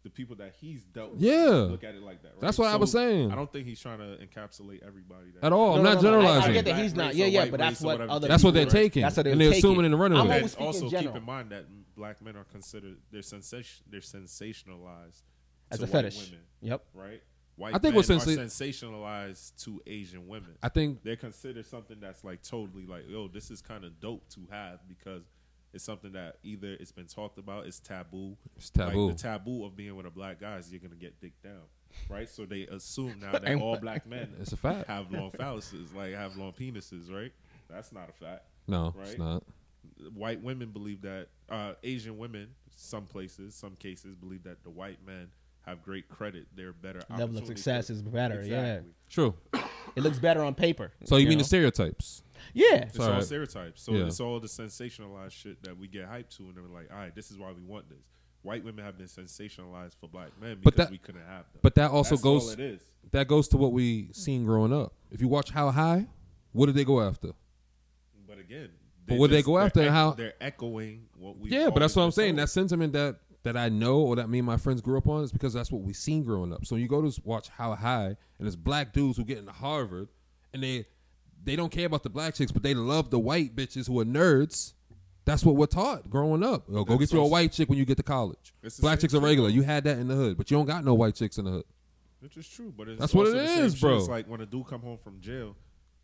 the people that he's dealt with,
Yeah.
look at it like that." Right?
That's what I was saying.
I don't think he's trying to encapsulate everybody that
At all. I'm
No,
Oh, not
no, no, no. I-
generalizing.
I, get that he's
Black
not.
race
Yeah,
or
yeah,
white
but
race
that's
or
what
whatever
other.
the
That's what they're
people-
taking.
That's what they're
and they're
taking.
assuming and running
I'm
with it.
And
always speaking
also keep
general.
in mind that black men are considered they're sensation they're sensationalized
as
to
a
white
fetish.
women,
Yep.
right? White
I think
men
what's
are
sensa-
sensationalized to Asian women.
I think
they're considered something that's like totally like, yo, this is kind of dope to have because It's something that either it's been talked about, it's taboo.
It's taboo.
Like the taboo of being with a black guy is you're gonna get dicked down, right? So they assume now that
And
all
what-
black men
It's a fact.
have long phalluses, like have long penises, right? That's not a fact.
no,
Right?
it's not.
White women believe that uh, Asian women, some places, some cases, believe that the white men have great credit. They're better.
Level of
opportunity
success
for-
is better.
Exactly.
True.
Yeah, it looks better on paper.
So you, mean
know?
the stereotypes?
yeah?
It's
Sorry.
all stereotypes. So
Yeah.
it's all the sensationalized shit that we get hyped to, and they're like, all right, this is why we want this. White women have been sensationalized for black men because
But that-
we couldn't have them.
But that also
That's
goes
all it is.
that goes to what we seen growing up. If you watch How High, what did they go after?
But again,
But what do they go
they're
after and
ec-
how-
they're echoing what we.
yeah, but that's what I'm saying. That sentiment that that I know or that me and my friends grew up on is because that's what we seen growing up. So you go to s- watch How High, and it's black dudes who get into Harvard, and they they don't care about the black chicks, but they love the white bitches who are nerds. That's what we're taught growing up. Yo, go
That's
get you a
awesome.
white chick when you get to college.
It's the
Black
same
chicks are
shit,
regular.
though.
You had that in the hood, but you don't got no white chicks in the hood.
which is true. But it's
That's what
also
it
the same
is,
shit.
bro.
It's like when a dude come home from jail,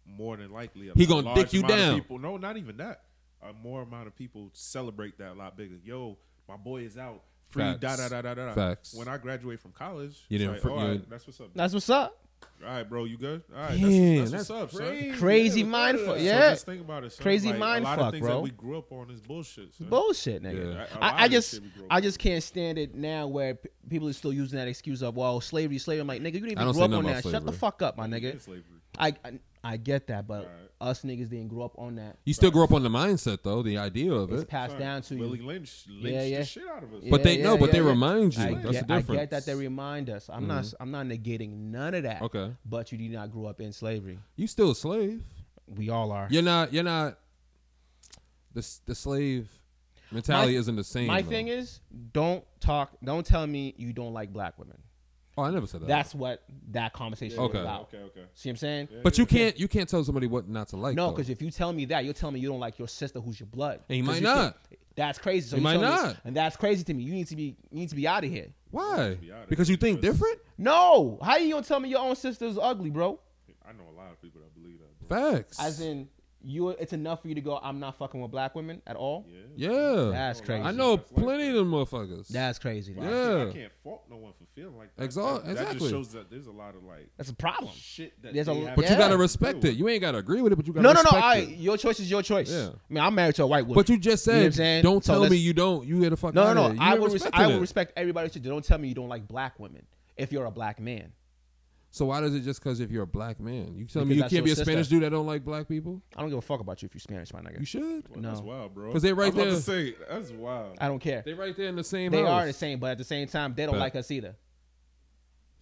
more than likely a
He
lot-
gonna
large
dick you
amount of
down.
People, no, not even that. A more amount of people celebrate that a lot bigger. Yo, my boy is out. Free
Facts.
da da da da da. da.
Facts.
When I graduate from college,
You
it's
didn't
like,
fr-
all
you-
right, that's what's up.
That's what's up.
All right, bro, you good? All right,
Yeah,
that's, that's,
that's
what's up, son.
Crazy mind fuck.
So
Yeah.
just think about it, son.
Crazy
like,
mind
a lot
fuck,
of things
bro.
That we grew up on is bullshit. Son.
Bullshit, nigga.
Yeah.
A- a lot
I, I
of this
just,
shit we grew up
I just can't stand it now where p- people are still using that excuse of well, slavery, slavery. I'm like, nigga, you didn't
I
even
don't
grow up
say
on
nothing
that.
about
Shut the
slavery.
fuck up, my
in
nigga.
slavery.
I, I, I get that, but
Alright.
us niggas didn't grow up on that.
You still grow up on the mindset though, the idea of
It's
it.
passed
Son,
down to you.
Willie Lynch lynched
Yeah, yeah.
the shit out of us.
But
Yeah,
they
yeah,
no, but
yeah,
they
yeah.
remind you.
I, get,
That's the
I
difference. Mm-hmm.
get that they remind us. I'm not. I'm not negating none of that.
Okay.
But you did not grow up in slavery.
You still a slave.
We all are.
You're not. You're not. The s- the slave mentality
My-
isn't the same.
My
though.
thing is, don't talk. Don't tell me you don't like black women.
Oh, I never said that.
That's what that conversation
Okay.
is about.
Okay, okay.
See what I'm saying?
But you can't. You can't tell somebody what not to like.
No,
though.
because if you tell me that, you're telling me you don't like your sister who's your blood.
And you
'Cause
might
can't-
not.
That's crazy. So
You
you
might
might
not.
and that's crazy to me. You need to be you need to be out of here.
why?
be honest,
Because you think
because-
different.
No, how you gonna tell me your own sister's ugly, bro?
I know a lot of people that believe that. Bro.
Facts.
As in, you it's enough for you to go. I'm not fucking with black women at all.
Yeah.
yeah.
That's crazy.
I know
That's like-
plenty of them motherfuckers.
That's crazy. dude.
But I can't-
Yeah.
I can't fault no one for feeling like that.
Exa-
that, that
exactly.
just shows that there's a lot of like
That's a problem.
shit that
There's
they
a-
have
but
to
you gotta
Yeah.
respect
do.
it. You ain't gotta agree with it, but you gotta.
No, no, no.
respect
I,
it.
your choice is your choice.
Yeah.
I mean, I'm married to a white woman.
But you just
You know what I'm
said,
saying?
don't
So
tell
let's-
me you don't. You get the fuck
No,
out
no, no.
of here. You
I
ain't
will, res-
respecting
I will
it.
respect everybody's decision. Don't tell me you don't like black women if you're a black man.
So why does it just because if you're a black man, you tell
Because
me you
that's
can't be
your
a Spanish
sister.
dude that don't like black people?
I don't give a fuck about you if you're Spanish, my nigga.
You should.
Well, That's
No.
wild, bro.
'Cause they right
I'm about
there-
to say that's wild.
I don't care.
They right there in the same.
They
house.
are the same, but at the same time, they don't
Bet.
like us either.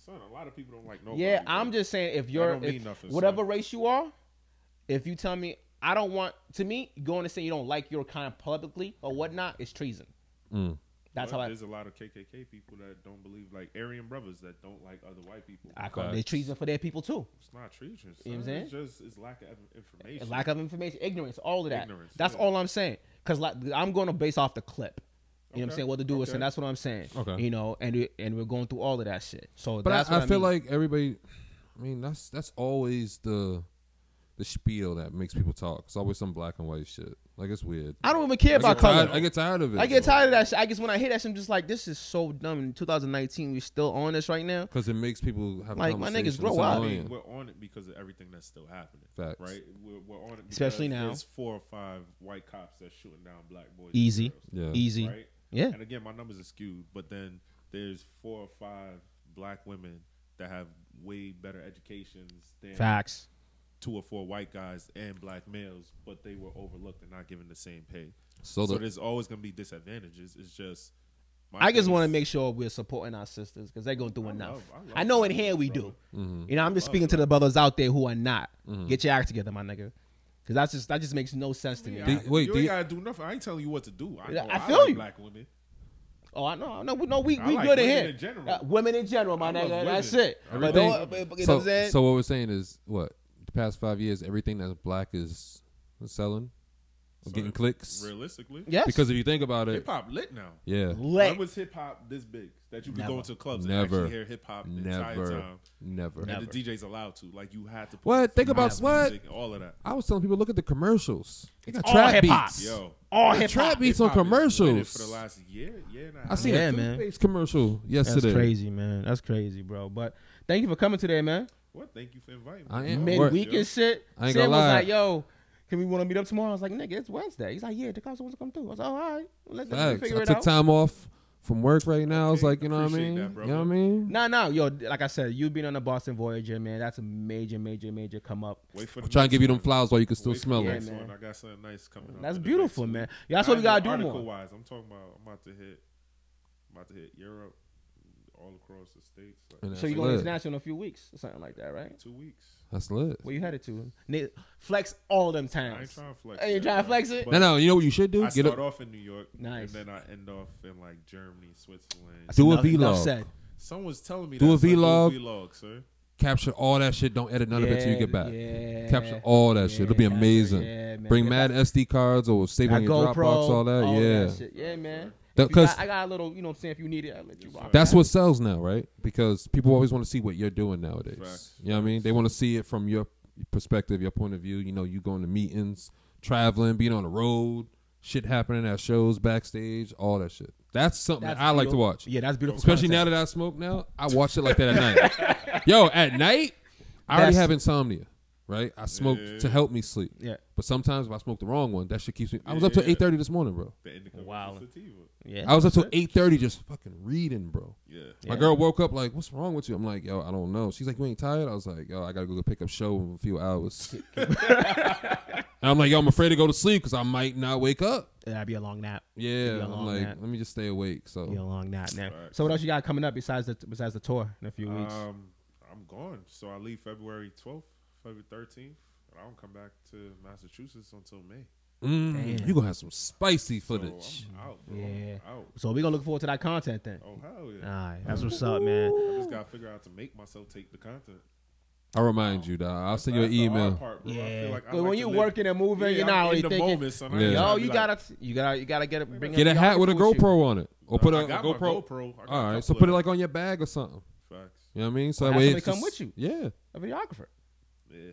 Son, a lot of people don't like nobody.
Yeah,
bro.
I'm just saying if you're
Oh, don't
if-
mean nothing,
whatever
son.
race you are, if you tell me I don't want to me going to say you don't like your kind publicly or whatnot is treason.
Mm.
That's
But
how I
There's a lot of KKK people that don't believe like Aryan brothers that don't like other white people.
I call it treason for their people too.
It's not treason.
You know
son.
what I'm
It's just it's lack of information.
And lack of information, ignorance, all of that.
Ignorance,
that's
yeah.
all I'm saying. Because like I'm going to base off the clip. You know what I'm
Okay,
saying? What the dude was
okay.
saying. That's what I'm saying.
Okay.
You know, and we, and we're going through all of that shit. So
But
that's
I, I,
what I
feel
mean.
like everybody. I mean, that's that's always the the spiel that makes people talk. It's always some black and white shit. Like it's weird.
I don't even care about
get tired,
color.
I get tired of it.
I get tired of that shit. I guess when I hear that shit, I'm just like, this is so dumb. In 2019, we're still on this right now.
because it makes people have
Like, my niggas
conversations.
grow
It's
up.
I
annoying.
mean, we're on it because of everything that's still happening.
Oh, Facts.
Right? We're, we're on it
Especially
because
now.
There's four or five white cops that's shooting down black boys. and
Easy.
Yeah.
girls.
Easy.
Right?
Yeah.
And again, my numbers are skewed, but then there's four or five black women that have way better educations than
Facts.
two or four white guys and black males, but they were overlooked and not given the same pay.
So,
so
the,
there's always going to be disadvantages. It's just. my
I just
thing
want to
is-
make sure we're supporting our sisters because they're going through
I
enough.
love- I love
I, know in
that,
here we
bro.
do.
Mm-hmm.
You know, I'm just speaking to the brothers out there who are not. Get your act together, my nigga. Because that's just that just makes no sense to me.
Yeah,
Do-
I-
wait,
you
do
ain't
you-
gotta do nothing. I ain't telling you what to do. I,
Yeah,
know
I
I
feel
like
you.
Black women.
Oh, I know, no, we, no, we,
I
we
like
good in
women
here.
in general.
Uh, women in general, my
I love
nigga. That's
women.
it. But
Everything-
don't- but- but you know what I'm
so,
saying?
so what we're saying is what the past five years, everything that's black is selling. of getting clicks.
Realistically,
Yes.
Because if you think about it,
hip hop lit now.
yeah,
When was hip hop this big that you could
Never.
go into clubs and
Never.
actually hear hip hop the entire
Never.
time?
never.
Never.
And the DJ's allowed to. Like you had to. Put
What? Think about
fast
what?
music and All of that.
I was telling people, look at the commercials. They got
all
trap
hip-hop.
beats.
Yo.
all
The
hip hop.
trap beats on
Hip-hop is lit
commercials.
for the last year. Yeah, nah.
I seen
Yeah,
a
man.
Two-Face commercial yesterday.
That's crazy, man. That's crazy, bro. But thank you for coming today, man.
What? Thank you for inviting me.
I am- Midweek
Midweek and shit.
I ain't
Sid
gonna
was
lie.
like, yo, can we want to meet up tomorrow? I was like, nigga, it's Wednesday. He's like, yeah, the cops wants to come through. I was like, oh, all right, let's, let's
Facts.
figure
I
it
took
out.
time off from work right now. I was
Okay,
like, you know what I
appreciate
mean?
that,
you know what I
brother.
mean?
No, no, yo, like I said, you being on the Boston Voyager, man, that's a major, major, major come up.
Wait for the
I'm trying to
next
give you them
one.
flowers while you can still
Wait for
smell
the
Yeah,
them.
next
man.
one. I got something nice coming. up
That's
in the
beautiful,
next
man.
week.
Yeah, That's what we
I know
gotta do more.
Article-wise, I'm talking about. I'm about to hit. I'm about to hit Europe, all across the states. Like
And
So you
that's
going
lit.
international in a few weeks or something like that, right?
two weeks.
That's lit.
Where you headed to? Ni- Flex all them
I ain't
towns.
trying to flex.
Hey, you
that,
trying to
but-
flex it?
but
No, no. You know what you should do?
I
Get
start
up.
off in New York,
Nice.
and then I end off in like Germany, Switzerland.
Do a
Enough- enough
vlog.
said.
Someone was telling me
Do
that,
a
so
vlog.
Do a vlog, sir.
Capture all that shit. Don't edit none of it till you get back.
Yeah,
Capture all that shit. It'll be
yeah,
amazing.
yeah, man.
Bring
Get
mad SD cards or save
Got
on your Dropbox, all that. yeah.
shit. Yeah, man.
That-
If you got-
'cause-
I got a little, you know what I'm saying? If you need it, I'll let you rock.
That's
that.
what sells now, right? Because people always want to see what you're doing nowadays.
Facts.
You know what I mean? They want to see it from your perspective, your point of view. You know, you going to meetings, traveling, being on the road, shit happening at shows, backstage, all that shit. That's something
That's
that I like to
beautiful.
watch.
Yeah, that's beautiful.
Especially
content.
now that I smoke now, I watch it like that at night. Yo, at night, I already
That's-
have insomnia, right? I smoke to help me sleep.
Yeah.
But sometimes if I smoke the wrong one, that shit keeps me. I was up till
Yeah.
8.30 this morning, bro.
The indica
Wow.
wow. sativa.
Yeah.
I was up till 8.30 just fucking reading, bro.
Yeah.
Yeah.
My girl woke up like, "What's wrong with you?" I'm like, "Yo, I don't know." She's like, "You ain't tired?" I was like, "Yo, I gotta go pick up show in a few hours." and I'm like, "Yo, I'm afraid to go to sleep because I might not wake up."
That'd be a long nap.
Yeah,
Be a
I'm
long
like,
nap.
"Let me just stay awake." So
Be a long nap now.
Facts.
So what else you got coming up besides the besides the tour in a few weeks?
Um, I'm gone, so I leave February 12th, February 13th, and I don't come back to Massachusetts until May.
Mm,
Damn.
you gonna have some spicy
So
footage.
I'm out, bro.
Yeah.
I'm out.
so we gonna look forward to that content then.
Oh hell
All
yeah!
right, that's what's up, man.
I just gotta figure out to make myself take the content.
I remind you, dog. I'll send you an
That's the hard
email.
part, bro. I
Yeah,
feel like I
but
like
when
to
you're
live-
working and moving,
Yeah,
you're
I'm
not always
in the
thinking.
moment,
Yeah.
son. I ain't
Yo,
trying
Yo,
to be
you
like,
gotta, you gotta, you gotta get a bring
Get a
your
hat with a
outfit
GoPro on it, or put
I
a, a
got my
GoPro.
GoPro. I got a
All right, so
couple
put it
of
like on your bag or something.
Facts.
You know what I mean? So
Or
that
have
way,
somebody
it's
come
just-
with you.
Yeah,
A videographer.
Yeah.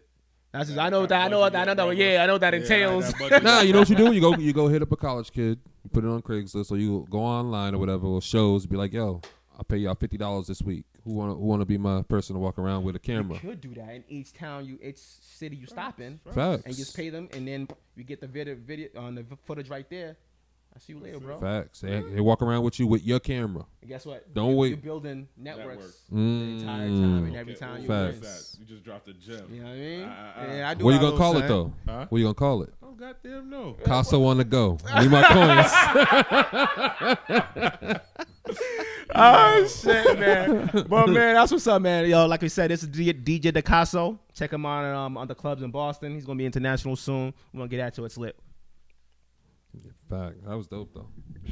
That's just,
Yeah,
I know
that
that. I know
budget,
that. I know
that
that.
budget.
Yeah, I know that
Yeah,
entails.
that budget.
nah, you know what you do? You go you go hit up a college kid, you put it on Craigslist, or you go online or whatever, or shows, be like, yo, I'll pay y'all fifty dollars this week. Who wanna who wanna be my person to walk around with a
You
camera?
could do that in each town you, each city you stop in,
Facts.
and just pay them, and then you get the video, video on the footage right there. I see you later, bro.
Facts. They, they walk around with you with your camera.
And guess what?
Don't
You-
wait.
You're building networks
Networks.
the entire time, and
Mm.
every
Okay,
time
ooh,
you
Facts.
win.
what's that? You just dropped a
You
gem.
know what I mean?
Ah, ah, ah.
Yeah, I do
What you
all
gonna
those,
call
son.
it though?
Huh?
What you gonna call it?
Oh goddamn no!
Casa on the go. I need my coins.
Oh shit, man! But man, that's what's up, man. Yo, like we said, this is D- DJ DeCasso. Check him out um, on the clubs in Boston. He's gonna be international soon. We're gonna get at you. It's lit.
Fact. That was dope though.